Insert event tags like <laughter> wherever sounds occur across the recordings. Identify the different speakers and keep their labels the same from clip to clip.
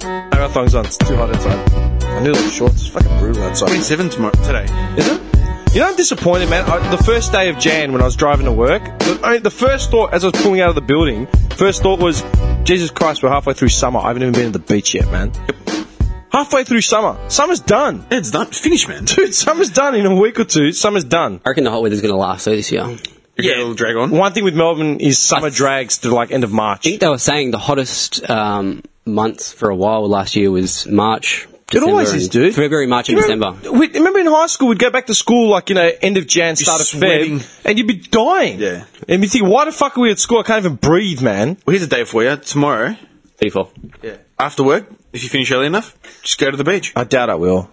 Speaker 1: headphones on. It's too hot outside. I knew it was short. It's fucking brutal outside.
Speaker 2: 27 tomorrow, today.
Speaker 1: Is it? You know, I'm disappointed, man. I, the first day of Jan, when I was driving to work, the, I mean, the first thought as I was pulling out of the building, first thought was, Jesus Christ, we're halfway through summer. I haven't even been to the beach yet, man. Halfway through summer, summer's done, <laughs>
Speaker 2: Yeah, it's not finished, man.
Speaker 1: dude. Summer's done in a week or two. Summer's done.
Speaker 3: I reckon the hot weather's going to last though this year.
Speaker 1: Mm.
Speaker 3: I
Speaker 2: Yeah, it'll drag on.
Speaker 1: One thing with Melbourne is summer drags to like end of March.
Speaker 3: think they were saying the hottest um, months for a while last year was March.
Speaker 1: It
Speaker 3: December,
Speaker 1: always is,
Speaker 3: and-
Speaker 1: dude.
Speaker 3: February, March, and
Speaker 1: You
Speaker 3: December.
Speaker 1: Remember, we, remember in high school, we'd go back to school like, you know, end of Jan, start of
Speaker 2: sweating.
Speaker 1: Feb, and you'd be dying.
Speaker 2: Yeah.
Speaker 1: And you'd think, why the fuck are we at school? I can't even breathe, man.
Speaker 2: Well, here's a day for you. Tomorrow,
Speaker 3: 34.
Speaker 2: yeah. after work, if you finish early enough, just go to the beach.
Speaker 1: I doubt I will.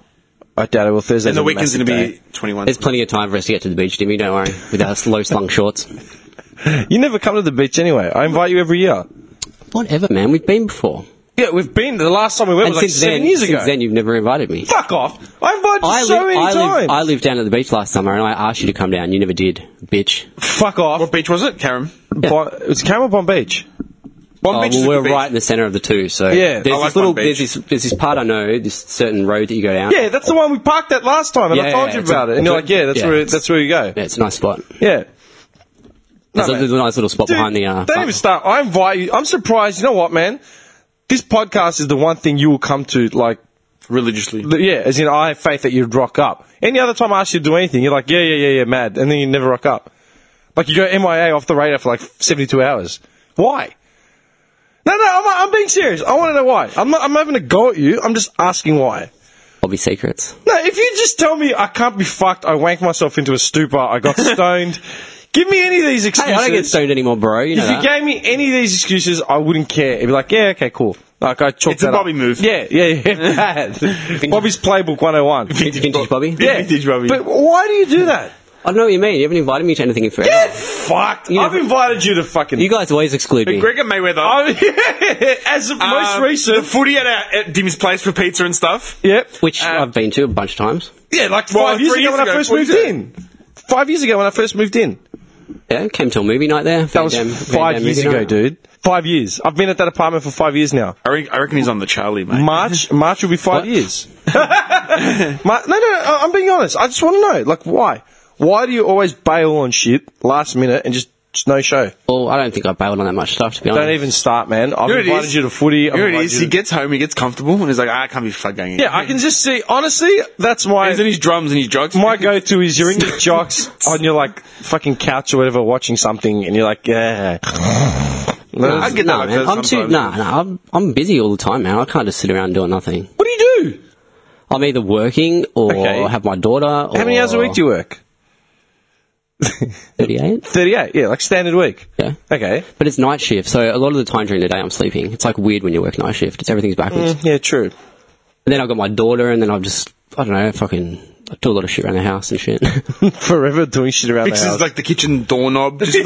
Speaker 1: I doubt I will. Thursday.
Speaker 2: And the weekend's going to be 21.
Speaker 3: There's plenty of time for us to get to the beach, Jimmy. Don't worry. With our low slung shorts.
Speaker 1: You never come to the beach anyway. I invite you every year.
Speaker 3: Whatever, man. We've been before.
Speaker 1: Yeah, we've been. The last time we went
Speaker 3: and
Speaker 1: was like
Speaker 3: since
Speaker 1: seven
Speaker 3: then,
Speaker 1: years
Speaker 3: since
Speaker 1: ago.
Speaker 3: then, you've never invited me.
Speaker 1: Fuck off! I invited you
Speaker 3: I,
Speaker 1: so
Speaker 3: live,
Speaker 1: many
Speaker 3: I,
Speaker 1: times.
Speaker 3: live, I lived down at the beach last summer, and I asked you to come down. You never did, bitch.
Speaker 1: Fuck off!
Speaker 3: <laughs>
Speaker 2: what beach was it? Caram.
Speaker 1: Bon- it was Cameron Bond Beach.
Speaker 2: Bomb
Speaker 3: Oh,
Speaker 2: Beach is a
Speaker 3: well, we're
Speaker 2: good beach.
Speaker 3: right in the center of the two, so
Speaker 1: Yeah,
Speaker 3: There's
Speaker 1: I
Speaker 2: like
Speaker 3: this little,
Speaker 2: one beach.
Speaker 3: there's this, there's this part I know, this certain road that you go down.
Speaker 1: Yeah, that's the one we parked at last time, and
Speaker 3: Yeah,
Speaker 1: I told
Speaker 3: yeah,
Speaker 1: you
Speaker 3: it's a-
Speaker 1: about it. And you're like, yeah, that's
Speaker 3: yeah,
Speaker 1: where
Speaker 3: it's-
Speaker 1: that's where you go.
Speaker 3: Yeah, it's a nice spot.
Speaker 1: Yeah. No,
Speaker 3: There's, a,
Speaker 1: mate.
Speaker 3: there's a nice little spot
Speaker 1: Dude,
Speaker 3: behind the. Uh,
Speaker 1: don't
Speaker 3: front.
Speaker 1: even start. I invite you. I'm surprised. You know what, man? This podcast is the one thing you will come to, like,
Speaker 2: Religiously.
Speaker 1: th- yeah, as in, I have faith that you'd rock up. Any other time I ask you to do anything, you're like, yeah, yeah, yeah, yeah, mad. And then you never rock up. Like, you go MIA off the radar for like 72 hours. Why? No, no, I'm, I'm being serious. I want to know why. I'm not, I'm having a go at you. I'm just asking why.
Speaker 3: Bobby Secrets.
Speaker 1: No, if you just tell me I can't be fucked, I wanked myself into a stupor, I
Speaker 3: <laughs>
Speaker 1: got stoned. Give me any of these
Speaker 3: Hey,
Speaker 1: excuses.
Speaker 3: I don't get stoned anymore, bro. You know
Speaker 1: If you
Speaker 3: that.
Speaker 1: gave me any of these excuses, I wouldn't care. It'd be like, yeah, okay, cool. Like I chalked
Speaker 2: It's a
Speaker 1: that
Speaker 2: Bobby
Speaker 1: up.
Speaker 2: move.
Speaker 1: Yeah, yeah, yeah. <laughs> Bad. Bobby's Playbook 101.
Speaker 3: It's vintage Bobby.
Speaker 1: Yeah, <laughs>
Speaker 2: Vintage Bobby.
Speaker 1: But why do you do that?
Speaker 3: I don't know what you mean. You haven't invited me to anything in forever.
Speaker 1: Get
Speaker 2: <laughs>
Speaker 1: fucked.
Speaker 3: You
Speaker 1: I've
Speaker 3: know-
Speaker 1: invited you to fucking.
Speaker 3: You guys always exclude me.
Speaker 2: Gregor Mayweather.
Speaker 1: Oh, I- <laughs> as of most
Speaker 2: um,
Speaker 1: recent.
Speaker 2: The footy at, our, at Dim's place for pizza and stuff.
Speaker 1: yep.
Speaker 3: which
Speaker 1: Uh,
Speaker 3: I've been to a bunch of times.
Speaker 1: Yeah, like five
Speaker 2: well,
Speaker 1: years
Speaker 2: three years
Speaker 1: ago when I
Speaker 2: ago,
Speaker 1: first
Speaker 2: four
Speaker 1: moved
Speaker 2: years
Speaker 1: in. Five years ago when I first moved in.
Speaker 3: Yeah, came to a movie night there.
Speaker 1: That was five years ago, dude. Five years. I've been at that apartment for five years now.
Speaker 2: I, re- I reckon he's on the Charlie, mate.
Speaker 1: March, March will be five <laughs>
Speaker 3: What?
Speaker 1: years. Mar- no, no, no, I- I'm being honest. I just want to know, like, why? Why do you always bail on shit last minute and just, just no show?
Speaker 3: Well, I don't think I bailed on that much stuff, to be honest.
Speaker 1: Don't even start, man. I've
Speaker 2: Here it
Speaker 1: invited
Speaker 2: is.
Speaker 1: you to footy. I've
Speaker 2: Here it
Speaker 1: invited
Speaker 2: is.
Speaker 1: you
Speaker 2: He
Speaker 1: to-
Speaker 2: gets home, he gets comfortable, and he's like, "Ah, I can't be fucking going in."
Speaker 1: yeah, I can just see. Honestly, that's
Speaker 2: And
Speaker 1: why
Speaker 2: he's in his drums and his jogs.
Speaker 1: my go-to is you're in <laughs> your jocks on your like fucking couch or whatever, watching something, and you're like, yeah.
Speaker 3: Nah,
Speaker 2: I get that
Speaker 3: nah,
Speaker 2: like
Speaker 3: man.
Speaker 2: that
Speaker 3: I'm too,
Speaker 2: sometimes.
Speaker 3: nah, nah, I'm, I'm busy all the time, man. I can't just sit around doing nothing.
Speaker 1: What do you do?
Speaker 3: I'm either working or
Speaker 1: Okay.
Speaker 3: have my daughter. Or
Speaker 1: How many hours a week do you work?
Speaker 3: 38?
Speaker 1: Thirty-eight. Yeah, like standard week.
Speaker 3: Yeah.
Speaker 1: Okay.
Speaker 3: But it's night shift, so a lot of the time during the day I'm sleeping. It's like weird when you work night shift. It's everything's backwards.
Speaker 1: Yeah, true. <laughs>
Speaker 3: And then I've got my daughter, and then I've just, I don't know, fucking, I do a lot of shit around the house and shit. <laughs>
Speaker 1: Forever doing shit around the
Speaker 2: fixes
Speaker 1: house.
Speaker 2: like the kitchen doorknob, just,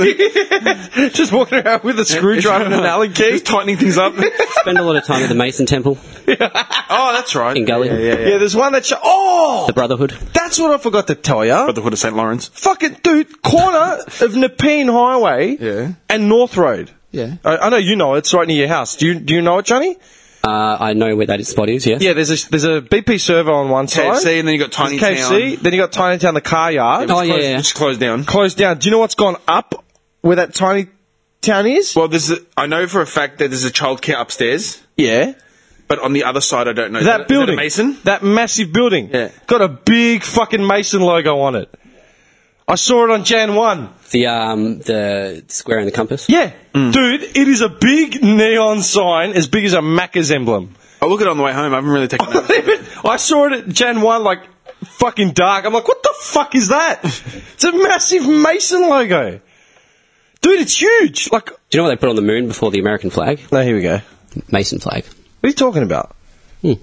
Speaker 1: <laughs>
Speaker 2: like,
Speaker 1: just walking around with a screwdriver and an Allen key.
Speaker 2: just tightening things up.
Speaker 3: Spend a lot of time at the Mason Temple,
Speaker 2: <laughs> oh, that's right.
Speaker 3: In Gully.
Speaker 2: Yeah, yeah, yeah.
Speaker 1: Yeah, there's one that. Sh- oh,
Speaker 3: the Brotherhood.
Speaker 1: that's what I forgot to tell you.
Speaker 2: Brotherhood of St. Lawrence.
Speaker 1: Fucking dude, <laughs> corner of Nepean Highway
Speaker 2: Yeah.
Speaker 1: and North Road.
Speaker 2: Yeah.
Speaker 1: I, I know you know it, it's right near your house. Do you do you know it, Johnny?
Speaker 3: Uh, I know where that spot is, yes.
Speaker 1: Yeah, there's a there's a BP servo on one side.
Speaker 2: KFC, and then you got Tiny
Speaker 1: There's KFC.
Speaker 2: Town.
Speaker 1: Then you got Tiny Town, the car yard.
Speaker 3: Oh, yeah,
Speaker 2: Closed-
Speaker 3: yeah.
Speaker 2: Which is closed down.
Speaker 1: Closed down. Do you know what's gone up where that Tiny Town is?
Speaker 2: Well, there's. A, I know for a fact that there's a childcare upstairs,
Speaker 1: yeah.
Speaker 2: but on the other side, I don't know. Is
Speaker 1: That
Speaker 2: is
Speaker 1: building,
Speaker 2: a Mason.
Speaker 1: that massive building,
Speaker 2: Yeah.
Speaker 1: got a big fucking Mason logo on it. I saw it on Jan One.
Speaker 3: The, um, the square and the compass.
Speaker 1: Yeah, Mm. dude, it is a big neon sign as big as a
Speaker 2: <laughs>
Speaker 1: Macca's emblem.
Speaker 2: I'll look at it on the way home. I haven't really taken that. <laughs>
Speaker 1: I saw it at Jan One, like fucking dark. I'm like, what the fuck is that?
Speaker 2: <laughs>
Speaker 1: it's a massive Mason logo, dude. It's huge. Like,
Speaker 3: Do you know what they put on the moon before the American flag?
Speaker 1: no, here we go. What
Speaker 3: Mason flag.
Speaker 1: are you talking about?
Speaker 3: Hmm.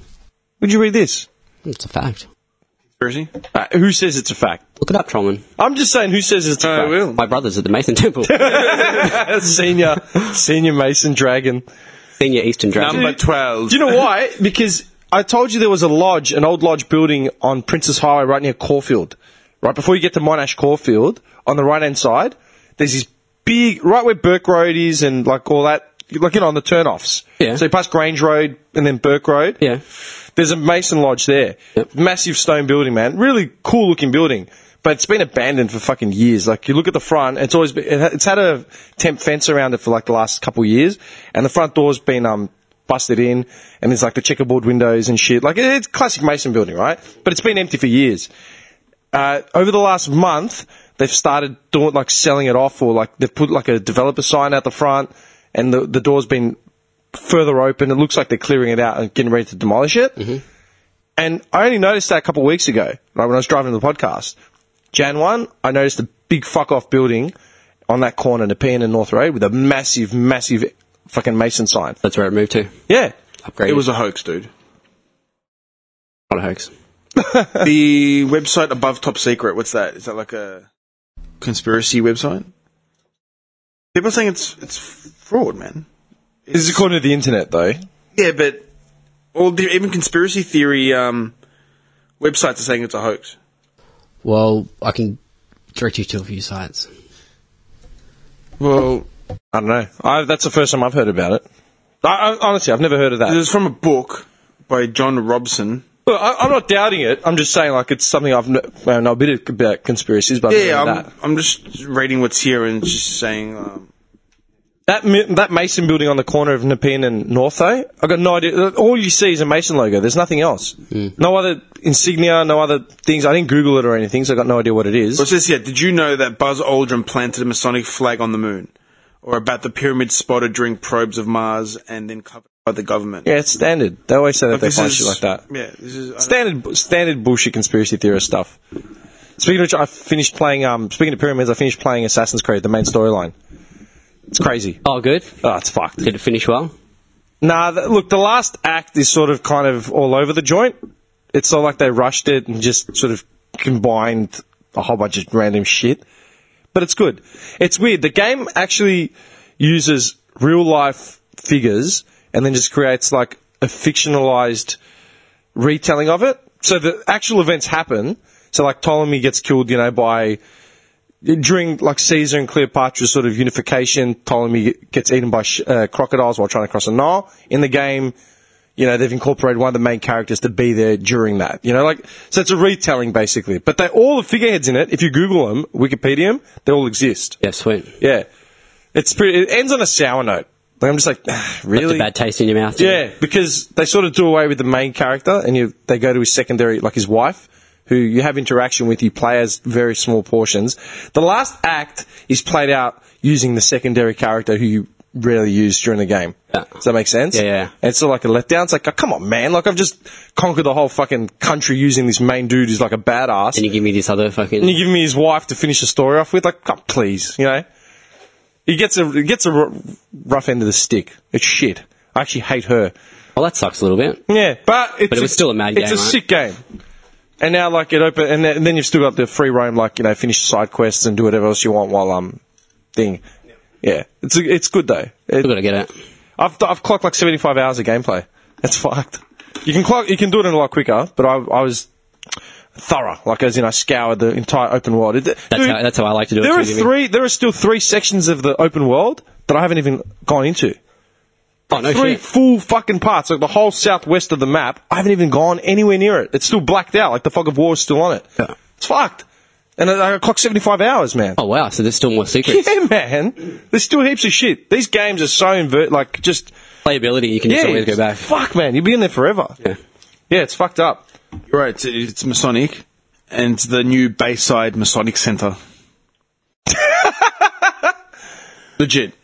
Speaker 1: Would you read this?
Speaker 3: It's a fact.
Speaker 2: Conspiracy.
Speaker 1: Uh, who says it's a fact?
Speaker 3: Look it up, Trolman.
Speaker 1: I'm just saying, who says it's a
Speaker 2: I
Speaker 1: fact?
Speaker 2: will.
Speaker 3: My brother's at the Mason Temple.
Speaker 1: <laughs> senior, senior Mason Dragon.
Speaker 3: Senior Eastern Dragon.
Speaker 2: Number twelve.
Speaker 1: Do you know why? Because I told you there was a lodge, an old lodge building on Princess Highway right near Caulfield. Right before you get to Monash Caulfield, on the right hand side, there's this big, right where Burke Road is and like all that like you know on the turnoffs.
Speaker 3: Yeah.
Speaker 1: So you pass Grange Road and then Burke Road.
Speaker 3: Yeah.
Speaker 1: There's a Mason Lodge there.
Speaker 3: Yep.
Speaker 1: Massive stone building, man. Really cool looking building. But it's been abandoned for fucking years. Like you look at the front, it's always been, it ha- it's had a temp fence around it for like the last couple of years, and the front door's been um busted in, and there's like the checkerboard windows and shit. Like it- it's classic Mason building, right? But it's been empty for years. Uh, over the last month, they've started doing like selling it off, or like they've put like a developer sign out the front, and the the door's been further open. It looks like they're clearing it out and getting ready to demolish it.
Speaker 2: Mm-hmm.
Speaker 1: And I only noticed that a couple of weeks ago, right, when I was driving to the podcast. Jan 1, I noticed a big fuck off building on that corner, Nepean and North Road, with a massive, massive fucking Mason sign.
Speaker 3: That's where it moved to.
Speaker 1: Yeah.
Speaker 3: Upgraded.
Speaker 2: It was a hoax, dude. <laughs>
Speaker 3: not a hoax.
Speaker 2: the website above top secret. What's that? Is that like a conspiracy website? People are saying it's it's fraud, man.
Speaker 1: This is according to the internet, though.
Speaker 2: Yeah, but all the, even conspiracy theory um, websites are saying it's a hoax.
Speaker 3: Well, I can direct you to a few sites.
Speaker 2: Well,
Speaker 1: I don't know. I, that's the first time I've heard about it. I, I, honestly, I've never heard of that.
Speaker 2: it was from a book by John Robson.
Speaker 1: Look, I, I'm not doubting it. I'm just saying, like, it's something I've kn- well, I know a bit about conspiracies, but I've
Speaker 2: Yeah,
Speaker 1: never heard of
Speaker 2: I'm, I'm just reading what's here and just saying. Um,
Speaker 1: That mi- that Mason building on the corner of Nepean and North, though, I got no idea. All you see is a Mason logo. There's nothing else.
Speaker 2: Mm.
Speaker 1: No other insignia, no other things. I didn't Google it or anything, so I got no idea what it is.
Speaker 2: so it says here, did you know that Buzz Aldrin planted a Masonic flag on the moon, or about the pyramids spotted during probes of Mars and then covered by the government?
Speaker 1: yeah, it's standard. They always say that they
Speaker 2: This
Speaker 1: find
Speaker 2: is-
Speaker 1: shit like that.
Speaker 2: Yeah, this is. I don't-
Speaker 1: Standard, bu- standard bullshit conspiracy theorist stuff. Speaking of which, I finished playing. Um, speaking of pyramids, I finished playing Assassin's Creed, the main storyline. It's crazy.
Speaker 3: Oh, good.
Speaker 1: Oh, it's fucked.
Speaker 3: Did it finish well?
Speaker 1: Nah, th- look, the last act is sort of kind of all over the joint. It's sort of like they rushed it and just sort of combined a whole bunch of random shit. But it's good. It's weird. The game actually uses real life figures and then just creates like a fictionalized retelling of it. So the actual events happen. So like Ptolemy gets killed, you know, by during like Caesar and Cleopatra's sort of unification, Ptolemy gets eaten by sh- uh, crocodiles while trying to cross a Nile. In the game, you know, they've incorporated one of the main characters to be there during that. You know, like, so it's a retelling basically. But they all the figureheads in it, if you Google them, Wikipedia 'em, they all exist.
Speaker 3: Yeah, sweet.
Speaker 1: Yeah. It's pretty, it ends on a sour note. Like, I'm just like, <sighs> "Ah,
Speaker 3: Left
Speaker 1: really?
Speaker 3: a bad taste in your mouth.
Speaker 1: Yeah, because they sort of do away with the main character, and you they go to his secondary, like his wife, who you have interaction with. You play as very small portions. The last act is played out using the secondary character who you rarely use during the game.
Speaker 3: Yeah.
Speaker 1: Does that make sense?
Speaker 3: Yeah, yeah.
Speaker 1: And it's sort of like a letdown. It's like, oh, come on, man! Like I've just conquered the whole fucking country using this main dude who's like a badass.
Speaker 3: And you give me this other fucking.
Speaker 1: And you give me his wife to finish the story off with, like, oh, please, you know. He gets a he gets a r- rough end of the stick. It's shit. I actually hate her.
Speaker 3: Well, that sucks a little bit.
Speaker 1: Yeah, but it's
Speaker 3: But it was still a mad
Speaker 1: It's
Speaker 3: game,
Speaker 1: a
Speaker 3: right?
Speaker 1: sick game. And now, like it open, and then, and then you've still got the free roam, like you know, finish side quests and do whatever else you want while um, thing. Yeah, it's it's good though. It-
Speaker 3: Still gotta get it.
Speaker 1: I've I've clocked like seventy five hours of gameplay. That's fucked. You can clock, you can do it in a lot quicker, but I I was thorough, like as in I scoured the entire open world. It,
Speaker 3: That's, how, that's how I like to do
Speaker 1: there
Speaker 3: it.
Speaker 1: are
Speaker 3: too, Jimmy.
Speaker 1: three. There are still three sections of the open world that I haven't even gone into.
Speaker 3: Oh, no
Speaker 1: Three
Speaker 3: shit.
Speaker 1: full fucking parts, like the whole southwest of the map. I haven't even gone anywhere near it. It's still blacked out, like the fog of war is still on it.
Speaker 3: Yeah.
Speaker 1: It's fucked. And I, I clocked seventy five hours, man.
Speaker 3: Oh, wow. So there's still more
Speaker 1: <laughs>
Speaker 3: secrets.
Speaker 1: Yeah, man. There's still heaps of shit. These games are so invert, like just
Speaker 3: Playability, you can
Speaker 1: yeah.
Speaker 3: just always go back.
Speaker 1: Fuck, man. You'll be in there forever.
Speaker 3: Yeah.
Speaker 1: Yeah, it's fucked up.
Speaker 2: You're right. It's, it's Masonic, and it's the new Bayside Masonic Centre. Legit.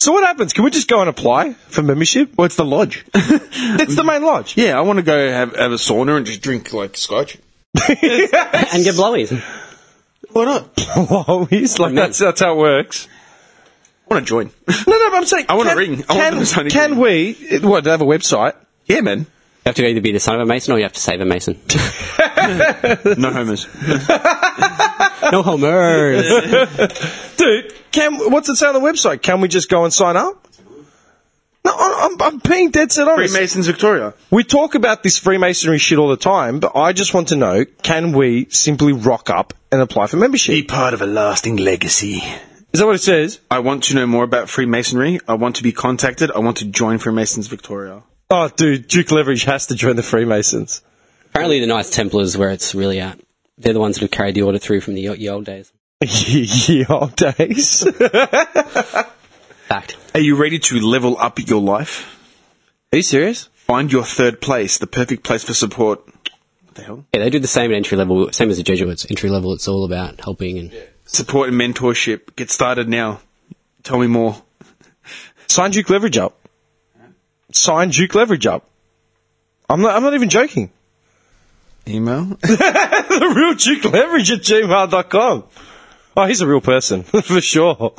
Speaker 1: So what happens? Can we just go and apply for membership?
Speaker 2: Well, it's the
Speaker 1: <laughs>
Speaker 2: lodge.
Speaker 1: That's the main <laughs> lodge.
Speaker 2: yeah, I want to go have, have a sauna and just drink like scotch.
Speaker 3: And get blowies.
Speaker 2: Why not? I
Speaker 1: Blowies. <laughs> Like that's that's how it works.
Speaker 2: want to join. <laughs>
Speaker 1: No, no, but I'm saying
Speaker 2: I want a
Speaker 1: can-
Speaker 2: ring. I want
Speaker 1: can,
Speaker 2: the Masonic
Speaker 1: can
Speaker 2: ring.
Speaker 1: we? it- What? They have a website.
Speaker 2: yeah, man.
Speaker 3: You have to either be the son of a mason or you have to save
Speaker 1: <laughs>
Speaker 3: a mason.
Speaker 2: No homers.
Speaker 3: no homers.
Speaker 1: Dude, can what's it say on the website? Can we just go and sign up? No, I- I'm, I'm being dead set honest.
Speaker 2: Freemasons Victoria.
Speaker 1: we talk about this Freemasonry shit all the time, but I just want to know: Can we simply rock up and apply for membership?
Speaker 2: part of a lasting legacy.
Speaker 1: Is that what it says?
Speaker 2: I want to know more about Freemasonry. I want to be contacted. I want to join Freemasons Victoria.
Speaker 1: Oh, dude, Duke Leverage has to join the Freemasons. <laughs>
Speaker 3: Apparently, the Knights Templar is where it's really at. They're the ones that have carried the order through from the ye old days.
Speaker 1: Ye old days. <laughs>
Speaker 3: Fact.
Speaker 2: Are you ready to level up your life?
Speaker 1: Are you serious?
Speaker 2: Find your third place, the perfect place for support. What the hell?
Speaker 3: Yeah, they do the same at entry level, same as the Jesuits. Entry level, it's all about helping and
Speaker 2: Support and mentorship. Get started now. Tell me more.
Speaker 1: Sign Duke Leverage up. Sign Duke Leverage up. I'm not, I'm not even joking. <laughs>
Speaker 2: Email?
Speaker 1: The real Duke Leverage at gmail.com. Oh, he's a real person, <laughs> for sure.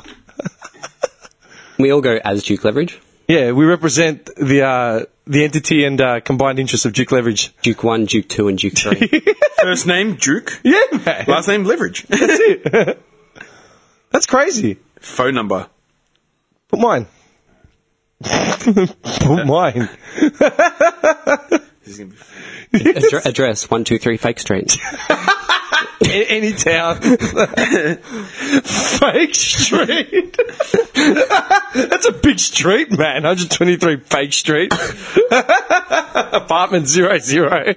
Speaker 3: we all go as Duke Leverage.
Speaker 1: Yeah, we represent the, uh, the entity and uh, combined interests of Duke Leverage.
Speaker 3: Duke one, Duke two, and Duke three.
Speaker 2: <laughs> First name, Duke. <laughs>
Speaker 1: Yeah, man.
Speaker 2: Last name, Leverage. <laughs>
Speaker 1: That's crazy.
Speaker 2: Phone number.
Speaker 1: Put mine. <laughs> Put mine.
Speaker 2: This is gonna be-
Speaker 3: Addre- address one two three Fake
Speaker 2: <laughs>
Speaker 3: Street.
Speaker 1: A- any town. <laughs> fake street. <laughs> That's a big street, man. 123 fake street. <laughs> Apartment zero <laughs> zero.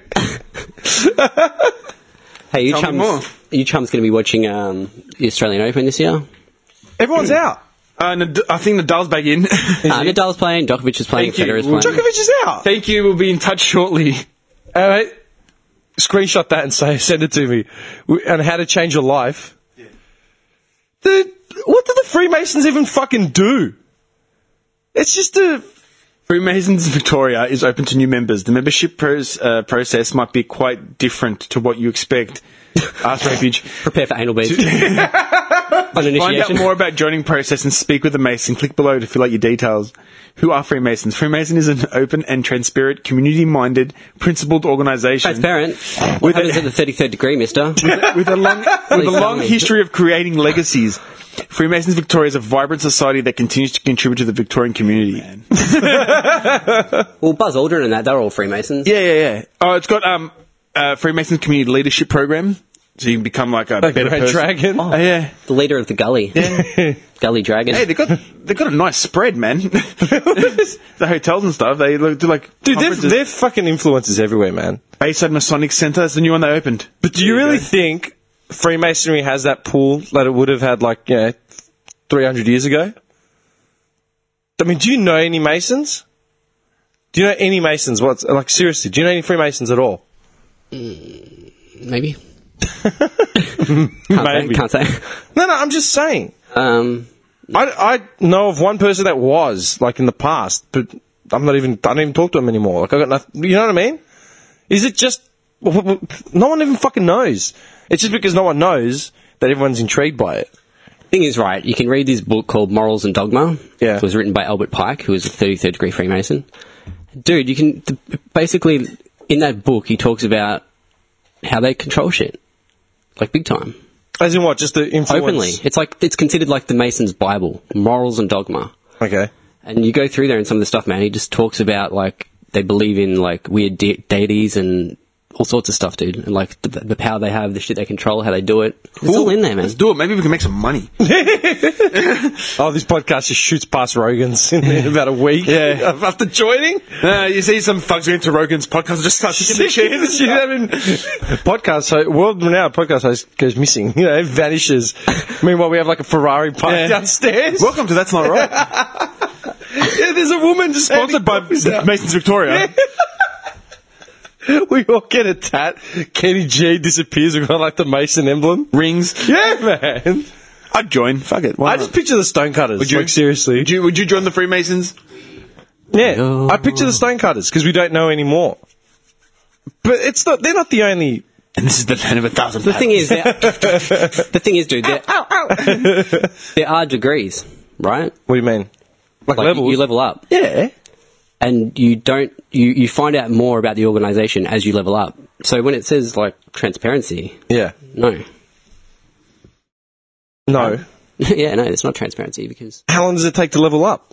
Speaker 3: Hey, you
Speaker 2: Tell me
Speaker 3: chums,
Speaker 2: more.
Speaker 3: you chums going to be watching um, the Australian Open this year?
Speaker 1: Everyone's out.
Speaker 2: Uh, Nad- I think Nadal's back in.
Speaker 3: Uh, Nadal's playing, Djokovic is playing,
Speaker 2: Thank you.
Speaker 3: Federer is
Speaker 2: Well,
Speaker 3: playing.
Speaker 1: Djokovic is out.
Speaker 2: Thank you. We'll be in touch shortly.
Speaker 1: All right. Uh, Screenshot that and say <laughs> send it to me. We- And how to change your life. The, what do the Freemasons even fucking do? It's just a
Speaker 2: Freemasons Victoria is open to new members. The membership pros, uh, process might be quite different to what you expect. Ask Refuge.
Speaker 3: Prepare for
Speaker 2: <laughs>
Speaker 3: anal beads. On
Speaker 2: Find out
Speaker 3: initiation.
Speaker 2: more about joining process and speak with a Mason. Click below to fill out your details. Who are Freemasons? Freemason is an open and transparent, community-minded, principled organization
Speaker 3: Transparent. What
Speaker 2: With a-
Speaker 3: happens at the 33rd
Speaker 2: <laughs>
Speaker 3: degree, mister?
Speaker 2: with a long, with a long
Speaker 3: me.
Speaker 2: history of creating legacies. Freemasons Victoria is a vibrant society that continues to contribute to the Victorian community.
Speaker 3: well, Buzz Aldrin and that, they're all Freemasons.
Speaker 2: Yeah, yeah, yeah. Oh, it's got um, uh, Freemasons Community Leadership Program, so you can become like a better
Speaker 1: red
Speaker 2: person.
Speaker 1: dragon.
Speaker 2: Oh, yeah.
Speaker 3: The leader of the gully. gully dragon.
Speaker 2: Hey, they
Speaker 1: <laughs>
Speaker 2: got they got a nice spread, man. the hotels and stuff. They look, do like
Speaker 1: Dude, they're,
Speaker 2: conferences.
Speaker 1: they're fucking influences everywhere, man.
Speaker 2: Bayside Masonic Centre. That's the new one they opened.
Speaker 1: But do you
Speaker 2: There you
Speaker 1: really
Speaker 2: go.
Speaker 1: think Freemasonry has that pull that it would have had, like, you know, 300 years ago? I mean, do you know any Masons? Do you know any Masons? What's like seriously? Do you know any Freemasons at all?
Speaker 2: <laughs>
Speaker 3: Maybe. can't
Speaker 1: Maybe.
Speaker 3: Say, can't say.
Speaker 1: No, no. I'm just saying.
Speaker 3: Um,
Speaker 1: I, I know of one person that was like in the past, but I'm not even. I don't even talk to him anymore. Like I got nothing. You know what I mean? Is it just no one even fucking knows? It's just because no one knows that everyone's intrigued by it.
Speaker 3: thing is, right, you can read this book called Morals and Dogma.
Speaker 1: Yeah.
Speaker 3: It was written by Albert Pike, who was a 33rd degree Freemason. Dude, you can th- basically, in that book, he talks about how they control shit. Like, big time.
Speaker 1: As in what? Just the
Speaker 3: Openly.
Speaker 1: influence.
Speaker 3: It's like, it's considered like the Mason's Bible, Morals and Dogma.
Speaker 1: Okay.
Speaker 3: And you go through there and some of the stuff, man. He just talks about like they believe in like weird de- deities and all sorts of stuff, dude. And like the, the power they have, the shit they control, how they do it. It's all in there, man.
Speaker 2: Let's do it. Maybe we can make some money.
Speaker 1: Oh, this podcast just shoots past Rogan's in <laughs> about a week yeah. <laughs> after joining.
Speaker 2: uh, you see, some fucks went to Rogan's podcast and just started kicking the shit.
Speaker 1: Shit, shit, I mean, podcast host, world renowned podcast host goes missing. You know, vanishes. <laughs> Meanwhile, we have like a Ferrari parked
Speaker 2: Yeah.
Speaker 1: downstairs.
Speaker 2: Welcome to That's Not
Speaker 1: <laughs>
Speaker 2: Right.
Speaker 1: Yeah, there's a woman just
Speaker 2: Sponsored by Masons Victoria.
Speaker 1: We all get a tat. Kenny G disappears. We've got like the Mason emblem.
Speaker 2: Rings.
Speaker 1: Yeah, <laughs> man.
Speaker 2: I'd join. Fuck it. Why
Speaker 1: I
Speaker 2: not?
Speaker 1: just picture the stonecutters.
Speaker 2: Would you?
Speaker 1: Like, seriously.
Speaker 2: Would you, would you join the Freemasons?
Speaker 1: Yeah, I picture the stonecutters because we don't know anymore. But it's not. They're not the only.
Speaker 2: <laughs> And this is the land of a thousand.
Speaker 3: The
Speaker 2: <laughs>
Speaker 3: thing is, there- the thing is, dude, there, <laughs> there are degrees, right?
Speaker 1: What do you mean? Like,
Speaker 3: Like
Speaker 1: levels?
Speaker 3: you level up,
Speaker 1: yeah.
Speaker 3: and you don't you you find out more about the organization as you level up. So when it says like transparency,
Speaker 1: Yeah.
Speaker 3: no, <laughs>
Speaker 1: No.
Speaker 3: yeah, no, it's not transparency because
Speaker 1: How long does it take to level up?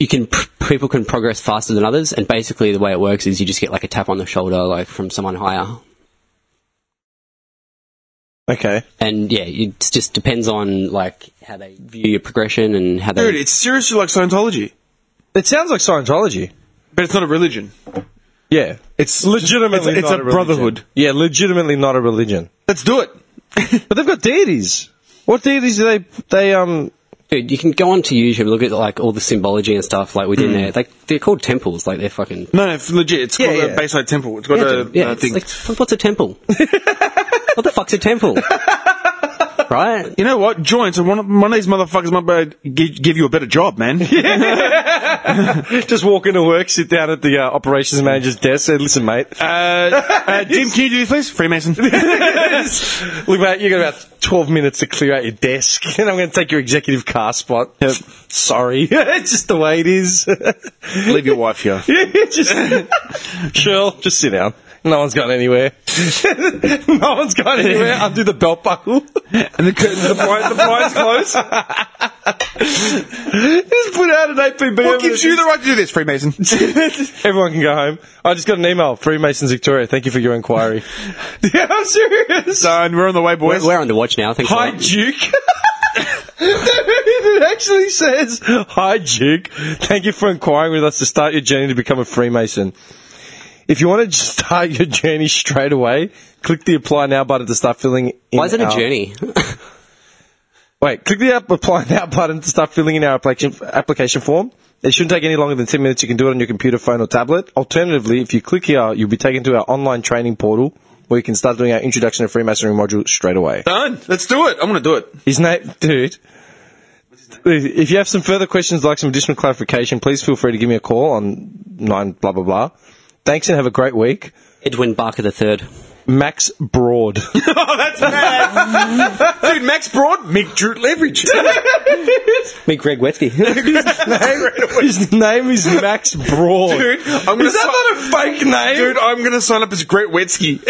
Speaker 3: you can pr- people can progress faster than others, and basically the way it works is you just get like a tap on the shoulder, like from someone higher.
Speaker 1: Okay.
Speaker 3: and yeah, it just depends on like how they view your progression and how they.
Speaker 2: Dude, it's seriously like Scientology,
Speaker 1: It sounds like Scientology.
Speaker 2: but it's not a religion.
Speaker 1: Yeah. It's legitimately
Speaker 2: it's- it's
Speaker 1: not
Speaker 2: a
Speaker 1: religion.
Speaker 2: brotherhood.
Speaker 1: Yeah, legitimately not a religion.
Speaker 2: Let's do it.
Speaker 1: But they've got deities. What deities do they they um
Speaker 3: Dude, you can go onto YouTube and look at like all the symbology and stuff like within there. Like they're called temples. Like they're fucking.
Speaker 2: No, no, it's legit. It's called
Speaker 1: yeah.
Speaker 2: a Bayside Temple. It's got a,
Speaker 3: yeah,
Speaker 2: a
Speaker 3: it's
Speaker 2: thing.
Speaker 3: like fuck, what's a temple? what the fuck's a temple? right?
Speaker 2: you know what? Join. So one, of- one of these motherfuckers might be able to gi- give you a better job, <laughs> man.
Speaker 1: <laughs> just walk into work, sit down at the uh, operations manager's desk, say, "Listen, mate, <laughs>
Speaker 2: Uh, Jim, can you do this, please? Freemason.
Speaker 1: Look, mate, you got about 12 minutes to clear out your desk, <laughs> and I'm going to take your executive car spot. <laughs> Sorry. it's just the way it is.
Speaker 2: <laughs>
Speaker 1: <laughs>
Speaker 2: Leave your wife here. <laughs>
Speaker 1: just, Cheryl, just sit down. No one's gone anywhere. <laughs> no one's gone anywhere. Undo the belt buckle.
Speaker 2: And the, curtains- the, blind, the blind's closed.
Speaker 1: <laughs> just put out an APB.
Speaker 2: What gives you the right to do this, Freemason?
Speaker 1: Everyone can go home. I just got an email. Freemasons Victoria, thank you for
Speaker 2: <laughs>
Speaker 1: your inquiry. yeah, I'm
Speaker 2: <laughs>
Speaker 1: serious.
Speaker 2: Son, we're on the way, boys.
Speaker 3: We're on the watch now. Thanks. a
Speaker 1: Hi,
Speaker 3: lot.
Speaker 1: Duke. <laughs> it actually says, Hi, Duke. Thank you for inquiring with us to start your journey to become a Freemason. If you want to start your journey straight away, click the apply now button to start filling in.
Speaker 3: Why is it a
Speaker 1: our-
Speaker 3: journey?
Speaker 1: Wait, click the app, apply <laughs> now button to start filling in our application, application form. It shouldn't take any longer than 10 minutes. You can do it on your computer, phone, or tablet. Alternatively, if you click here, you'll be taken to our online training portal where you can start doing our introduction to Freemasonry module straight away.
Speaker 2: Done. Let's do it. I'm going to do it.
Speaker 1: His name, dude. If you have some further questions, like some additional clarification, please feel free to give me a call on nine blah blah blah. Thanks and have a great week,
Speaker 3: Edwin Barker the third.
Speaker 1: Max
Speaker 2: <laughs>
Speaker 1: Broad. <laughs>
Speaker 2: oh, that's mad. <laughs> Dude, Max Broad, Mick Drew <laughs> Leverage.
Speaker 3: Me, Greg Wetsky.
Speaker 1: His name is Max Broad.
Speaker 2: Dude, I'm gonna
Speaker 1: is that
Speaker 2: si-
Speaker 1: not a fake name?
Speaker 2: Dude, I'm going to sign up as Great
Speaker 1: <laughs>
Speaker 2: Wetsky.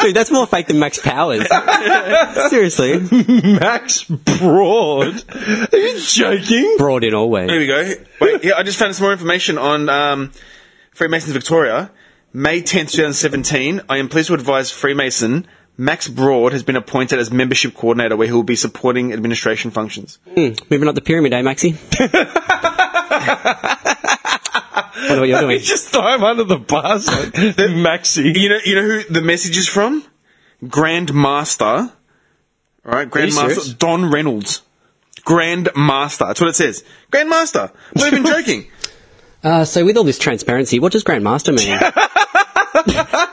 Speaker 3: Dude, that's more fake than Max Powers. Seriously,
Speaker 1: <laughs> Max Broad. Are you joking?
Speaker 3: broad in all
Speaker 2: <laughs>
Speaker 3: ways.
Speaker 2: Here we go. Wait, yeah, I just found some more information on um, Freemasons Victoria. May 10th, 2017. I am pleased to advise Freemason Max Broad has been appointed as membership coordinator where he will be supporting administration functions.
Speaker 3: Moving up the pyramid, eh, Maxi? Wonder what you're doing.
Speaker 1: Just throw him under the bus,
Speaker 2: <laughs>
Speaker 1: Maxi.
Speaker 2: You know, you know who the message is from? Grand Master. All right, Grand
Speaker 1: you
Speaker 2: Master
Speaker 1: serious?
Speaker 2: Don Reynolds. Grand Master. That's what it says. Grand Master. I'm not
Speaker 1: <laughs>
Speaker 2: even joking.
Speaker 3: Uh, so, with all this transparency, what does
Speaker 1: <laughs>
Speaker 3: Grandmaster mean?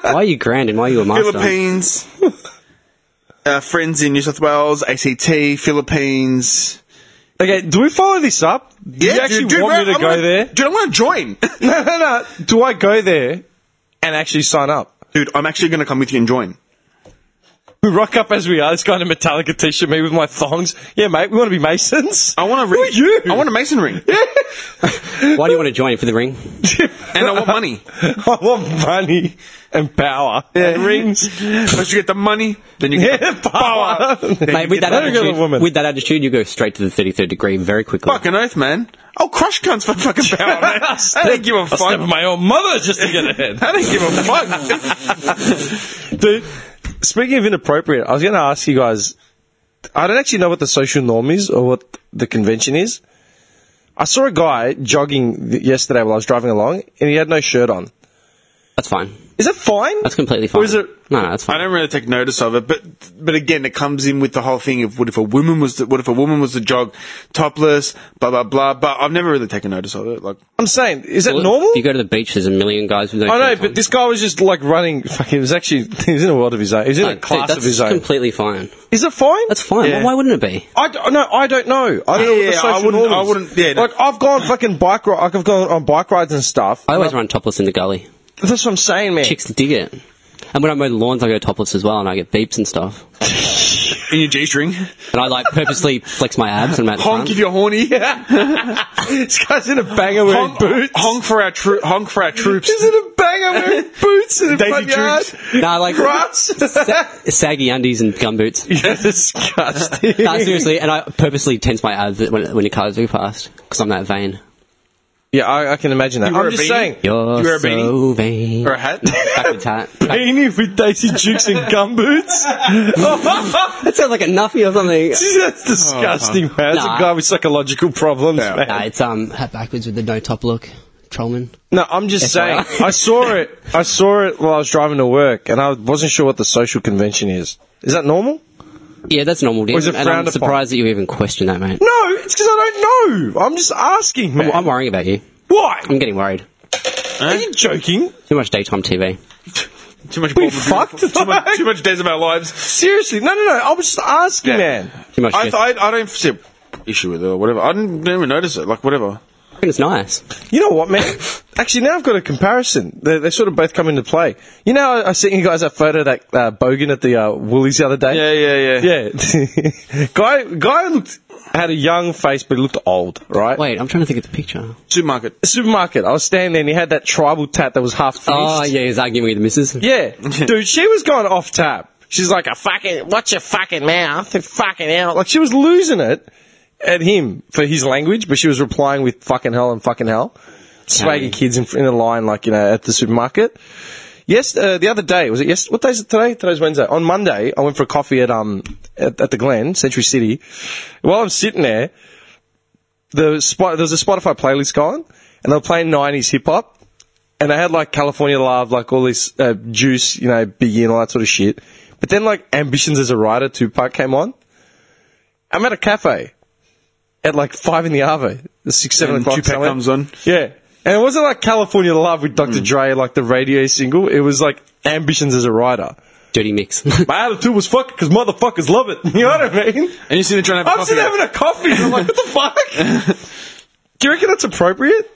Speaker 3: why are you grand and why are you a master?
Speaker 2: Philippines. <laughs> Uh, friends in New South Wales, ACT, Philippines.
Speaker 1: Okay, do we follow this up? Do you actually
Speaker 2: dude, dude,
Speaker 1: want
Speaker 2: bro,
Speaker 1: me to
Speaker 2: I'm
Speaker 1: go
Speaker 2: gonna-
Speaker 1: there? <laughs>
Speaker 2: Dude, I want to join. <laughs>
Speaker 1: No, no, no. Do I go there and actually sign up?
Speaker 2: dude, I'm actually going to come with you and join.
Speaker 1: We rock up as we are. This guy in a Metallica t-shirt, me with my thongs. Yeah, mate, we want to be Masons.
Speaker 2: I want to.
Speaker 1: Who are you?
Speaker 2: I want a mason ring,
Speaker 3: Why do you want to join for the ring?
Speaker 2: and I want
Speaker 1: <laughs>
Speaker 2: money.
Speaker 1: <laughs> I want money and power and rings.
Speaker 2: Once you get the money, then you get
Speaker 1: Yeah,
Speaker 2: the
Speaker 1: power.
Speaker 2: Then
Speaker 3: Mate,
Speaker 2: you
Speaker 3: with
Speaker 2: get
Speaker 1: that
Speaker 3: that,
Speaker 1: girl a
Speaker 3: attitude,
Speaker 1: woman.
Speaker 3: with that attitude, you go straight to the 33rd degree very quickly.
Speaker 2: fucking oath, man. I'll crush cunts for fucking
Speaker 1: <laughs>
Speaker 2: power. Man. I don't give a
Speaker 1: I step on
Speaker 2: fuck.
Speaker 1: my own mother
Speaker 2: <laughs>
Speaker 1: just to get ahead.
Speaker 2: I don't give a fuck.
Speaker 1: <laughs> Dude, speaking of inappropriate, I was going to ask you guys. I don't actually know what the social norm is or what the convention is. I saw a guy jogging th- yesterday while I was driving along, and he had no shirt on.
Speaker 3: That's fine.
Speaker 1: Is that fine?
Speaker 3: That's completely fine.
Speaker 1: is it-
Speaker 3: No, no, that's
Speaker 2: I
Speaker 3: fine.
Speaker 2: don't really take notice of it, but but again, it comes in with the whole thing of what if a woman was the, what if a woman was the jog topless, blah blah blah. But I've never really taken notice of it. Like
Speaker 1: I'm saying, is that <laughs>
Speaker 3: Well,
Speaker 1: normal?
Speaker 3: if You go to the beach, there's a million guys with no
Speaker 1: I know,
Speaker 3: shirts on.
Speaker 1: but this guy was just like running. <laughs> Fuck, he was actually he was in a world of his own. He was in
Speaker 3: No,
Speaker 1: a
Speaker 3: dude,
Speaker 1: class of
Speaker 3: that's
Speaker 1: his own.
Speaker 3: completely fine.
Speaker 1: Is it fine?
Speaker 3: That's fine.
Speaker 2: Yeah.
Speaker 3: Why wouldn't it be?
Speaker 1: I don't, no, I don't know. I don't know.
Speaker 2: Yeah,
Speaker 1: What the
Speaker 2: yeah,
Speaker 1: social
Speaker 2: I wouldn't-
Speaker 1: norm is.
Speaker 2: I wouldn't- yeah, no.
Speaker 1: like I've gone fucking bike. ri- Like I've gone on bike rides and stuff.
Speaker 3: I always run topless in the gully.
Speaker 1: That's what I'm saying, man.
Speaker 3: Chicks dig it. And when I mow the lawns, I go topless as well, and I get beeps and stuff.
Speaker 2: in your g string,
Speaker 3: And I like purposely <laughs> flex my abs when I'm at the
Speaker 2: honk
Speaker 3: front.
Speaker 2: if you're horny.
Speaker 1: this guy's in a banger
Speaker 2: <laughs>
Speaker 1: wearing
Speaker 2: honk,
Speaker 1: boots.
Speaker 2: honk for our tro- honk for our <laughs> troops.
Speaker 1: He's in a
Speaker 2: <laughs>
Speaker 1: banger wearing boots in the
Speaker 2: Daisy
Speaker 1: front
Speaker 2: Dukes.
Speaker 1: yard.
Speaker 3: Nah,
Speaker 2: <laughs>
Speaker 3: like
Speaker 1: Grass. <laughs>
Speaker 3: saggy undies and gumboots.
Speaker 1: You're disgusting.
Speaker 3: <laughs> Nah, seriously, and I purposely tense my abs when, when your cars go past because I'm that vain.
Speaker 1: Yeah, I, I can imagine that.
Speaker 2: You wear
Speaker 1: I'm
Speaker 2: a
Speaker 1: just
Speaker 2: beanie?
Speaker 1: saying.
Speaker 3: You're
Speaker 2: You wear a
Speaker 3: so vain.
Speaker 2: Or a <laughs> hat?
Speaker 3: Backwards
Speaker 1: <laughs>
Speaker 3: hat.
Speaker 1: Beanie with Daisy Dukes
Speaker 2: <laughs>
Speaker 1: and <laughs> gumboots?
Speaker 2: Oh,
Speaker 3: That sounds like a nuffy or something.
Speaker 1: That's disgusting, man. That's
Speaker 3: Nah.
Speaker 1: a guy with psychological problems, man.
Speaker 3: Nah, it's um hat backwards with the no top look. Trollman.
Speaker 1: No, I'm just saying.
Speaker 3: FYI.
Speaker 2: <laughs>
Speaker 1: I saw it. I saw it while I was driving to work, and I wasn't sure what the social convention is. Is that normal?
Speaker 3: Yeah, that's normal. Dan.
Speaker 1: is it
Speaker 3: and I'm
Speaker 1: frowned upon?
Speaker 3: surprised that you even question that, mate.
Speaker 1: No, it's because I don't know. I'm just asking, man.
Speaker 3: I'm worrying about you.
Speaker 1: Why?
Speaker 3: I'm getting worried.
Speaker 1: Are you joking?
Speaker 3: Too much daytime TV.
Speaker 2: Too much.
Speaker 1: We
Speaker 2: Bob the
Speaker 1: fucked.
Speaker 2: Beautiful- Too much, too much days of our lives.
Speaker 1: Seriously? No, no, no. I was just asking, man.
Speaker 3: Too much.
Speaker 2: I,
Speaker 3: just-
Speaker 2: I, I don't see a issue with it or whatever. I didn't, didn't even notice it. Like whatever.
Speaker 3: it's nice.
Speaker 1: You know
Speaker 2: <laughs>
Speaker 1: what, man? Actually, now I've got a comparison. They, they sort of both come into play. You know, I, I sent you guys that photo of that uh, Bogan at the uh, Woolies the other day.
Speaker 2: Yeah, yeah, yeah.
Speaker 1: Yeah, <laughs> guy, guy looked had a young face, but he looked old, right?
Speaker 3: Wait, I'm trying to think of the picture.
Speaker 2: Supermarket.
Speaker 1: Supermarket. I was standing there, and he had that tribal tat that was half finished.
Speaker 3: Oh yeah, he's arguing with the missus.
Speaker 1: yeah, dude, she was going off tap. She's like, "A fucking, what's your fucking mouth? And fucking out!" Like she was losing it at him for his language, but she was replying with "fucking hell" and "fucking hell." Swagging kids in, in a line, like you know, at the supermarket. Yes, uh, the other day was it? Yes, what day is it today? Today's Wednesday. On Monday, I went for a coffee at um at, at the Glen, Century City. While I'm sitting there, the spot there was a Spotify playlist going, and they were playing '90s hip hop, and they had like California Love, like all this uh, Juice, you know, Biggie and all that sort of shit. But then like Ambitions as a Writer Tupac came on. I'm at a cafe at like five in the arvo, six seven
Speaker 2: And
Speaker 1: o'clock.
Speaker 2: Tupac
Speaker 1: somewhere.
Speaker 2: comes on. Mm.
Speaker 1: Yeah. And it wasn't like California Love with Dr. Dre, like the radio single. It was like ambitions as a writer.
Speaker 3: Dirty mix. <laughs>
Speaker 1: My attitude was fuck because motherfuckers love it. <laughs> You know what I mean?
Speaker 2: And you see them trying to have <laughs>
Speaker 1: I'm
Speaker 2: coffee.
Speaker 1: sitting having a coffee. I'm like, what the fuck?
Speaker 2: <laughs>
Speaker 1: Do you reckon that's appropriate?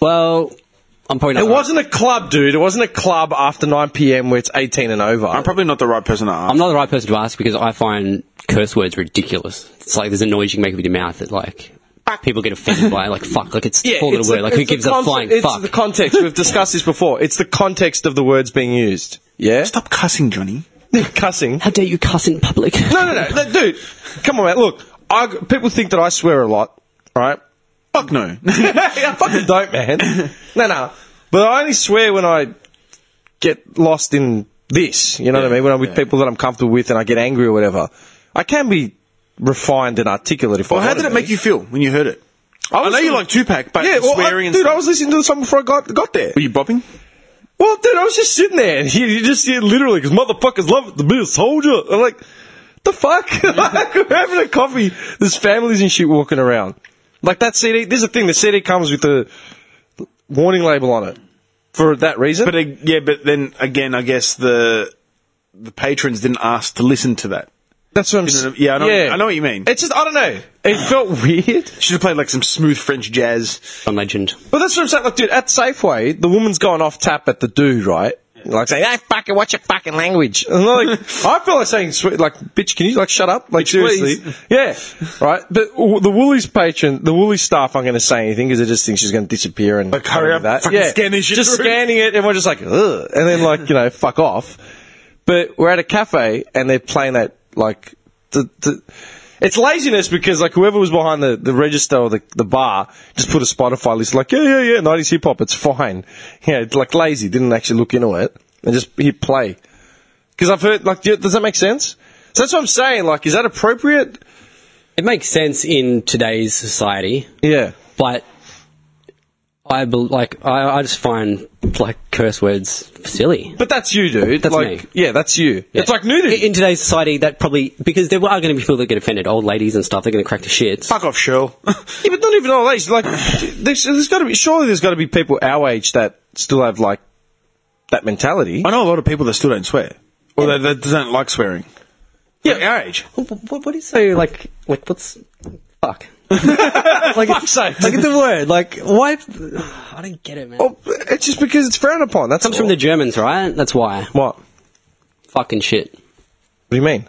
Speaker 3: well, I'm probably not.
Speaker 1: It
Speaker 3: the right-
Speaker 1: wasn't a club, dude. It wasn't a club after 9 p.m. where it's 18 and over.
Speaker 2: I'm probably not the right person to ask.
Speaker 3: I'm not the right person to ask because I find curse words ridiculous. It's like there's a noise you can make with your mouth that like people get offended by. Like fuck, like <laughs> it's a poor little
Speaker 1: it's
Speaker 3: word.
Speaker 1: the-
Speaker 3: like who
Speaker 1: it's the
Speaker 3: gives a
Speaker 1: concept-
Speaker 3: flying
Speaker 1: It's
Speaker 3: fuck?
Speaker 1: the context. We've discussed this before. It's the context of the words being used. Yeah?
Speaker 2: Stop cussing, Johnny.
Speaker 1: <laughs> cussing.
Speaker 3: How dare you cuss in <laughs> public?
Speaker 1: No, no, no, no, dude. Come on, man. Look, I, people think that I swear a lot, right?
Speaker 2: Fuck <laughs> no.
Speaker 1: I fucking don't, man. No, no. But I only swear when I get lost in this. You know what I mean? When I'm with people that I'm comfortable with and I get angry or whatever. I can be refined and articulate if
Speaker 2: well,
Speaker 1: I
Speaker 2: how
Speaker 1: want
Speaker 2: did
Speaker 1: to
Speaker 2: it make
Speaker 1: be.
Speaker 2: you feel when you heard it?
Speaker 1: I,
Speaker 2: I
Speaker 1: was-
Speaker 2: know you like Tupac, but
Speaker 1: yeah, well,
Speaker 2: swearing
Speaker 1: I,
Speaker 2: and
Speaker 1: dude,
Speaker 2: stuff.
Speaker 1: I was listening to the song before I got got there.
Speaker 2: Were you bopping?
Speaker 1: Well, dude, I was just sitting there, <laughs> and you, you just hear literally because motherfuckers love it to be a soldier. I'm like, the fuck? <laughs> like, we're having a coffee. There's families and shit walking around. Like that CD. There's a thing. The CD comes with a warning label on it for that reason.
Speaker 2: But uh, yeah, but then again, I guess the the patrons didn't ask to listen to that.
Speaker 1: that's what I'm.
Speaker 2: You know,
Speaker 1: saying.
Speaker 2: yeah, I know- I know what you mean.
Speaker 1: It's just I don't know. It felt <laughs> weird.
Speaker 2: Should have played like some smooth French jazz.
Speaker 3: I'm legend.
Speaker 1: But that's what I'm saying. Like, dude, at Safeway, the woman's gone off tap at the dude, right? Like saying, "Hey, fucking, what's your fucking language?"
Speaker 2: <laughs>
Speaker 1: And like, I feel like saying, "Sweet, like, bitch, can you like shut up?" Like, seriously,
Speaker 2: <laughs>
Speaker 1: yeah, right. But w- the Woolies patron, the Woolies staff, aren't going to say anything because they just think she's going to disappear and
Speaker 2: Like, hurry up, fucking scan this shit
Speaker 1: just
Speaker 2: through.
Speaker 1: scanning it, and we're just like, Ugh, and then like you know, fuck off. But we're at a cafe and they're playing that like the. the it's laziness because like whoever was behind the, the register or the, the bar just put a Spotify list like yeah yeah yeah nineties hip hop it's fine yeah it's like lazy didn't actually look into it and just hit play because I've heard like do- does that make sense so that's what I'm saying like is that appropriate
Speaker 3: It makes sense in today's society,
Speaker 1: yeah
Speaker 3: but I bel like I, I just find like curse words silly.
Speaker 1: but that's you dude
Speaker 3: That's
Speaker 1: like
Speaker 3: me.
Speaker 1: yeah that's you it's like
Speaker 3: In-
Speaker 1: nudity
Speaker 3: in today's society. That probably because there are going to be people that get offended, old ladies and stuff. They're going to crack the shits.
Speaker 2: Fuck off, Shirl.
Speaker 1: yeah but not even all age like there's, there's got to be surely there's got to be people our age that still have like that
Speaker 2: <laughs>
Speaker 1: mentality
Speaker 2: I know a lot of people that still don't swear, or that, that don't like swearing. Yeah, our age.
Speaker 3: What, what is so like? Like what's fuck? like,
Speaker 1: Fuck's sake.
Speaker 3: like it's a word. Like why? <sighs> I don't get it, man.
Speaker 1: Oh, it's just because it's frowned upon that
Speaker 3: Comes from the Germans, right? That's why.
Speaker 1: what what
Speaker 3: Fucking shit. Isn't
Speaker 1: do you mean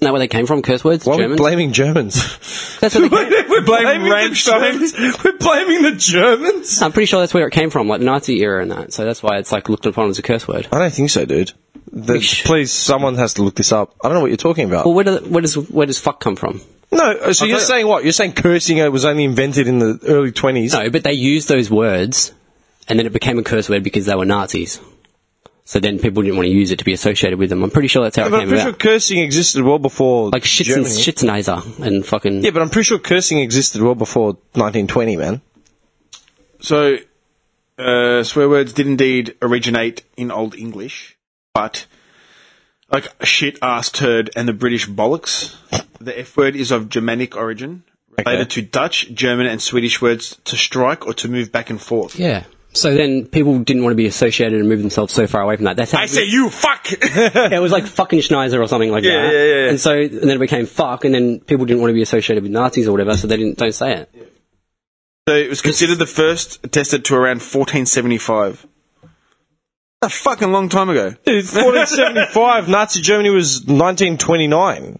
Speaker 3: that where they came from? Curse words.
Speaker 1: Why are we
Speaker 3: Germans.
Speaker 1: blaming Germans?
Speaker 3: That's where they
Speaker 1: <laughs>
Speaker 3: came.
Speaker 1: we're
Speaker 2: blaming Rammstein.
Speaker 1: We're blaming the Germans.
Speaker 3: I'm pretty sure that's where it came from, like the Nazi era and that. So that's why it's like looked upon as a curse word.
Speaker 1: I don't think so, dude. The-
Speaker 3: Ish.
Speaker 1: please, someone has to look this up. I don't know what you're talking about.
Speaker 3: Well, where, do, where does where does fuck come from?
Speaker 1: No, uh, so you're
Speaker 2: thought-
Speaker 1: saying what? You're saying cursing was only invented in the early 20s?
Speaker 3: No, but they used those words, and then it became a curse word because they were Nazis. So then people didn't want to use it to be associated with them. I'm pretty sure that's how
Speaker 1: Yeah,
Speaker 3: it
Speaker 1: but I'm
Speaker 3: came
Speaker 1: pretty
Speaker 3: about.
Speaker 1: sure cursing existed well before
Speaker 3: like shits and,
Speaker 1: Germany.
Speaker 3: Schitzenheiser and fucking.
Speaker 1: Yeah, but I'm pretty sure cursing existed well before 1920, man.
Speaker 2: So, uh, swear words did indeed originate in Old English, but like shit, ass, turd, and the British bollocks. The F word is of Germanic origin, related to Dutch, German, and Swedish words to strike or to move back and forth.
Speaker 3: Yeah. So then people didn't want to be associated and move themselves so far away from that. That's how
Speaker 2: I say you <laughs> fuck.
Speaker 3: it was like fucking Schneizer or something like
Speaker 2: Yeah,
Speaker 3: that.
Speaker 2: yeah, yeah, yeah.
Speaker 3: And so and then it became fuck, and then people didn't want to be associated with Nazis or whatever, so they didn't don't say it.
Speaker 2: so it was considered the first attested to around 1475. A fucking long time ago.
Speaker 1: Dude, 1475, Nazi Germany was 1929.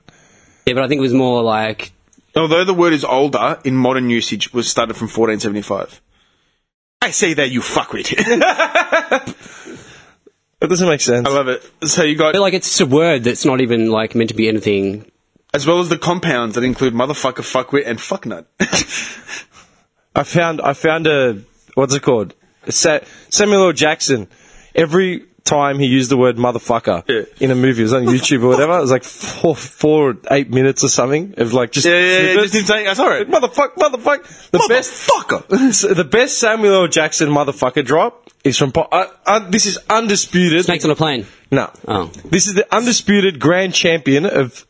Speaker 3: Yeah, but I think it was more like
Speaker 2: Although the word is older in modern usage, was started from 1475. I say that you fuckwit. <laughs>
Speaker 1: That doesn't make sense.
Speaker 2: I love it. So you got
Speaker 3: but like it's just a word that's not even like meant to be anything.
Speaker 2: as well as the compounds that include motherfucker, fuckwit, and fucknut. <laughs>
Speaker 1: I found I found a what's it called? Sa- Samuel L. Jackson. Every time he used the word motherfucker
Speaker 2: Yeah.
Speaker 1: in a movie, it was on YouTube or whatever. It was like four, four, eight minutes or something of like just
Speaker 2: yeah, yeah, yeah,
Speaker 1: snippets.
Speaker 2: just him saying, I saw it.
Speaker 1: motherfuck, motherfuck. The best <laughs>
Speaker 2: Motherfucker.
Speaker 1: So the best Samuel L. Jackson motherfucker drop is from. Po- uh, uh, this is undisputed.
Speaker 3: Snakes on a plane.
Speaker 1: No.
Speaker 3: Oh.
Speaker 1: This is the undisputed grand champion of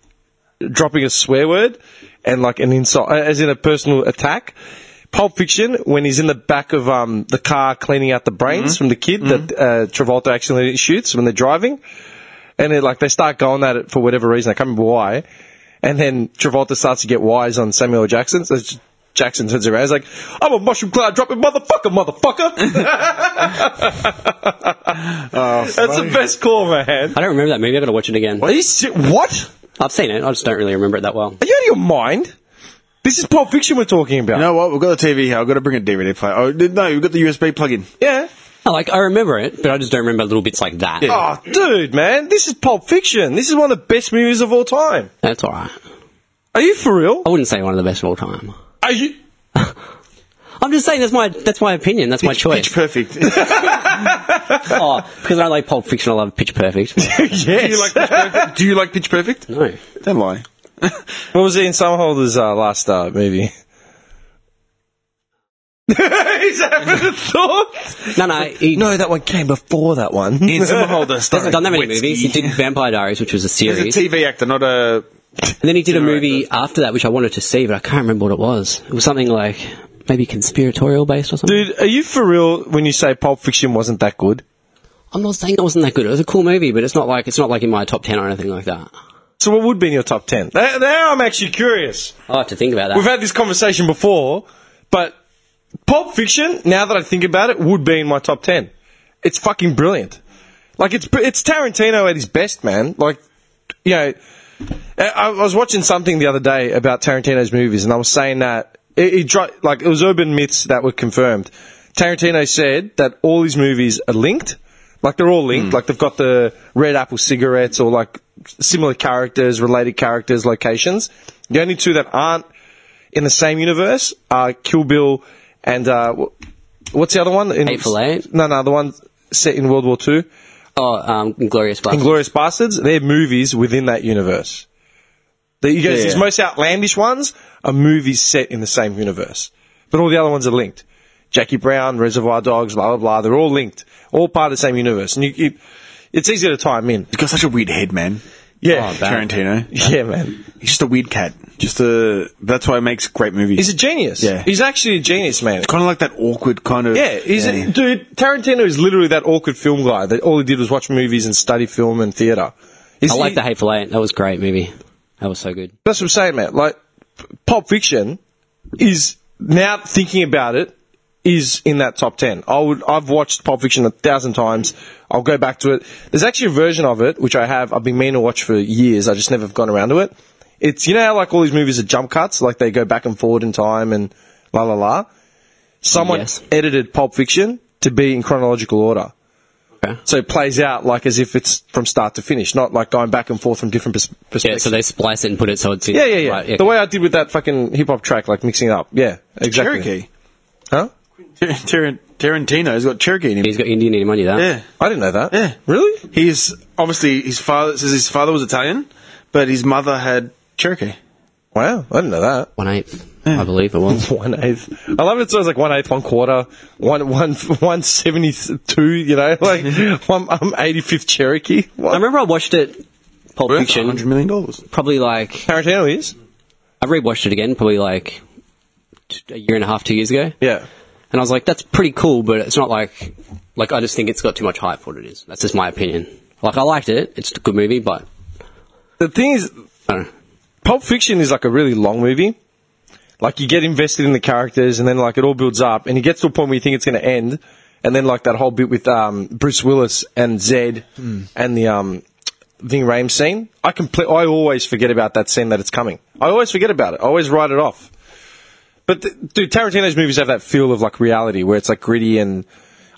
Speaker 1: dropping a swear word and like an insult, uh, as in a personal attack. Pulp Fiction, when he's in the back of um, the car cleaning out the brains from the kid that uh, Travolta accidentally shoots when they're driving, and it, like they start going at it for whatever reason, I can't remember why, and then Travolta starts to get wise on Samuel L. Jackson. So it's- Jackson turns around, he's like, "I'm a mushroom cloud dropping motherfucker, motherfucker." <laughs> That's the best call, man.
Speaker 3: I don't remember that movie. I gotta watch it again.
Speaker 1: Are you se- what?
Speaker 3: I've seen it. I just don't really remember it that well.
Speaker 1: Are you out of your mind? This is Pulp Fiction we're talking about.
Speaker 2: You know what? We've got the TV here. I've got to bring a DVD player. Oh, no, we've got the USB plug-in.
Speaker 1: Yeah.
Speaker 3: I like I remember it, but I just don't remember little bits like that.
Speaker 1: Oh, dude, man, this is Pulp Fiction. This is one of the best movies of all time.
Speaker 3: That's all right.
Speaker 1: Are you for real?
Speaker 3: I wouldn't say one of the best of all time.
Speaker 1: Are you?
Speaker 3: I'm just saying that's my that's my opinion. That's my
Speaker 2: Pitch
Speaker 3: choice.
Speaker 2: perfect.
Speaker 3: oh, because I like Pulp Fiction. I love Pitch
Speaker 2: <laughs>
Speaker 3: Perfect.
Speaker 1: <laughs> yes.
Speaker 2: <laughs>
Speaker 1: <laughs>
Speaker 2: Do you like Pitch Perfect?
Speaker 3: no.
Speaker 2: Don't lie.
Speaker 1: what was Ian Somerhalder's uh, last uh, <laughs> movie? He's having a thought.
Speaker 3: No, no. He
Speaker 1: No, that one came before that <laughs> one.
Speaker 2: Ian Somerhalder
Speaker 3: hasn't
Speaker 2: starring
Speaker 3: done that many
Speaker 2: Wetsky.
Speaker 3: movies. He did Vampire Diaries, which was a
Speaker 2: He's a
Speaker 3: series.
Speaker 2: TV actor, not a...
Speaker 3: and then he did a movie after that, which I wanted to see, but I can't remember what it was. It was something like maybe conspiratorial based or something.
Speaker 1: Dude, are you for real when you say Pulp Fiction wasn't that good?
Speaker 3: I'm not saying it wasn't that good. It was a cool movie, but it's not like it's not like in my top ten or anything like that.
Speaker 1: So what would be in your top ten? Now now I'm actually curious.
Speaker 3: I have to think about that.
Speaker 1: We've had this conversation before, but Pulp Fiction, now that I think about it, would be in my top 10. It's fucking brilliant. Like, it's, it's Tarantino at his best, man. Like, you know, I, I was watching something the other day about Tarantino's movies, and I was saying that it, it, dri- like, it was urban myths that were confirmed. Tarantino said that all his movies are linked. Like, they're all
Speaker 3: Hmm.
Speaker 1: linked. Like, they've got the red apple cigarettes or, like, similar characters, related characters, locations. The only two that aren't in the same universe are Kill Bill and, uh, wh- what's the other one? In,
Speaker 3: Hateful Eight?
Speaker 1: No, no, the one set in World War Two.
Speaker 3: oh, um, Glorious Bastard.
Speaker 1: Inglorious Bastards, they're movies within that universe. The, you guys,
Speaker 2: Yeah.
Speaker 1: These most outlandish ones are movies set in the same universe. But all the other ones are linked. Jackie Brown, Reservoir Dogs, blah, blah, blah. They're all linked. All part of the same universe. And you, you, it's easy to tie them in.
Speaker 2: He's got such a weird head, man.
Speaker 1: Yeah.
Speaker 3: Oh, bad.
Speaker 2: Tarantino.
Speaker 1: yeah, man.
Speaker 2: He's just a weird cat. Just a... That's why he makes great movies.
Speaker 1: He's a genius.
Speaker 2: Yeah.
Speaker 1: He's actually a genius, man.
Speaker 2: kind of like that awkward kind of.
Speaker 1: Yeah, he's A, dude. Tarantino is literally that awkward film guy that all he did was watch movies and study film and theater. He's-
Speaker 3: I like
Speaker 1: he-
Speaker 3: the Hateful Eight. That was a great movie. That was so good.
Speaker 1: That's what I'm saying, man. Like, Pulp Fiction is now thinking about it is in that top ten. I would I've watched Pulp Fiction a thousand times. I'll go back to it. There's actually a version of it which I have. I've been meaning to watch for years. I just never have gone around to it. It's you know how like all these movies are jump cuts, like they go back and forward in time and la la la. Someone
Speaker 3: Yes.
Speaker 1: edited Pulp Fiction to be in chronological order.
Speaker 3: Okay.
Speaker 1: So it plays out like as if it's from start to finish, not like going back and forth from different pers-
Speaker 3: Yeah,
Speaker 1: perspectives.
Speaker 3: so they splice it and put it so it's in.
Speaker 1: yeah, yeah, yeah.
Speaker 3: Right, yeah.
Speaker 1: The way I did with that fucking hip hop track, like mixing it up. Yeah, exactly.
Speaker 2: Cherokee.
Speaker 1: Huh?
Speaker 2: Tar- Tar- Tarantino's got Cherokee in him.
Speaker 3: He's got Indian in him, aren't you? That.
Speaker 2: Yeah.
Speaker 1: I didn't know that.
Speaker 2: Yeah.
Speaker 1: Really?
Speaker 2: He's obviously his father says his father was Italian, but his mother had Cherokee.
Speaker 1: Wow, I didn't know that.
Speaker 3: One eighth, I believe it was.
Speaker 1: One eighth. I love it. It's always like one eighth, one quarter, one one one seventy two. You know, like I'm, I'm eighty fifth Cherokee. What?
Speaker 3: <laughs> I remember I watched it, Pulp Fiction,
Speaker 2: hundred million dollars.
Speaker 3: probably like
Speaker 1: Tarantino is.
Speaker 3: I rewatched it again, probably like t- a year and a half, two years ago.
Speaker 1: Yeah.
Speaker 3: And I was like, that's pretty cool, but it's not like, like I just think it's got too much hype for what it is. That's just my opinion. Like I liked it, it's a good movie, but
Speaker 1: The thing is,
Speaker 3: I don't know.
Speaker 1: Pulp Fiction is like a really long movie. Like you get invested in the characters, and then like it all builds up, and it gets to a point where you think it's going to end, and then like that whole bit with um, Bruce Willis and Zed and the um, Ving Rhames scene. I complete. I always forget about that scene that it's coming. I always forget about it. I always write it off. But th- dude, Tarantino's movies have that feel of like reality, where it's like gritty and.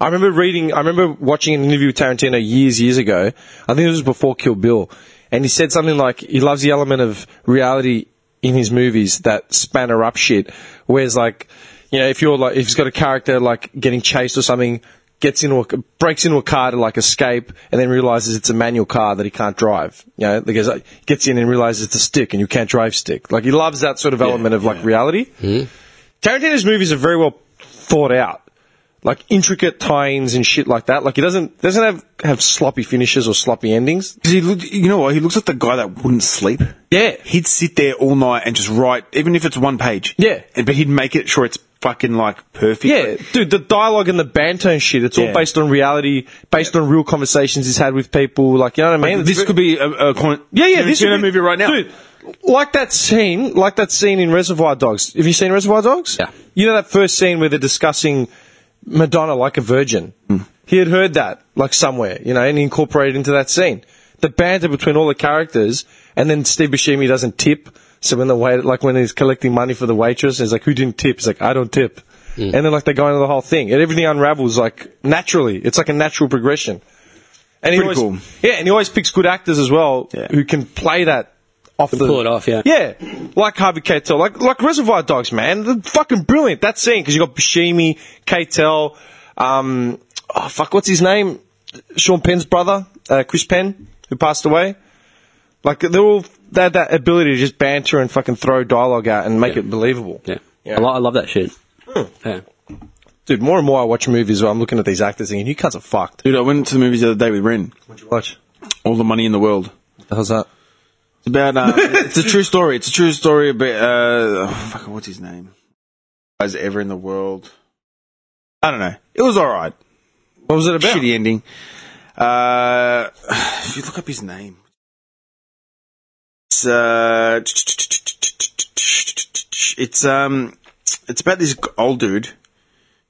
Speaker 1: I remember reading. I remember watching an interview with Tarantino years, years ago. I think it was before Kill Bill, and he said something like he loves the element of reality in his movies that spanner up shit. Whereas like, you know, if you're like, if he's got a character like getting chased or something, gets into a breaks into a car to like escape, and then realizes it's a manual car that he can't drive. You know, because like, gets in and realizes it's a stick and you can't drive stick. Like he loves that sort of element of like reality. Tarantino's movies are very well thought out, like intricate tie-ins and shit like that. Like he doesn't doesn't have have sloppy finishes or sloppy endings.
Speaker 2: Because he look, you know what? He looks like the guy that wouldn't sleep.
Speaker 1: Yeah.
Speaker 2: He'd sit there all night and just write, even if it's one page.
Speaker 1: Yeah.
Speaker 2: And, but he'd make it sure it's fucking like perfect.
Speaker 1: Yeah, dude, the dialogue and the banter and shit, it's all
Speaker 2: Yeah.
Speaker 1: based on reality, based on real conversations he's had with people, like, you know what I mean?
Speaker 2: Like,
Speaker 1: It's
Speaker 2: this
Speaker 1: ve-
Speaker 2: could be a, a con-
Speaker 1: Yeah, yeah, this
Speaker 2: Tarantino
Speaker 1: would be-
Speaker 2: movie right now.
Speaker 1: Dude, like that scene, like that scene in Reservoir Dogs. Have you seen Reservoir Dogs?
Speaker 3: Yeah.
Speaker 1: You know that first scene where they're discussing Madonna like a virgin.
Speaker 2: Hmm.
Speaker 1: He had heard that like somewhere, you know, and he incorporated into that scene. The banter between all the characters, and then Steve Buscemi doesn't tip. So when the wait, like when he's collecting money for the waitress, he's like, "Who didn't tip?" He's like, "I don't tip."
Speaker 2: Hmm.
Speaker 1: And then like they go into the whole thing, and everything unravels like naturally. It's like a natural progression. And he
Speaker 2: Pretty
Speaker 1: always, Yeah, and he always picks good actors as well
Speaker 2: Yeah.
Speaker 1: who can play that off the
Speaker 3: pull it off, yeah.
Speaker 1: yeah, like Harvey Keitel, like like Reservoir Dogs, man. They're fucking brilliant that scene because you got Buscemi, Keitel, um, oh fuck, what's his name? Sean Penn's brother, uh, Chris Penn, who passed away. Like they're all they had that ability to just banter and fucking throw dialogue out and make it believable.
Speaker 3: Yeah.
Speaker 1: Yeah. Hmm.
Speaker 3: I, lo- I love that shit. Yeah.
Speaker 1: Dude, more and more I watch movies where I'm looking at these actors thinking, you cunts are fucked.
Speaker 2: Dude, I went to the movies the other day with Ren.
Speaker 1: What'd you watch?
Speaker 2: All the money in the world.
Speaker 1: How's that?
Speaker 2: It's about. Uh, it's a true story. It's a true story about. Uh, oh, fuck, what's his name? Guys ever in the world. I don't know. It was all right.
Speaker 1: What was it about?
Speaker 2: Shitty ending. Uh, <sighs> if you look up his name, it's uh, it's um, it's about this old dude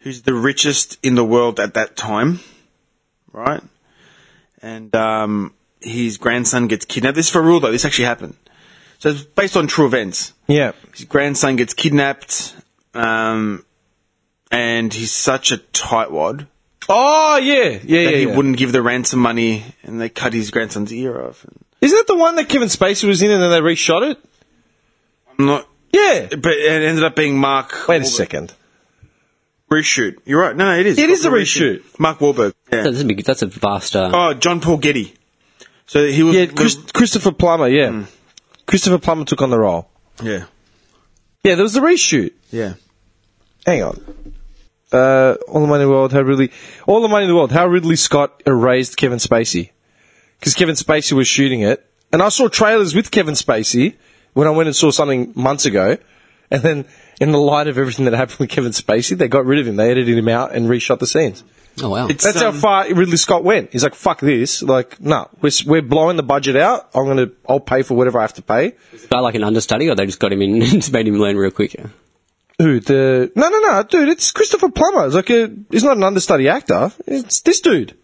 Speaker 2: who's the richest in the world at that time, right? And um, his grandson gets kidnapped. This is for real though. This actually happened. So it's based on true events
Speaker 1: Yeah.
Speaker 2: his grandson gets kidnapped, um, and he's such a tightwad
Speaker 1: Oh yeah, yeah, yeah.
Speaker 2: that he
Speaker 1: yeah.
Speaker 2: wouldn't give the ransom money, and they cut his grandson's ear off. And
Speaker 1: Isn't that the one that Kevin Spacey was in and then they reshot it?
Speaker 2: I'm not,
Speaker 1: Yeah.
Speaker 2: but it ended up being Mark.
Speaker 1: Wait a
Speaker 2: Wahlberg.
Speaker 1: second.
Speaker 2: Reshoot. You're right. No, no, it is.
Speaker 1: It is a
Speaker 2: Mark Wahlberg. Yeah.
Speaker 3: That's a big, that's a vast, uh,
Speaker 2: Oh, John Paul Getty. So he was.
Speaker 1: Yeah, Chris, Christopher Plummer, yeah. Christopher Plummer took on the role.
Speaker 2: yeah.
Speaker 1: Yeah, there was a reshoot.
Speaker 2: Yeah.
Speaker 1: Hang on. Uh, all the money in the world, how Ridley, all the money in the world, how Ridley Scott erased Kevin Spacey. Because Kevin Spacey was shooting it. And I saw trailers with Kevin Spacey when I went and saw something months ago. And then, in the light of everything that happened with Kevin Spacey, they got rid of him. They edited him out and reshot the scenes.
Speaker 3: oh wow.
Speaker 2: It's,
Speaker 1: That's
Speaker 2: um,
Speaker 1: how far Ridley Scott went. He's like, "Fuck this! Like, no, we're, we're blowing the budget out. I'm gonna, I'll pay for whatever I have to pay."
Speaker 3: Is that like an understudy or they just got him in <laughs> and just made him learn real quick? Yeah.
Speaker 1: Who the? No, no, no, dude. It's Christopher Plummer. It's like a, he's not an understudy actor. It's this dude.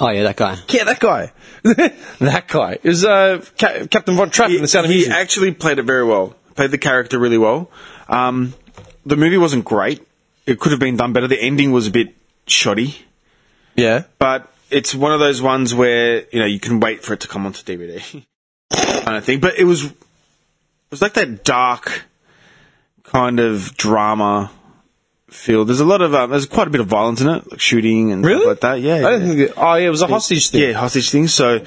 Speaker 3: Oh yeah, that guy.
Speaker 1: Yeah, that guy. <laughs> that guy is uh, Ca- Captain Von Trapp in The Sound of
Speaker 2: he
Speaker 1: Music.
Speaker 2: actually played it very well. Played the character really well. Um, the movie wasn't great. It could have been done better. The ending was a bit shoddy.
Speaker 1: Yeah.
Speaker 2: but it's one of those ones where you know you can wait for it to come onto DVD <laughs> kind of thing. But it was it was like that dark kind of drama feel. There's a lot of um, there's quite a bit of violence in it, like shooting and
Speaker 1: Really?
Speaker 2: stuff like that. Yeah,
Speaker 1: I
Speaker 2: yeah.
Speaker 1: don't think. That, oh, yeah, it was a hostage thing.
Speaker 2: yeah hostage things. So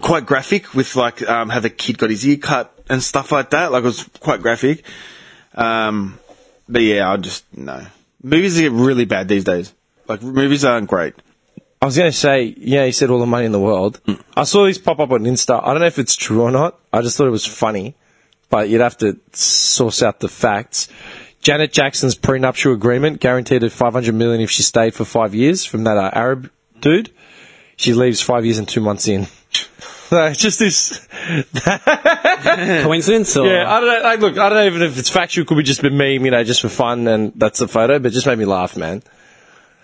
Speaker 2: quite graphic with like um, how the kid got his ear cut and stuff like that. Like it was quite graphic. Um, but yeah, I just no movies get really bad these days. Like movies aren't great.
Speaker 1: I was going to say, yeah, he said all the money in the world. I saw these pop up on Insta. I don't know if it's true or not. I just thought it was funny, but you'd have to source out the facts. Janet Jackson's prenuptial agreement guaranteed her 500 million if she stayed for five years from that uh, Arab dude. She leaves five years and two months in. <laughs> No, it's just this. <laughs>
Speaker 3: Coincidence? Or?
Speaker 1: Yeah, I don't know. Like, look, I don't know even if it's factual. It could be just a meme, you know, just for fun, and that's the photo. But it just made me laugh, man.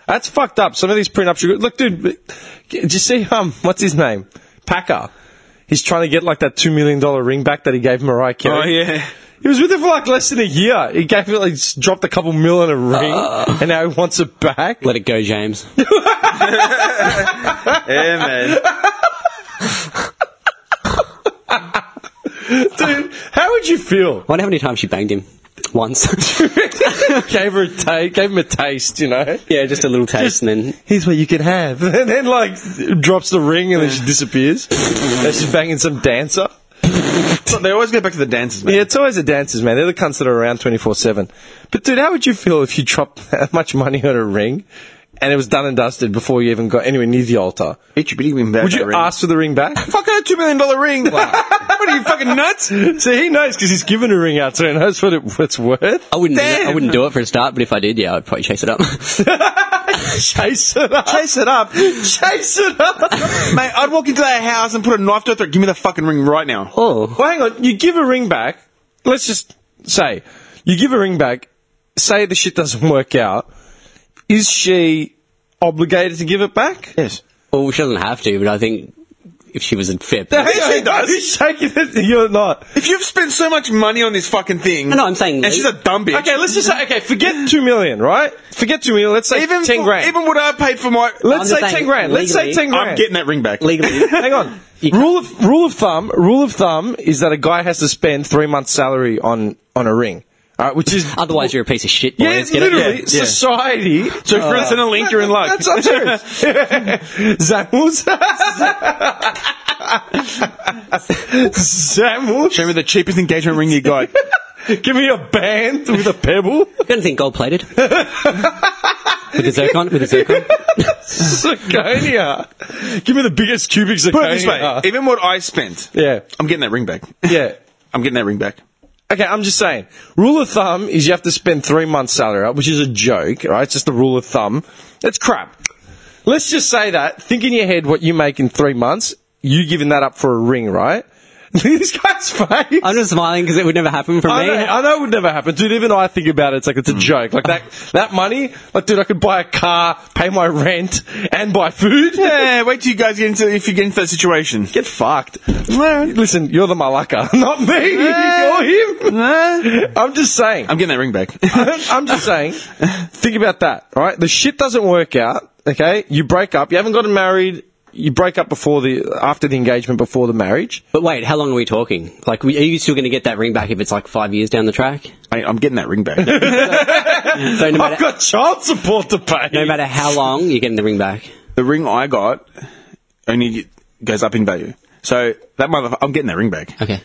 Speaker 1: That's fucked up. Some of these prenuptial. Look, dude, did you see um, what's his name? Packer. He's trying to get like that two million dollar ring back that he gave Mariah Carey.
Speaker 2: Oh, yeah.
Speaker 1: Oh, He was with her for like less than a year. He gave it, like, s- dropped a couple mil on a ring, and now he wants it back.
Speaker 3: Let it
Speaker 1: <laughs>
Speaker 3: go, James.
Speaker 2: <laughs> Yeah, man.
Speaker 1: Dude, how would you feel? <laughs>
Speaker 3: I wonder how many times she banged him. Once.
Speaker 1: gave her a taste, gave him a taste, you know.
Speaker 3: yeah, just a little taste, and then
Speaker 1: here's what you can have. <laughs> And then, like, drops the ring and then she disappears. and she's banging some dancer.
Speaker 2: So they always go back to the dances, man.
Speaker 1: Yeah, it's always the dancers, man. They're the cunts that are around 24 7. But, dude, how would you feel if you dropped <laughs> that much money on a ring and it was done and dusted before you even got anywhere near the altar?
Speaker 2: Each beating him back.
Speaker 1: Would you
Speaker 2: that ring.
Speaker 1: ask for the ring <laughs> back?
Speaker 2: Fuck a two million dollar ring. <laughs> what are you fucking nuts?
Speaker 1: <laughs> See, he knows because he's given a ring out, so he knows what it, what's worth.
Speaker 3: I wouldn't.
Speaker 2: Damn.
Speaker 3: I wouldn't do it for a start, but if I did, yeah, I'd probably chase it up.
Speaker 1: <laughs> Chase it up.
Speaker 2: Chase it up, mate.
Speaker 1: Chase it up.
Speaker 2: I'd walk into that house and put a knife to her throat. Give me the fucking ring right now.
Speaker 3: oh,
Speaker 1: Well, hang on. You give a ring back. Let's just say you give a ring back. Say the shit doesn't work out. Is she obligated to give
Speaker 2: <laughs>
Speaker 1: it back?
Speaker 2: Yes.
Speaker 3: well, she doesn't have to, but I think if she was a fip.
Speaker 1: Hang
Speaker 2: she
Speaker 1: on,
Speaker 2: does.
Speaker 1: You're shaking it. You're not.
Speaker 2: If you've spent so much money on this fucking thing,
Speaker 3: No, I'm saying-
Speaker 2: and she's a dumb bitch.
Speaker 1: Okay, let's just say. Okay, forget two million, right? Forget two million. Let's say
Speaker 2: even
Speaker 1: ten
Speaker 2: for-
Speaker 1: grand.
Speaker 2: Even what I paid for my,
Speaker 1: let's
Speaker 3: I'm
Speaker 1: say
Speaker 3: just
Speaker 1: ten
Speaker 3: saying,
Speaker 1: grand. Let's say
Speaker 3: legally,
Speaker 1: ten grand.
Speaker 2: I'm getting that ring back.
Speaker 3: legally,
Speaker 1: Hang on.
Speaker 3: You
Speaker 1: Rule of rule of thumb. Rule of thumb is that a guy has to spend three months' salary on on a ring. All right, which is
Speaker 3: <laughs> otherwise you're a piece of shit. Boy.
Speaker 1: Yeah,
Speaker 3: Let's get it.
Speaker 1: literally,
Speaker 2: Yeah, yeah.
Speaker 1: society. Uh,
Speaker 2: So for us in a link, you're in luck.
Speaker 1: That's I'm serious. <laughs> Zamus. Zamus.
Speaker 2: Show me the cheapest engagement ring you <laughs> got.
Speaker 1: Give me a band with a pebble.
Speaker 3: You don't think gold <laughs> plated? with a zircon? With a <laughs> zircon?
Speaker 1: <laughs> Zirconia. Give me the biggest cubic zirconia.
Speaker 2: Put it this way: even what I spent,
Speaker 1: Yeah.
Speaker 2: I'm getting that ring back. <laughs>
Speaker 1: Yeah.
Speaker 2: I'm getting that ring back.
Speaker 1: Okay, I'm just saying. Rule of thumb is you have to spend three months' salary, right? Which is a joke, right? It's just the rule of thumb. It's crap. Let's just say that. Think in your head what you make in three months. You giving that up for a ring, right? <laughs> this guy's face.
Speaker 3: I'm just smiling because it would never happen for
Speaker 1: I
Speaker 3: me.
Speaker 1: know, I know it would never happen, dude. Even I think about it. It's like it's a
Speaker 2: Mm.
Speaker 1: joke. Like that, that money. Like, dude, I could buy a car, pay my rent, and buy food.
Speaker 2: Yeah, wait till you guys get into if you get into that situation.
Speaker 1: <laughs>
Speaker 2: <laughs>
Speaker 1: Get fucked. Listen, you're the malaka, <laughs> not me. You're him. I'm just saying.
Speaker 2: I'm getting that ring back.
Speaker 1: <laughs> I'm just saying, think about that, all right? The shit doesn't work out, okay? You break up, you haven't gotten married, you break up before the after the engagement, before the marriage.
Speaker 3: But wait, how long are we talking? Like, we- are you still going to get that ring back if it's like five years down the track?
Speaker 2: I, I'm getting that ring
Speaker 1: <laughs>
Speaker 2: back.
Speaker 3: <laughs> So no
Speaker 1: I've
Speaker 3: matter,
Speaker 1: got child support to pay.
Speaker 3: no matter how long, you're getting the ring back.
Speaker 2: the ring I got only goes up in value. So that motherfucker, I'm getting that ring back.
Speaker 3: Okay.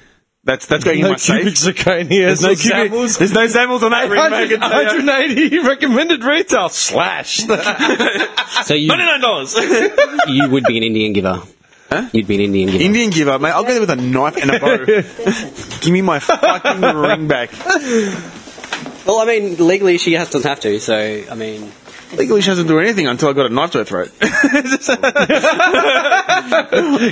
Speaker 2: That's that's going in
Speaker 1: no
Speaker 2: my
Speaker 1: cubic
Speaker 2: safe.
Speaker 1: zirconias
Speaker 2: There's no
Speaker 1: or
Speaker 2: cubic,
Speaker 1: samples.
Speaker 2: there's no samples on that ring. I can
Speaker 1: 100,
Speaker 2: tell you.
Speaker 1: 180 <laughs> recommended retail slash. <laughs>
Speaker 3: So you,
Speaker 2: Ninety-nine dollars.
Speaker 3: you would be an Indian <laughs> giver. You'd be an Indian giver.
Speaker 2: Indian giver, mate. I'll get it with a knife and a
Speaker 1: <laughs>
Speaker 2: bow. Give me my fucking ring back.
Speaker 3: well, I mean, legally she has, doesn't have to, so, I mean...
Speaker 2: Legally, she doesn't do anything until I got a knife to her throat.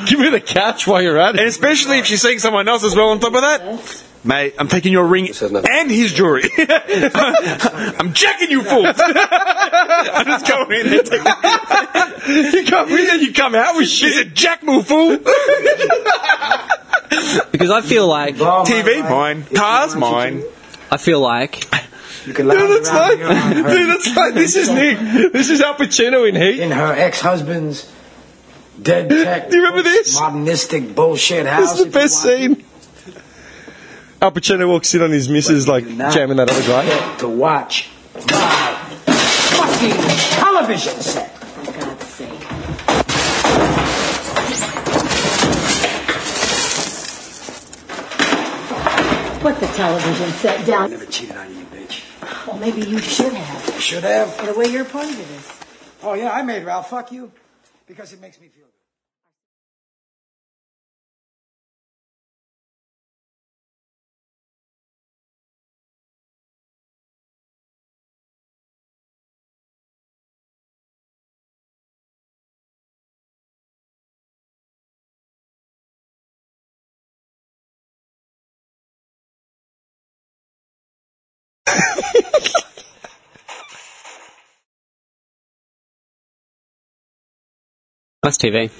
Speaker 1: Give me the couch while you're at
Speaker 2: And
Speaker 1: it.
Speaker 2: especially if she's seeing someone else as well on top of that. Mate, I'm taking your ring and his jewelry. <laughs> I'm jacking you <laughs> fools. I just go in and take
Speaker 1: You come in and you come out with
Speaker 2: It's a
Speaker 1: shit.
Speaker 2: jack move, fool.
Speaker 3: Because I feel like...
Speaker 2: TV mine, cars mine.
Speaker 3: I feel like
Speaker 4: You can lie
Speaker 1: Dude, that's
Speaker 4: around
Speaker 1: like,
Speaker 4: here
Speaker 1: <laughs>
Speaker 4: on her-
Speaker 1: dude, that's like, this is Nick. This is Al Pacino in Heat.
Speaker 4: in her ex-husband's dead tech.
Speaker 1: Do <laughs> you remember this?
Speaker 4: Modernistic bullshit
Speaker 1: This
Speaker 4: house.
Speaker 1: is the
Speaker 4: if you
Speaker 1: best
Speaker 4: want
Speaker 1: scene. Al Pacino walks in on his missus, like,
Speaker 4: to not
Speaker 1: jamming that
Speaker 2: <laughs>
Speaker 1: other guy.
Speaker 4: get To watch my fucking television set.
Speaker 5: For God's sake. Put the television set
Speaker 4: I
Speaker 5: down.
Speaker 4: never cheated on you, you bitch.
Speaker 5: Well, maybe you should have.
Speaker 4: You should have.
Speaker 5: The way you're a party to this.
Speaker 4: Oh yeah, I made Ralph fuck you because it makes me feel. good.
Speaker 3: Nice TV.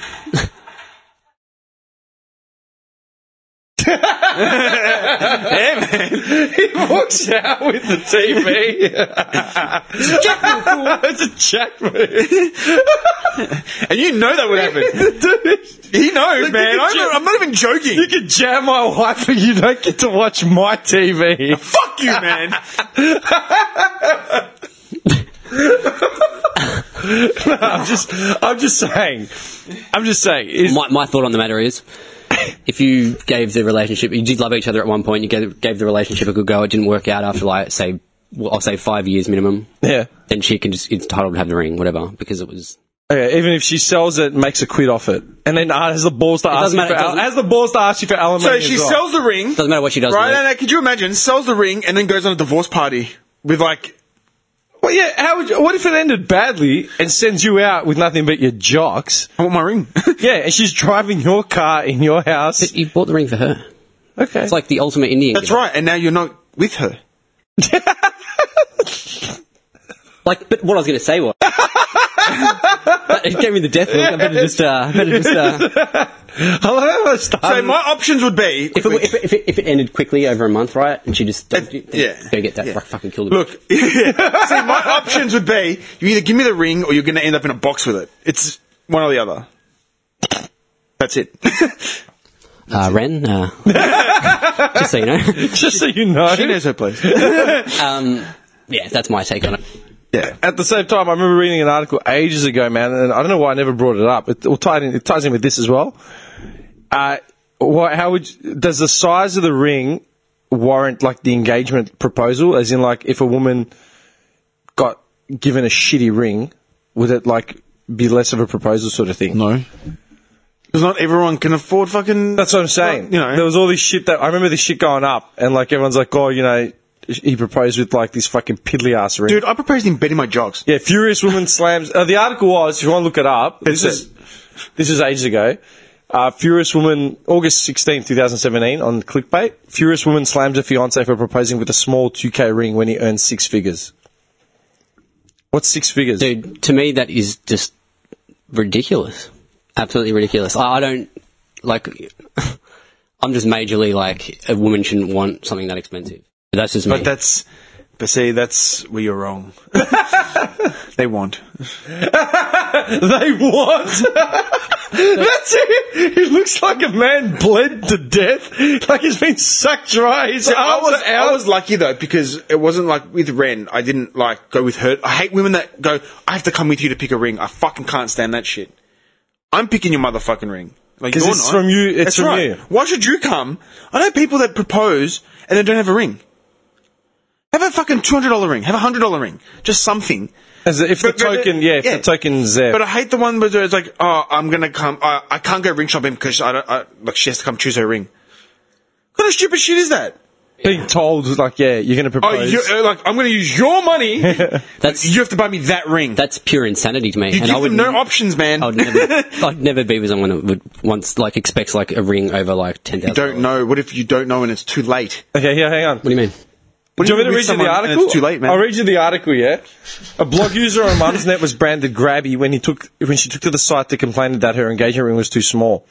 Speaker 1: He walks out with the TV.
Speaker 2: <laughs>
Speaker 1: it's a check
Speaker 2: And you know that would
Speaker 1: <laughs>
Speaker 2: happen. he knows,
Speaker 1: Look,
Speaker 2: man.
Speaker 1: look at
Speaker 2: I'm
Speaker 1: you.
Speaker 2: not, I'm not even joking.
Speaker 1: You can jam my wife and you don't get to watch my TV.
Speaker 2: Fuck you, man.
Speaker 1: <laughs> I'm just, I'm just saying. I'm just saying. Is,
Speaker 3: My, my thought on the matter is, if you gave the relationship, you did love each other at one point, you gave, gave the relationship a good go, it didn't work out after like, say, well, I'll say five years minimum,
Speaker 1: yeah.
Speaker 3: then she can just, entitled to have the ring, whatever, because it was,
Speaker 1: Okay, even if she sells it, makes a quid off it, and then uh, has the balls to ask
Speaker 3: doesn't
Speaker 1: you
Speaker 3: matter,
Speaker 1: for
Speaker 3: it
Speaker 1: al-
Speaker 3: doesn't-
Speaker 1: has the balls to ask you for alimony.
Speaker 2: So she
Speaker 1: as well.
Speaker 2: sells the ring,
Speaker 3: doesn't matter what she does.
Speaker 2: right?
Speaker 3: with it.
Speaker 2: And uh, could you imagine? Sells the ring and then goes on a divorce party with like.
Speaker 1: Well, yeah. How would you, what if it ended badly and sends you out with nothing but your jocks?
Speaker 2: I want my ring. <laughs>
Speaker 1: Yeah, and she's driving your car in your house.
Speaker 3: You bought the ring for her.
Speaker 1: Okay. <laughs>
Speaker 3: It's like the ultimate Indian.
Speaker 2: That's
Speaker 3: gift.
Speaker 2: right. And now you're not with her.
Speaker 3: Like, but what I was going to say was, <laughs> But it gave me the death look. I better just, uh, I better just.
Speaker 2: <laughs>
Speaker 3: Uh,
Speaker 1: I love how it started.
Speaker 2: So my options would be.
Speaker 3: Um, if, it, if, it, if, it, if it ended quickly over a month, right, and she just,
Speaker 2: If- yeah.
Speaker 3: go get that
Speaker 2: Yeah.
Speaker 3: fucking killed.
Speaker 2: Look, <laughs> see,
Speaker 3: <laughs>
Speaker 2: my options would be you either give me the ring or you're going to end up in a box with it. It's one or the other. That's it.
Speaker 3: uh, Ren.
Speaker 2: <laughs>
Speaker 3: Uh, just so you know,
Speaker 1: <laughs> just so you know.
Speaker 2: she knows her
Speaker 3: <laughs>
Speaker 2: place.
Speaker 3: um, yeah, that's my take on it.
Speaker 2: Yeah.
Speaker 1: At the same time, I remember reading an article ages ago, man, and I don't know why I never brought it up. It, will tie it in, it ties in with this as well. Uh, what, how would you- does the size of the ring warrant like the engagement proposal? As in, like if a woman got given a shitty ring, would it like be less of a proposal sort of thing?
Speaker 2: No. Because not everyone can afford fucking.
Speaker 1: That's what I'm saying.
Speaker 2: Well, you know.
Speaker 1: there was all this shit that I remember this shit going up, and like everyone's like, oh, you know, he proposed with like this fucking piddly ass ring.
Speaker 2: Dude, I proposed in bed in my jogs.
Speaker 1: Yeah,
Speaker 2: <laughs>
Speaker 1: Furious Woman slams. Uh, the article was, if you want to look it up, this
Speaker 2: It's
Speaker 1: is this is ages ago. Uh, Furious Woman, August 16, 2017, on clickbait. Furious Woman slams her fiance for proposing with a small 2K ring when he earned six figures. What's six figures?
Speaker 3: Dude, to me, that is just ridiculous. Absolutely ridiculous. I, I don't like. <laughs> I'm just majorly like a woman shouldn't want something that expensive. But that's just me.
Speaker 2: But that's. But see, that's where you're <laughs> wrong. they want.
Speaker 1: <laughs> They want. <laughs> That's it. He looks like a man bled to death, like he's been sucked dry. His
Speaker 2: I
Speaker 1: arms
Speaker 2: was,
Speaker 1: are out.
Speaker 2: I was lucky though because it wasn't like with Ren. I didn't like go with her. I hate women that go. I have to come with you to pick a ring. I fucking can't stand that shit. I'm picking your motherfucking ring. Like
Speaker 1: 'Cause
Speaker 2: you're
Speaker 1: it's
Speaker 2: not.
Speaker 1: from you- it's
Speaker 2: That's
Speaker 1: from
Speaker 2: right.
Speaker 1: you.
Speaker 2: Why should you come? I know people that propose and they don't have a ring. Have a fucking two hundred dollar ring. Have a hundred dollar ring. Just something.
Speaker 1: As if the
Speaker 2: But- but-
Speaker 1: token, yeah, if
Speaker 2: yeah.
Speaker 1: the token's there.
Speaker 2: But I hate the one where it's like, oh, I'm gonna come. I, I can't go ring shopping because I don't. I, like she has to come choose her ring. What kind of stupid shit is that?
Speaker 1: being told, like, yeah, you're going to
Speaker 2: Oh,
Speaker 1: propose.
Speaker 2: you uh, like I'm going to use your money.
Speaker 3: That's-
Speaker 2: you have to buy me that ring.
Speaker 3: that's pure insanity to me.
Speaker 2: you
Speaker 3: and
Speaker 2: give
Speaker 3: I would
Speaker 2: them no options, man.
Speaker 3: I
Speaker 2: <laughs>
Speaker 3: would never, I'd never be with someone that would once like expects like a ring over like ten
Speaker 2: you
Speaker 3: thousand.
Speaker 2: don't know. What if you don't know and it's too late?
Speaker 1: okay, here, hang on.
Speaker 3: What do you mean?
Speaker 2: What
Speaker 1: Do you
Speaker 2: if
Speaker 1: want me to
Speaker 2: with
Speaker 1: read you
Speaker 2: someone
Speaker 1: the
Speaker 2: and
Speaker 1: article?
Speaker 2: It's too late, man.
Speaker 1: I'll read you the article, yeah? A blog user on Mumsnet was branded grabby when he took when she took to the site to complain that her engagement ring was too small.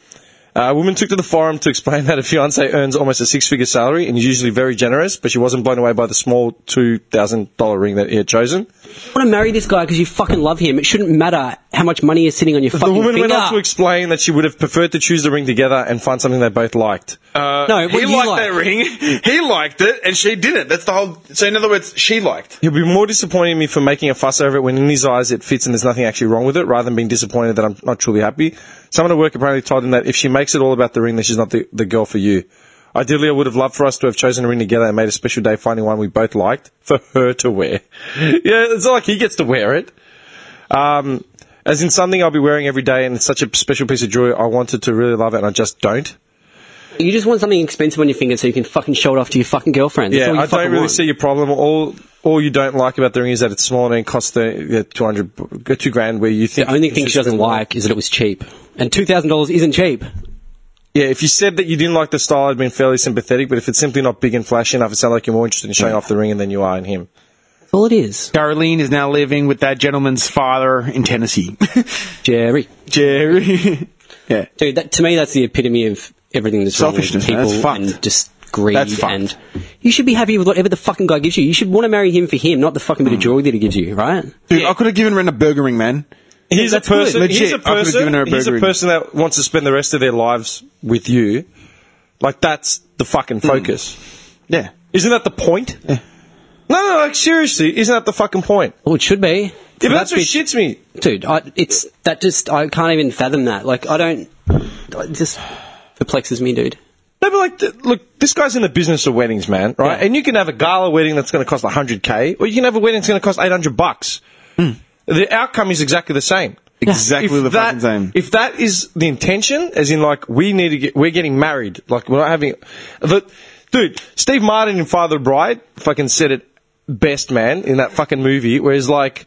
Speaker 1: Uh, a woman took to the forum to explain that a fiance earns almost a six figure salary and is usually very generous, but she wasn't blown away by the small $2,000 ring that he had chosen.
Speaker 3: want to marry this guy because you fucking love him. It shouldn't matter how much money is sitting on your
Speaker 1: The
Speaker 3: fucking
Speaker 1: woman
Speaker 3: finger.
Speaker 1: went on to explain that she would have preferred to choose the ring together and find something they both liked.
Speaker 3: no, what
Speaker 2: he
Speaker 3: you
Speaker 2: liked
Speaker 3: like.
Speaker 2: that ring. He liked it, and she didn't. That's the whole. So in other words, she liked.
Speaker 1: He'll be more disappointed in me for making a fuss over it when in his eyes it fits and there's nothing actually wrong with it, rather than being disappointed that I'm not truly happy. Someone at work apparently told him that if she makes it all about the ring, then she's not the, the girl for you. Ideally, I would have loved for us to have chosen a ring together and made a special day finding one we both liked for her to wear. <laughs> yeah, it's not like he gets to wear it. Um, as in something I'll be wearing every day and it's such a special piece of jewelry, I wanted to really love it and I just don't.
Speaker 3: You just want something expensive on your finger so you can fucking show it off to your fucking girlfriend. That's
Speaker 1: Yeah,
Speaker 3: all you
Speaker 1: I don't
Speaker 3: fucking
Speaker 1: really
Speaker 3: want.
Speaker 1: see your problem. All all you don't like about the ring is that it's small and it costs the, the two hundred, two grand. Where you think
Speaker 3: The only
Speaker 1: it's
Speaker 3: thing she
Speaker 1: just-
Speaker 3: doesn't like is that it was cheap. And $2,000 isn't cheap.
Speaker 1: Yeah, if you said that you didn't like the style, I'd been fairly sympathetic. But if it's simply not big and flashy enough, it sounds like you're more interested in
Speaker 3: Mm.
Speaker 1: showing off the ring than you are in him.
Speaker 3: That's all it is.
Speaker 2: Darlene is now living with that gentleman's father in <laughs> Tennessee.
Speaker 3: Jerry.
Speaker 2: Jerry. yeah.
Speaker 3: Dude, that, to me, that's the epitome of everything that's wrong with
Speaker 2: Selfishness, man.
Speaker 3: people
Speaker 2: That's fucked.
Speaker 3: and just greed.
Speaker 2: That's fucked.
Speaker 3: And you should be happy with whatever the fucking guy gives you. You should want to marry him for him, not the fucking bit of jewelry that he gives you, right?
Speaker 2: Dude, I could have given Ren a burger ring, man.
Speaker 1: He's a
Speaker 3: that's good.
Speaker 1: person. He's
Speaker 2: Legit,
Speaker 1: a
Speaker 2: I could've given her
Speaker 1: person.
Speaker 2: a
Speaker 1: He's a
Speaker 2: burger.
Speaker 1: person that wants to spend the rest of their lives with you. Like that's the
Speaker 3: Mm.
Speaker 1: fucking focus.
Speaker 2: Yeah.
Speaker 1: Isn't that the point? No, no, like seriously, isn't that the fucking point?
Speaker 3: Oh, it should be.
Speaker 1: Yeah, but
Speaker 3: That
Speaker 1: that's what
Speaker 3: bit-
Speaker 1: shits me.
Speaker 3: dude. I, it's that just I can't even fathom that. Like I don't. It just perplexes me, dude.
Speaker 1: No, but like, th- look, this guy's in the business of weddings, man, right?
Speaker 3: Yeah.
Speaker 1: And you can have a gala wedding that's going to cost 100k, or you can have a wedding that's going to cost 800 bucks. The outcome is exactly the same.
Speaker 2: Exactly the fucking
Speaker 1: that,
Speaker 2: same.
Speaker 1: If that is the intention, as in like we need to get, we're getting married, like we're not having, the, dude, Steve Martin in Father of the Bride fucking said it best, man, in that fucking movie. Whereas like,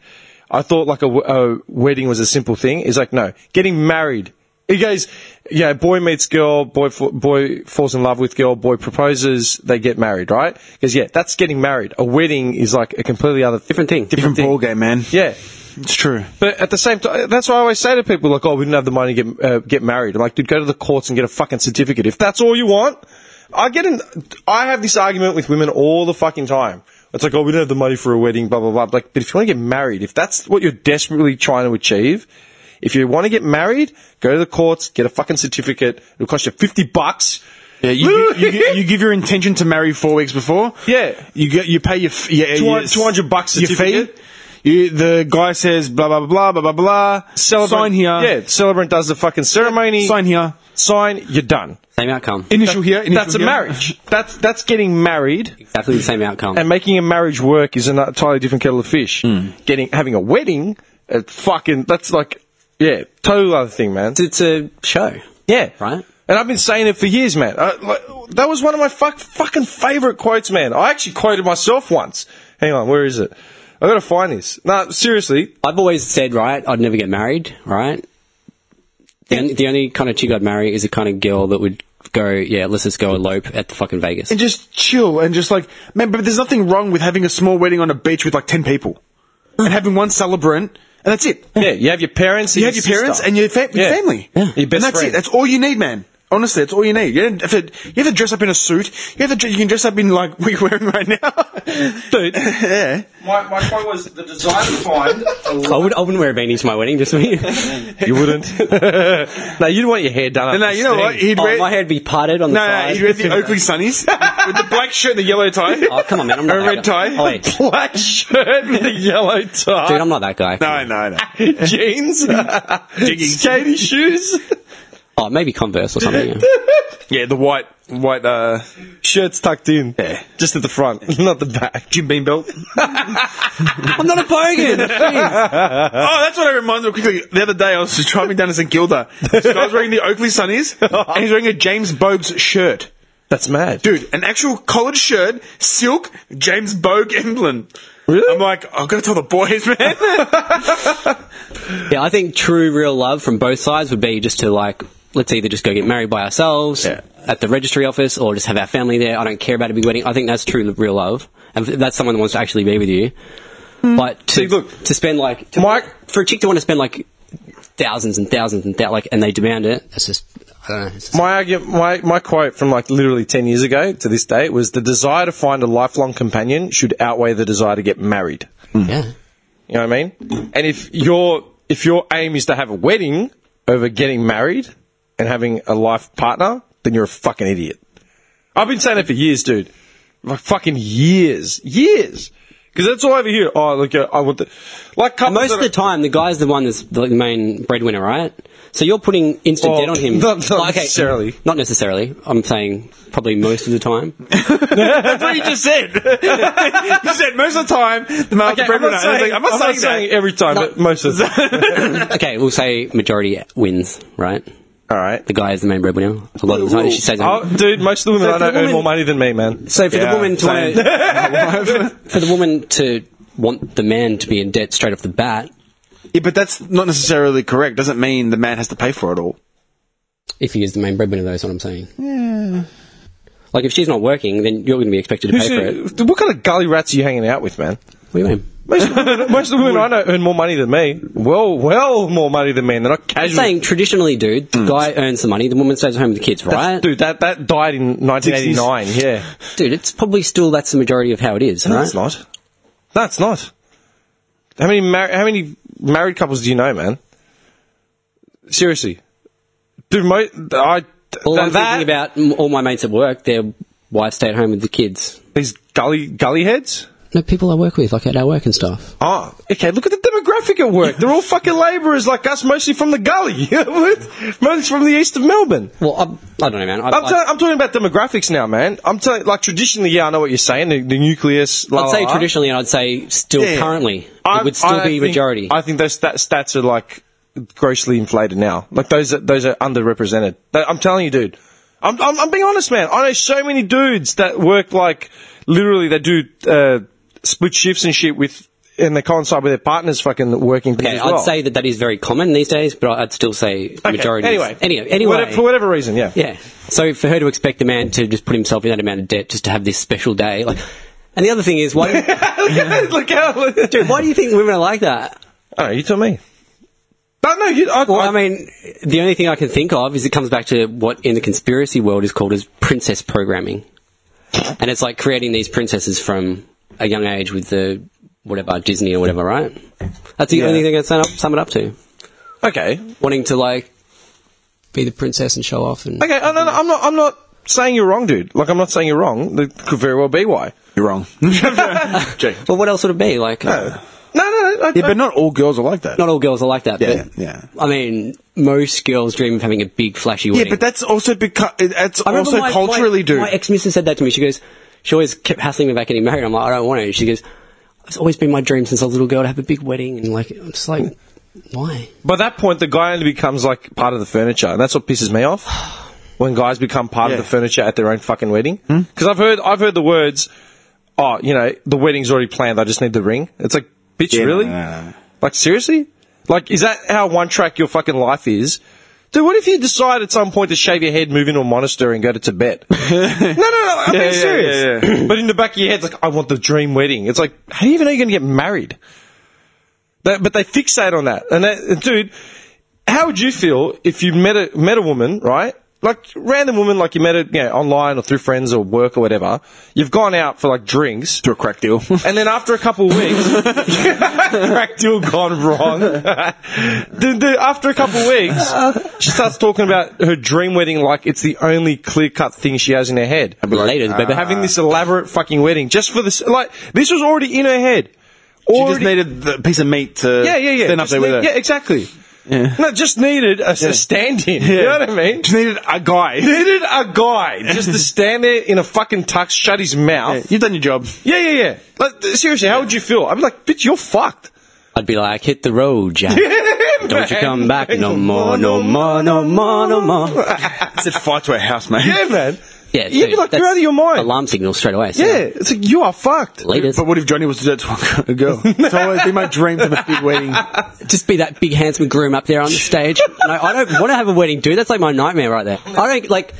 Speaker 1: I thought like a, w- a wedding was a simple thing. He's like, no, getting married. He goes, yeah, boy meets girl, boy fa- boy falls in love with girl, boy proposes, they get married, right? Because yeah, that's getting married. A wedding is like a completely other
Speaker 3: Different thing.
Speaker 2: Different
Speaker 1: thing.
Speaker 2: ball game, man.
Speaker 1: Yeah.
Speaker 2: It's true.
Speaker 1: But at the same time, that's why I always say to people, like, oh, we didn't have the money to get, uh, get married. I'm like, dude, go to the courts and get a fucking certificate. If that's all you want, I get in, I have this argument with women all the fucking time. It's like, oh, we don't have the money for a wedding, blah, blah, blah. Like, but if you want to get married, if that's what you're desperately trying to achieve, if you want to get married, go to the courts, get a fucking certificate. It'll cost you 50 bucks.
Speaker 2: Yeah, you, you, you, you give your intention to marry four weeks before.
Speaker 1: Yeah.
Speaker 2: you get you pay your f- yeah,
Speaker 1: Two hun-
Speaker 2: your-
Speaker 1: 200 bucks
Speaker 2: your fee.
Speaker 1: certificate.
Speaker 2: You, the guy says blah blah blah blah blah blah.
Speaker 1: <laughs> Celebrant-
Speaker 2: Sign here.
Speaker 1: Yeah, celebrant does the fucking ceremony.
Speaker 2: Sign here.
Speaker 1: Sign, you're done.
Speaker 3: Same outcome.
Speaker 2: Initial here. Initial
Speaker 1: That's a
Speaker 2: here.
Speaker 1: marriage. That's, that's getting married.
Speaker 3: Exactly the same outcome.
Speaker 1: and making a marriage work is an entirely different kettle of fish. Getting having a wedding, it's fucking that's like yeah, total other thing, man.
Speaker 3: it's a show.
Speaker 1: Yeah,
Speaker 3: Right.
Speaker 1: And I've been saying it for years, man. I, like, that was one of my fuck, fucking favorite quotes, man. I actually quoted myself once. Hang on, where is it? I gotta find this. No, seriously,
Speaker 3: I've always said, right, I'd never get married, right? The, only the only kind of chick I'd marry is the kind of girl that would go, yeah, let's just go elope at the fucking Vegas.
Speaker 2: And just chill and just like man, but there's nothing wrong with having a small wedding on a beach with like ten people and having one celebrant and that's it.
Speaker 1: yeah, you have your parents, and
Speaker 2: You have your parents
Speaker 1: sister.
Speaker 2: and your, fa- your
Speaker 1: Yeah.
Speaker 2: family.
Speaker 1: Yeah. Your
Speaker 2: and
Speaker 1: best
Speaker 2: that's it.
Speaker 1: friend.
Speaker 2: That's all you need, man. Honestly, that's all you need. You, don't have to, you have to dress up in a suit. You have to. dr- You can dress up in like <laughs> what you're wearing right now, <laughs>
Speaker 1: Dude.
Speaker 2: yeah.
Speaker 1: My, my quote was the desire to find.
Speaker 3: I, would, I wouldn't wear a beanie to my wedding,
Speaker 2: <laughs>
Speaker 3: just me.
Speaker 1: you
Speaker 3: <laughs>
Speaker 1: wouldn't. no, you'd want your hair done. up
Speaker 2: No, no,
Speaker 1: to
Speaker 2: you know
Speaker 1: steam.
Speaker 2: what? He'd
Speaker 3: oh,
Speaker 2: wear.
Speaker 3: my hair'd be parted on the
Speaker 2: no, no,
Speaker 3: side.
Speaker 2: he'd wear the Oakley Sunnies <laughs> with the black shirt, and the yellow tie,
Speaker 3: Oh, come on, man. I'm not
Speaker 2: a
Speaker 3: that
Speaker 2: red
Speaker 3: guy.
Speaker 2: tie.
Speaker 3: Oh, wait.
Speaker 1: <laughs> Black shirt with a yellow tie.
Speaker 3: Dude, I'm not that guy.
Speaker 2: No, no, no.
Speaker 1: <laughs> jeans, skating shoes,
Speaker 3: Oh, maybe Converse or something. yeah.
Speaker 2: <laughs> Yeah, the white, white uh,
Speaker 1: shirts tucked in, just at the front, <laughs> not the back.
Speaker 2: Jim Beam
Speaker 1: <laughs>
Speaker 2: belt.
Speaker 3: I'm not a <laughs> bogan.
Speaker 2: Oh, that's what I reminded me of quickly. The other day, I was just driving down to St Kilda. This guy was wearing the Oakley <laughs> Sunnies, and he's wearing a James Bogues shirt.
Speaker 1: That's mad,
Speaker 2: Dude, an actual collared shirt, silk, James Bogue emblem.
Speaker 1: Really?
Speaker 2: I'm like, I've got to tell the boys, man.
Speaker 3: yeah, I think true real love from both sides would be just to like, let's either just go get married by ourselves
Speaker 2: Yeah.
Speaker 3: at the registry office or just have our family there. I don't care about a big wedding. I think that's true real love. And if that's someone that wants to actually be with you. But to,
Speaker 1: look-
Speaker 3: to spend like, to,
Speaker 1: Mike-
Speaker 3: for a chick to want to spend like thousands and thousands and thou- like, and they demand it, that's just, I don't know. It's just-
Speaker 1: My argument, my, my quote from like literally 10 years ago to this day was the desire to find a lifelong companion should outweigh the desire to get married.
Speaker 3: yeah.
Speaker 1: You know what I mean? And if your, if your aim is to have a wedding over getting married and having a life partner, then you're a fucking idiot. I've been saying that for years, dude. Like fucking years. Years. Because that's all over here. Oh, look, I want the. Like couples
Speaker 3: Most
Speaker 1: that
Speaker 3: of the
Speaker 1: are-
Speaker 3: time, the guy's the one that's the main breadwinner, right? So you're putting instant
Speaker 1: Well,
Speaker 3: debt on him.
Speaker 1: not- not necessarily.
Speaker 3: Not necessarily. I'm saying probably most of the time.
Speaker 2: That's what you just said.
Speaker 1: <laughs>
Speaker 2: you said most of the time the male
Speaker 1: Okay,
Speaker 2: okay,
Speaker 1: I'm not saying,
Speaker 2: I'm not saying, that.
Speaker 1: every time, but most of the time.
Speaker 3: <laughs> okay, we'll say majority wins, right?
Speaker 1: all right.
Speaker 3: The guy is the main breadwinner. A lot of the time, she stays
Speaker 1: Oh,
Speaker 3: home.
Speaker 1: dude, most of the women
Speaker 3: So
Speaker 1: I
Speaker 3: for
Speaker 1: know
Speaker 3: the
Speaker 1: earn
Speaker 3: woman-
Speaker 1: more money than me, man.
Speaker 3: So for
Speaker 2: Yeah,
Speaker 3: the woman to
Speaker 2: same.
Speaker 3: wanna, for the woman to want the man to be in debt straight off the bat,
Speaker 2: <laughs> Yeah, but that's not necessarily correct. Doesn't mean the man has to pay for it all.
Speaker 3: if he is the main breadwinner, though, is what I'm saying. Yeah. Like if she's not working, then you're going to be expected to
Speaker 1: Who's
Speaker 3: pay for it.
Speaker 1: you- what kind of gully rats are you hanging out with, man?
Speaker 3: What do you mean?
Speaker 1: Most of the
Speaker 3: <laughs>
Speaker 1: women, most of the women I know earn more money than me. Well, well, more money than me. And they're not
Speaker 3: I'm
Speaker 1: casual.
Speaker 3: saying traditionally, dude, the guy earns the money, the woman stays at home with the kids,
Speaker 1: Mm. That's-
Speaker 3: right?
Speaker 1: Dude, that, that died in 1989. Yeah.
Speaker 3: Dude, it's probably still that's the majority of how it is,
Speaker 1: No,
Speaker 3: right?
Speaker 1: it's not. No, it's not. How many mar- how many married couples do you know, man? Seriously, dude. Mo- I
Speaker 3: All
Speaker 1: th-
Speaker 3: I'm
Speaker 1: that-
Speaker 3: thinking about m- all my mates at work, their wives stay at home with the kids.
Speaker 1: these gully gully heads.
Speaker 3: No, people I work with, like at our work and stuff.
Speaker 1: Oh, okay. Look at the demographic at work. They're all fucking labourers like us, mostly from the gully, <laughs> mostly from the east of Melbourne.
Speaker 3: Well, I'm, I don't know, man. I,
Speaker 1: I'm,
Speaker 3: I-
Speaker 1: tell- I'm talking about demographics now, man. I'm telling like traditionally, yeah, I know what you're saying. The, the nucleus. La,
Speaker 3: I'd say
Speaker 1: la, la.
Speaker 3: traditionally, and I'd say still
Speaker 1: Yeah.
Speaker 3: currently,
Speaker 1: I-
Speaker 3: it would
Speaker 1: I
Speaker 3: still
Speaker 1: don't
Speaker 3: be
Speaker 1: think-
Speaker 3: majority.
Speaker 1: I think those stat- stats are like grossly inflated now. Like those, are, those are underrepresented. They- I'm telling you, dude. I'm, I'm, I'm being honest, man. I know so many dudes that work like literally they do uh, split shifts and shit with, and they coincide with their partners fucking working.
Speaker 3: Okay,
Speaker 1: as well.
Speaker 3: I'd say that that is very common these days, but I'd still say
Speaker 1: Okay,
Speaker 3: majority. is-
Speaker 1: Anyway,
Speaker 3: anyway, anyway,
Speaker 1: whatever, for whatever reason, yeah.
Speaker 3: yeah. So for her to expect the man to just put himself in that amount of debt just to have this special day, like, and the other thing is why, do-
Speaker 1: <laughs> Look how, dude.
Speaker 3: <laughs> why do you think women are like that?
Speaker 1: Oh, you tell me. No, no, you, I,
Speaker 3: Well,
Speaker 1: I-
Speaker 3: I mean, the only thing I can think of is it comes back to what in the conspiracy world is called as princess programming, and it's like creating these princesses from a young age with the whatever Disney or whatever, right? That's the only thing I can sum, up, sum it up to.
Speaker 1: okay,
Speaker 3: Wanting to like be the princess and show off, and
Speaker 1: okay. Oh, no, no, I'm not. I'm not saying you're wrong, dude. Like, I'm not saying you're wrong. There could very well be why.
Speaker 2: You're <laughs> wrong. Jake.
Speaker 3: well, what else would it be like? uh,
Speaker 1: No, no, no. I,
Speaker 2: Yeah, but not all girls are like that.
Speaker 3: not all girls are like that.
Speaker 2: Yeah,
Speaker 3: but,
Speaker 2: yeah.
Speaker 3: I mean, most girls dream of having a big flashy
Speaker 2: yeah,
Speaker 3: wedding.
Speaker 2: but that's also because that's
Speaker 3: I remember
Speaker 2: also
Speaker 3: my-
Speaker 2: culturally,
Speaker 3: my,
Speaker 2: dude.
Speaker 3: My ex-missus said that to me. She goes, she always kept hassling me about getting married. I'm like, I don't want to. She goes, it's always been my dream since I was a little girl to have a big wedding. And like, I'm just like, why?
Speaker 1: By that point, the guy only becomes like part of the furniture, and that's what pisses me off. <sighs> When guys become part
Speaker 2: Yeah.
Speaker 1: of
Speaker 2: Hmm?
Speaker 1: the furniture at their own fucking wedding, because I've heard I've heard the words, "Oh, you know, the wedding's already planned. I just need the ring." It's like, bitch,
Speaker 2: Yeah, no,
Speaker 1: really?
Speaker 2: no, no, no.
Speaker 1: Like seriously? Like is that how one track your fucking life is? Dude, what if you decide at some point to shave your head, move into a monastery, and go to Tibet?
Speaker 2: <laughs>
Speaker 1: no, no, no, I'm being
Speaker 2: yeah,
Speaker 1: serious. <clears throat> but in the back of your head, it's like, I want the dream wedding. It's like, how do you even know you're going to get married? That, but they fixate on that. And that, dude, how would you feel if you met a met a woman, right? Like random woman, like you met her, you know, online or through friends or work or whatever. You've gone out for like drinks,
Speaker 2: to a crack <laughs> deal.
Speaker 1: and then after a couple of weeks, <laughs> crack deal gone wrong. <laughs> The- the- after a couple of weeks, she starts talking about her dream wedding like it's the only clear cut thing she has in her head.
Speaker 3: Later, baby.
Speaker 2: "Ah."
Speaker 1: Having this elaborate fucking wedding just for this, like this was already in her head.
Speaker 2: you just
Speaker 1: Already-
Speaker 2: needed the piece of meat to
Speaker 1: yeah, yeah, yeah.
Speaker 2: stand up
Speaker 1: Just
Speaker 2: there with
Speaker 1: need-
Speaker 2: her.
Speaker 1: yeah, exactly. No, just needed a, a stand-in. You know what I <laughs> mean?
Speaker 2: Just needed a guy. <laughs>
Speaker 1: Needed a guy just to stand there in a fucking tux, shut his
Speaker 2: Yeah,
Speaker 1: mouth.
Speaker 2: you've done your job.
Speaker 1: Yeah, yeah, yeah. Like, seriously, how would you feel? I'd be like, bitch, you're fucked.
Speaker 3: I'd be like, hit the
Speaker 1: <laughs>
Speaker 3: road, Jack. Don't you come back no more, no more, no more, no more.
Speaker 2: I said fly to a house, mate.
Speaker 1: Yeah, man.
Speaker 3: Yeah,
Speaker 1: You'd be
Speaker 3: dude,
Speaker 1: like, you're
Speaker 3: that's
Speaker 1: out of your mind.
Speaker 3: Alarm signal straight away. So
Speaker 1: Yeah, it's like, you are fucked.
Speaker 3: Later.
Speaker 2: But what if Johnny was to do that to a girl? It's always been my dream to have a big wedding.
Speaker 3: just be that big handsome groom up there on
Speaker 1: <laughs>
Speaker 3: the stage. no, I don't want to have a wedding, dude. That's like my nightmare right there. I don't like.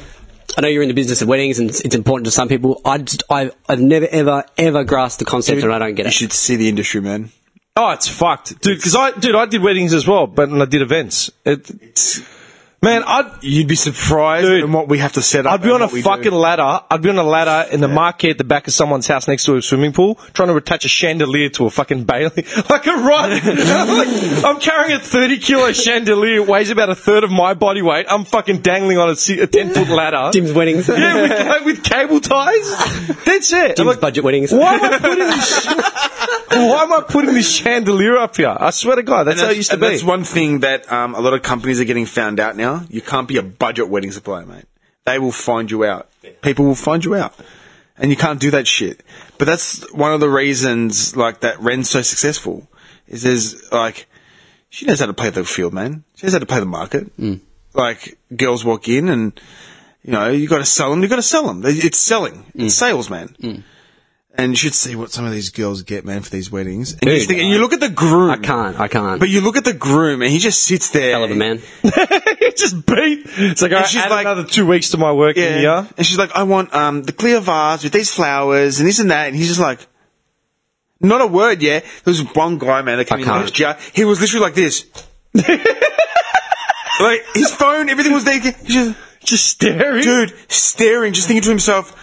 Speaker 3: I know you're in the business of weddings, and it's, it's important to some people. I just, I, I've never, ever, ever grasped the concept, and I don't get
Speaker 2: You
Speaker 3: it.
Speaker 2: should see the industry, man.
Speaker 1: Oh, it's fucked, dude. Because I, dude, I did weddings as well, but and I did events. It, Man, I'd
Speaker 2: You'd be surprised
Speaker 1: Dude,
Speaker 2: at what we have to set up.
Speaker 1: I'd be
Speaker 2: and
Speaker 1: on a
Speaker 2: what we do.
Speaker 1: fucking ladder. I'd be on a ladder in the marquee at the back of someone's house next to a swimming pool, trying to attach a chandelier to a fucking bailey, <laughs> like a rod. Like, <laughs> I'm carrying a 30 kilo chandelier, it weighs about a third of my body weight. I'm fucking dangling on a, si- a 10 foot <laughs> ladder.
Speaker 3: Jim's weddings.
Speaker 1: Yeah, with, like, with cable ties. That's it. I'm
Speaker 3: Jim's
Speaker 1: like,
Speaker 3: budget weddings.
Speaker 1: Why am I putting this? sh- <laughs> why am I putting this chandelier up here? I swear to God, that's,
Speaker 2: And
Speaker 1: how it used to
Speaker 2: and
Speaker 1: be.
Speaker 2: That's one thing that um, a lot of companies are getting found out now. You can't be a budget wedding supplier, mate. They will find you out. People will find you out, and you can't do that shit. But that's one of the reasons, like that Ren's so successful, is there's like she knows how to play the field, man. She knows how to play the market. Like girls walk in, and you know you got to sell them. You got to sell them. It's selling. It's sales, man. And you should see what some of these girls get, man, for these weddings. And, you,
Speaker 3: Dude.
Speaker 2: think, and you look at the groom.
Speaker 3: <laughs> I can't. I can't.
Speaker 2: But you look at the groom and he just sits there.
Speaker 3: Hell of
Speaker 1: <laughs>
Speaker 3: a man.
Speaker 1: <laughs> it just beat. It's like, all right,
Speaker 2: she's
Speaker 1: add
Speaker 2: like-
Speaker 1: another two weeks to my working
Speaker 2: Yeah.
Speaker 1: year.
Speaker 2: And she's like, I want um, the clear vase with these flowers and this and that. And he's just like, not a word, yeah. There was one guy, man, that came
Speaker 3: I
Speaker 2: in
Speaker 3: can't.
Speaker 2: last year. He was literally like this. like, his phone, everything was there. He's just,
Speaker 1: Just staring.
Speaker 2: dude, staring, just thinking to himself,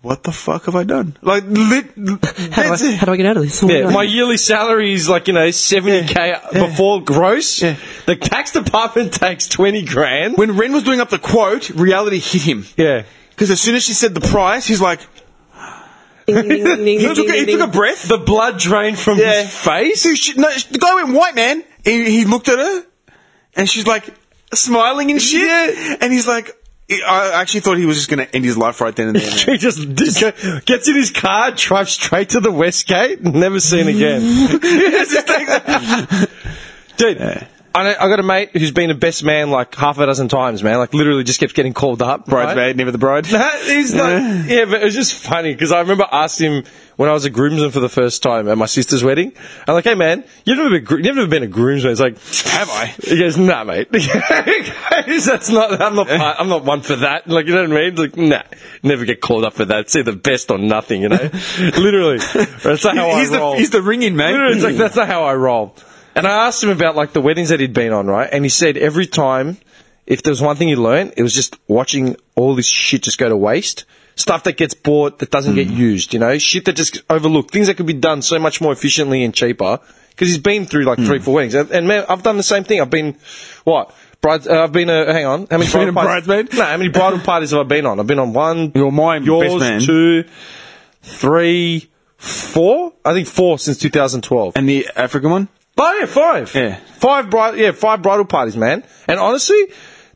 Speaker 2: what the fuck have I done? Like, lit,
Speaker 3: How
Speaker 2: that's
Speaker 3: do, I,
Speaker 2: it.
Speaker 3: how do I get out of this? Oh my
Speaker 1: Yeah,
Speaker 3: God.
Speaker 1: my yearly salary is like you know seventy k before gross.
Speaker 2: Yeah.
Speaker 1: The tax department takes twenty grand.
Speaker 2: When Ren was doing up the quote, reality hit him.
Speaker 1: Yeah,
Speaker 2: Because as soon as she said the price, he's like,
Speaker 3: Ding, ding, ding, ding, <laughs>
Speaker 2: he took, a,
Speaker 3: ding,
Speaker 2: he
Speaker 3: ding,
Speaker 2: took a
Speaker 3: ding.
Speaker 2: breath.
Speaker 1: the blood drained from his face.
Speaker 2: Dude, she, no, the guy went white, man. He, he looked at her, and she's like smiling and shit. And he's like, I actually thought he was just gonna end his life right then and
Speaker 1: <laughs>
Speaker 2: there. man.
Speaker 1: He just, just go- gets in his car, drives straight to the West Gate, never seen again. Just like that. Dude, I, know, I got a mate who's been a best man like half a dozen times, man. Like literally just kept getting called up. right?
Speaker 2: Bridesmaid, never the bride.
Speaker 1: <laughs> That is not. Yeah, but it was just funny because I remember asking him when I was a groomsman for the first time at my sister's wedding. I'm like, hey man, you've never been, gro- you've never been a groomsman. He's like, have I? <laughs> He goes, nah, mate. He goes, That's not. I'm not. part- I'm not one for that. Like you know what I mean? He's like, nah, never get called up for that. It's either best or nothing. You
Speaker 2: <laughs>
Speaker 1: know, literally. That's not how
Speaker 2: he's
Speaker 1: I
Speaker 2: the
Speaker 1: roll.
Speaker 2: he's the ringing
Speaker 1: Literally,
Speaker 2: man.
Speaker 1: it's like that's not how I roll. And I asked him about like the weddings that he'd been on, right? And he said every time, if there was one thing he learned, it was just watching all this shit just go to waste. Stuff that gets bought that doesn't
Speaker 2: Mm.
Speaker 1: get used, you know, shit that just gets overlooked, things that could be done so much more efficiently and cheaper. Because he's been through like
Speaker 2: Mm.
Speaker 1: three, four weddings, and, and man, I've done the same thing. I've been what? Bride, uh, I've been a hang on. How many
Speaker 2: Been a
Speaker 1: bridal parties?
Speaker 2: bridesmaid?
Speaker 1: No, how many bridal parties have I been on? I've been on one.
Speaker 2: You're my best
Speaker 1: yours,
Speaker 2: man.
Speaker 1: two, three, four. I think four since 2012.
Speaker 2: And the African one.
Speaker 1: Oh yeah, five.
Speaker 2: Yeah.
Speaker 1: five bridal. Yeah, five bridal parties, man. And honestly,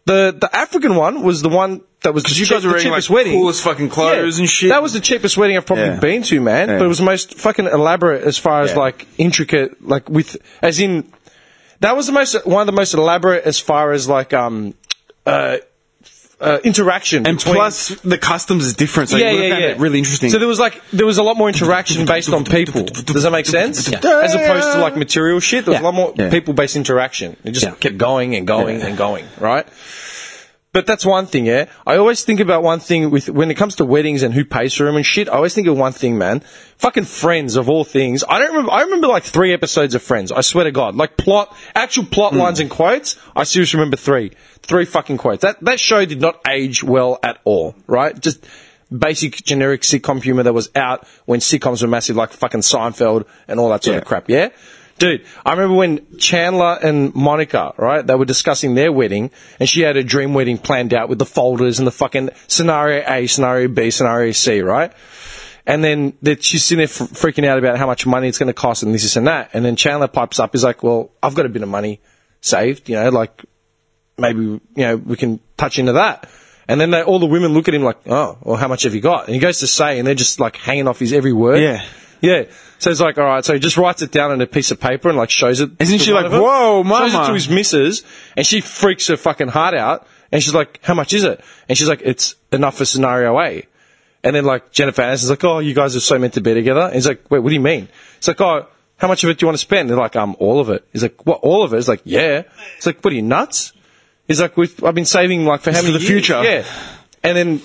Speaker 1: the the African one was the one that was the,
Speaker 2: you
Speaker 1: cheap-
Speaker 2: guys were
Speaker 1: the
Speaker 2: wearing,
Speaker 1: cheapest
Speaker 2: like,
Speaker 1: wedding,
Speaker 2: coolest fucking clothes
Speaker 1: Yeah,
Speaker 2: and shit.
Speaker 1: That was the cheapest wedding I've probably
Speaker 2: Yeah.
Speaker 1: been to, man.
Speaker 2: Yeah.
Speaker 1: But it was the most fucking elaborate as far as
Speaker 2: Yeah.
Speaker 1: like intricate, like with as in that was the most one of the most elaborate as far as like um uh, uh interaction
Speaker 2: And
Speaker 1: between-
Speaker 2: plus the customs is different, so you would have found it really interesting.
Speaker 1: so there was like there was a lot more interaction
Speaker 2: <laughs>
Speaker 1: based on people. Does that make sense?
Speaker 2: Yeah.
Speaker 1: As opposed to like material shit, there was
Speaker 3: Yeah.
Speaker 1: a lot more
Speaker 2: Yeah.
Speaker 1: people based interaction. It just
Speaker 3: Yeah.
Speaker 1: kept going and going and going, right? But that's one thing, yeah. I always think about one thing with when it comes to weddings and who pays for them and shit. I always think of one thing, man. Fucking Friends of all things. I don't remember. I remember like three episodes of Friends. I swear to God, like plot, actual plot lines and quotes. I seriously remember three, three fucking quotes. That that show did not age well at all, right? Just basic generic sitcom humor that was out when sitcoms were massive, like fucking Seinfeld and all that sort
Speaker 2: Yeah.
Speaker 1: of crap. Yeah. Dude, I remember when Chandler and Monica, right, they were discussing their wedding, and she had a dream wedding planned out with the folders and the fucking scenario A, scenario B, scenario C, right? And then that she's sitting there fr- freaking out about how much money it's going to cost and this, this, and that. And then Chandler pipes up, he's like, well, I've got a bit of money saved, you know, like maybe you know we can touch into that. And then they, all the women look at him like, oh, well, how much have you got? And he goes to say, and they're just like hanging off his every word.
Speaker 2: Yeah.
Speaker 1: yeah. So he's like, all right. So he just writes it down on a piece of paper and like shows it.
Speaker 2: Isn't
Speaker 1: to
Speaker 2: she
Speaker 1: one
Speaker 2: like,
Speaker 1: of them.
Speaker 2: whoa,
Speaker 1: Shows it
Speaker 2: mama.
Speaker 1: to his missus, and she freaks her fucking heart out. And she's like, how much is it? And she's like, it's enough for scenario A. And then like Jennifer Aniston's like, oh, you guys are so meant to be together. And he's like, wait, what do you mean? It's like, oh, how much of it do you want to spend? They're like, um, all of it. He's like, what, all of it? He's like, yeah. It's like, what are you nuts? He's like, We've, I've been saving like for how
Speaker 2: It's
Speaker 1: many
Speaker 2: for the
Speaker 1: years?
Speaker 2: future.
Speaker 1: Yeah. And then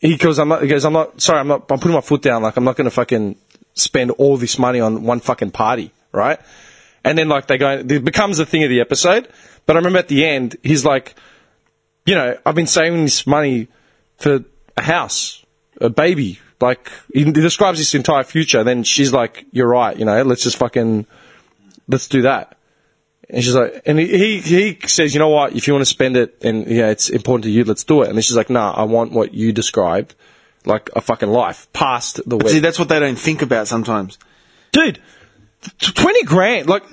Speaker 1: he goes, I'm not, he goes, I'm not, sorry, I'm not, I'm putting my foot down. Like, I'm not going to fucking spend all this money on one fucking party, right? and then like they go, it becomes a thing of the episode. But I remember at the end, he's like, you know, I've been saving this money for a house, a baby. Like he he describes this entire future. Then she's like, "You're right, you know. Let's just fucking let's do that." And she's like, and he, he he says, you know what? If you want to spend it, and yeah, it's important to you, let's do it. And then she's like, nah, I want what you described, like a fucking life past the
Speaker 2: See,
Speaker 1: wedding.
Speaker 2: that's what they don't think about sometimes.
Speaker 1: Dude, t- twenty grand. Like,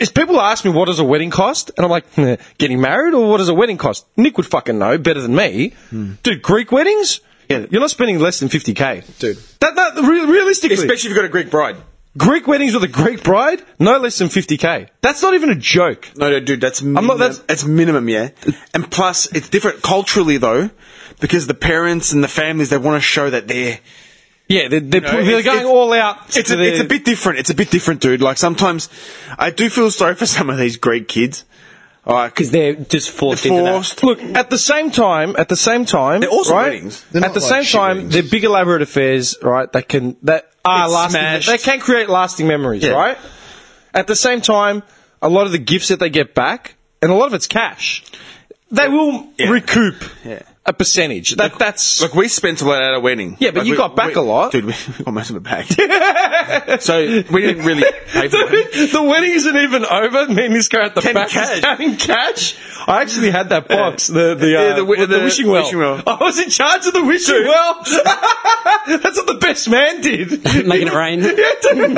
Speaker 1: is people ask me what does a wedding cost, and I'm like, "Nah, getting married or what does a wedding cost? Nick would fucking know better than me.
Speaker 2: Hmm.
Speaker 1: Dude, Greek weddings.
Speaker 2: Yeah.
Speaker 1: You're not spending less than 50k,
Speaker 2: Dude.
Speaker 1: That, that re- realistically,
Speaker 2: Especially if you've got a Greek bride.
Speaker 1: Greek weddings with a Greek bride, no less than 50k. That's not even a joke.
Speaker 2: No, no, dude, that's minimum.
Speaker 1: not- that's-
Speaker 2: that's, minimum, yeah. And plus, it's different culturally though, because the parents and the families they want to show that they're.
Speaker 1: Yeah, they're, they're,
Speaker 2: know,
Speaker 1: they're
Speaker 2: Uh, it's-
Speaker 1: going
Speaker 2: it's-
Speaker 1: all out.
Speaker 2: It's
Speaker 1: to
Speaker 2: a,
Speaker 1: their-
Speaker 2: it's a bit different. It's a bit different, dude. Like sometimes, I do feel sorry for <laughs> some of these Greek kids, Uh,
Speaker 3: because they're just forced, into
Speaker 2: forced.
Speaker 1: Look, at the same time, at the same time,
Speaker 2: They're also
Speaker 1: right?
Speaker 2: weddings.
Speaker 6: They're not
Speaker 1: at the
Speaker 6: like
Speaker 1: same
Speaker 6: shit
Speaker 1: time,
Speaker 6: weddings.
Speaker 1: they're big elaborate affairs, right? That can that are
Speaker 2: It's
Speaker 1: lasting.
Speaker 2: smashed.
Speaker 1: They can create lasting memories,
Speaker 2: Yeah.
Speaker 1: right? At the same time, a lot of the gifts that they get back, and a lot of it's cash, they will
Speaker 2: Yeah.
Speaker 1: recoup
Speaker 2: Yeah.
Speaker 1: a percentage. That that's
Speaker 2: Like we spent a lot at our wedding.
Speaker 1: Yeah, but
Speaker 2: Like,
Speaker 1: you
Speaker 2: we-
Speaker 1: got back
Speaker 2: we-
Speaker 1: a lot.
Speaker 2: dude. We, <laughs> we got most of it back. <laughs> so we didn't really pay for it.
Speaker 1: Dude, <laughs> the wedding isn't even over. Me and this guy at the
Speaker 2: Counting
Speaker 1: back
Speaker 2: cash.
Speaker 1: is counting cash. I actually had that box, the the, uh,
Speaker 2: Yeah, the wi-
Speaker 1: the,
Speaker 2: the
Speaker 1: wishing, well.
Speaker 2: wishing well.
Speaker 1: I was in charge of the wishing well. <laughs> That's what the best man did. <laughs>
Speaker 3: that, making it rain.
Speaker 1: Yeah, dude.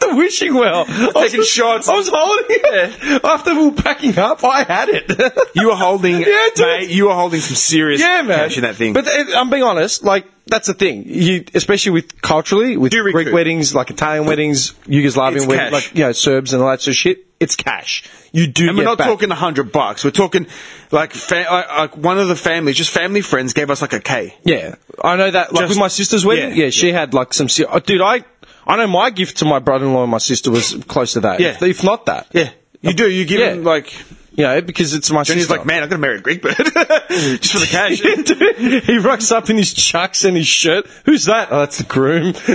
Speaker 1: the wishing well. I was
Speaker 2: Taking shots.
Speaker 1: I was holding it after we were packing up. I had it.
Speaker 2: You were holding,
Speaker 1: <laughs> Yeah, dude.
Speaker 2: mate, you were holding some serious
Speaker 1: yeah, man.
Speaker 2: cash in that thing.
Speaker 1: But uh, I'm being honest, like that's the thing. You, especially with culturally, with
Speaker 2: Do
Speaker 1: Greek
Speaker 2: recoup.
Speaker 1: weddings, like Italian weddings,
Speaker 2: It's
Speaker 1: Yugoslavian
Speaker 2: cash.
Speaker 1: weddings, like you know Serbs and all that sort of shit. It's cash. You do.
Speaker 2: And
Speaker 1: get
Speaker 2: we're not
Speaker 1: back.
Speaker 2: talking a hundred bucks. We're talking like fa- like- like one of the families, just family friends, gave us like a K.
Speaker 1: Yeah, I know that. Like
Speaker 2: Just-
Speaker 1: with my sister's wedding,
Speaker 2: yeah,
Speaker 1: yeah, she had like some. se- oh, dude, I I know my gift to my brother-in-law and my sister was close to that.
Speaker 2: Yeah.
Speaker 1: if, if not that.
Speaker 2: Yeah, you do. You give
Speaker 1: Yeah.
Speaker 2: him like.
Speaker 1: you know, because it's my
Speaker 2: Jenny's
Speaker 1: sister.
Speaker 2: like, man, I'm gonna marry a Greek bird <laughs> just for the
Speaker 1: <laughs>
Speaker 2: cash.
Speaker 1: Dude, he rocks up in his chucks and his shirt. Who's that? Oh, that's the groom. Who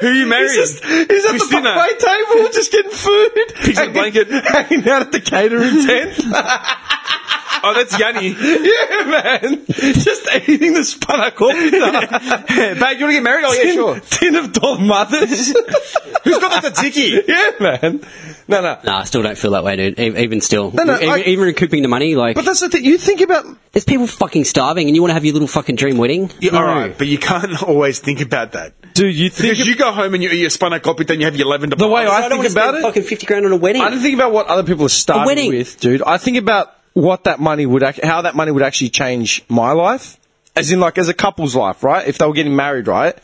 Speaker 2: who you marrying?
Speaker 1: He's, just, he's at
Speaker 2: Who's
Speaker 1: the
Speaker 2: dinner?
Speaker 1: buffet table just getting food.
Speaker 2: Pigs in a
Speaker 1: Hanging-
Speaker 2: blanket.
Speaker 1: Hanging out at the catering tent.
Speaker 2: <laughs> oh, that's Yanni.
Speaker 1: yeah, man. Just eating
Speaker 2: <laughs>
Speaker 1: the spanakopita.
Speaker 2: Babe, you wanna get married? Oh yeah,
Speaker 1: tin,
Speaker 2: sure.
Speaker 1: tin of dolmatas.
Speaker 2: <laughs> Who's got
Speaker 1: <laughs>
Speaker 2: the tzatziki?
Speaker 1: Yeah, man. No, no.
Speaker 3: Nah, I still don't feel that way, dude. E- Even still,
Speaker 1: no,
Speaker 3: even,
Speaker 1: like-
Speaker 3: even recouping the money, like
Speaker 1: But that's the thing. You think about
Speaker 3: there's people fucking starving, and you want to have your little fucking dream wedding.
Speaker 2: <laughs> Yeah, all right, but you can't <laughs> always think about that
Speaker 1: dude. You think
Speaker 2: because you go home and you eat your spinacopita then you have your lavender.
Speaker 1: the way
Speaker 2: bars.
Speaker 1: I, think
Speaker 3: wanna
Speaker 1: about
Speaker 3: spend
Speaker 1: it.
Speaker 3: fucking fifty grand on a wedding.
Speaker 1: I don't think about what other people are starting
Speaker 3: wedding.
Speaker 1: with, dude. I think about what that money would, ac- how that money would actually change my life, as in like as a couple's life, right? If they were getting married, right?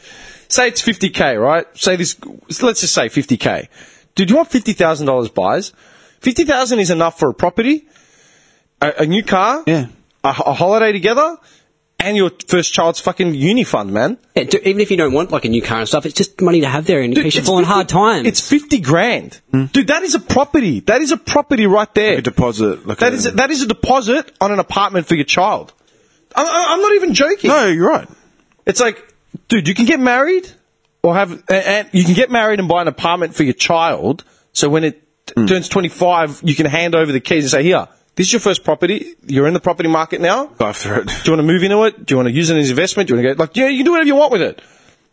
Speaker 1: Say it's fifty k, right? Say this, let's just say fifty k. Dude, you want fifty thousand dollars buys? Fifty thousand is enough for a property, a, a new car,
Speaker 2: Yeah.
Speaker 1: a, a holiday together, and your first child's fucking uni fund, man.
Speaker 3: Yeah, do- even if you don't want like a new car and stuff, it's just money to have there in
Speaker 1: Dude,
Speaker 3: case you
Speaker 1: it's
Speaker 3: fall in
Speaker 1: 50
Speaker 3: hard times.
Speaker 1: It's fifty grand, dude. That is a property. That is a property right there.
Speaker 2: a deposit, like
Speaker 1: that
Speaker 2: a-
Speaker 1: is that is a deposit on an apartment for your child. I'm, I'm not even joking.
Speaker 2: no, you're right.
Speaker 1: It's like, dude, you can get married or have, and, and you can get married and buy an apartment for your child. So when it t- turns 25, you can hand over the keys and say, here, this is your first property. You're in the property market now.
Speaker 2: Go after it.
Speaker 1: Do you want to move into it? Do you want to use it as investment? Do you want to go, like, yeah, you can do whatever you want with it.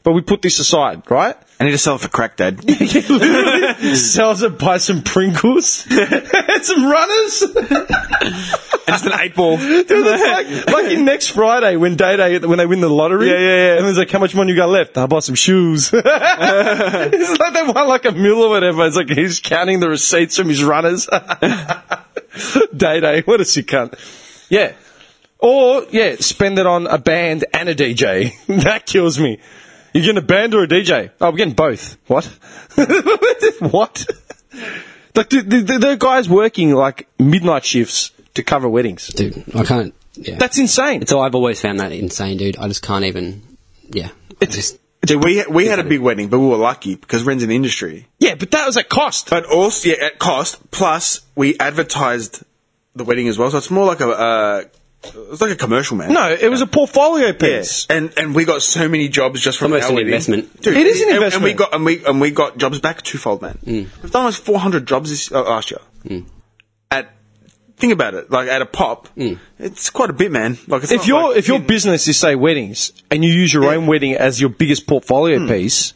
Speaker 1: But we put this aside, right?
Speaker 2: I need to sell it for crack, Dad.
Speaker 1: He literally sells it, buys some Pringles <laughs> and some runners.
Speaker 2: <laughs> Just an eight <laughs> ball.
Speaker 1: <laughs> Dude, it's like, like in next Friday when Day Day when they win the lottery.
Speaker 2: Yeah, yeah, yeah.
Speaker 1: And there's like, how much money you got left? I bought some shoes. <laughs> it's like they won like a mill or whatever. It's like he's counting the receipts from his runners. <laughs> Day Day, what a sick cunt. Yeah. Or yeah, spend it on a band and a DJ. <laughs> that kills me. You're getting a band or a DJ? Oh, we're getting both. What? <laughs> what? Like the, the, the, the guys working like midnight shifts to cover weddings.
Speaker 3: dude, I can't. Yeah,
Speaker 1: That's insane.
Speaker 3: so. I've always found that insane, dude. I just can't even. Yeah, it's just
Speaker 2: Dude, we we had a big wedding, but we were lucky because we're in the industry.
Speaker 1: yeah, but that was at cost.
Speaker 2: But also, yeah, at cost. Plus, we advertised the wedding as well, so it's more like a uh, It was like a commercial, man.
Speaker 1: No, it was a portfolio
Speaker 2: Yeah.
Speaker 1: piece.
Speaker 2: And and we got so many jobs just from
Speaker 3: Almost an
Speaker 2: our wedding.
Speaker 3: investment.
Speaker 1: It is an
Speaker 2: and- And we
Speaker 1: investment.
Speaker 2: got and we and we got jobs back twofold, man.
Speaker 3: Mm.
Speaker 2: We've done almost four hundred jobs this uh, last year. At think about it, like at a pop,
Speaker 3: Mm.
Speaker 2: it's quite a bit, man. Like it's
Speaker 1: If
Speaker 2: not
Speaker 1: your
Speaker 2: like
Speaker 1: if your
Speaker 2: in-
Speaker 1: business is say weddings and you use your own wedding as your biggest portfolio piece,
Speaker 2: Hmm.
Speaker 1: and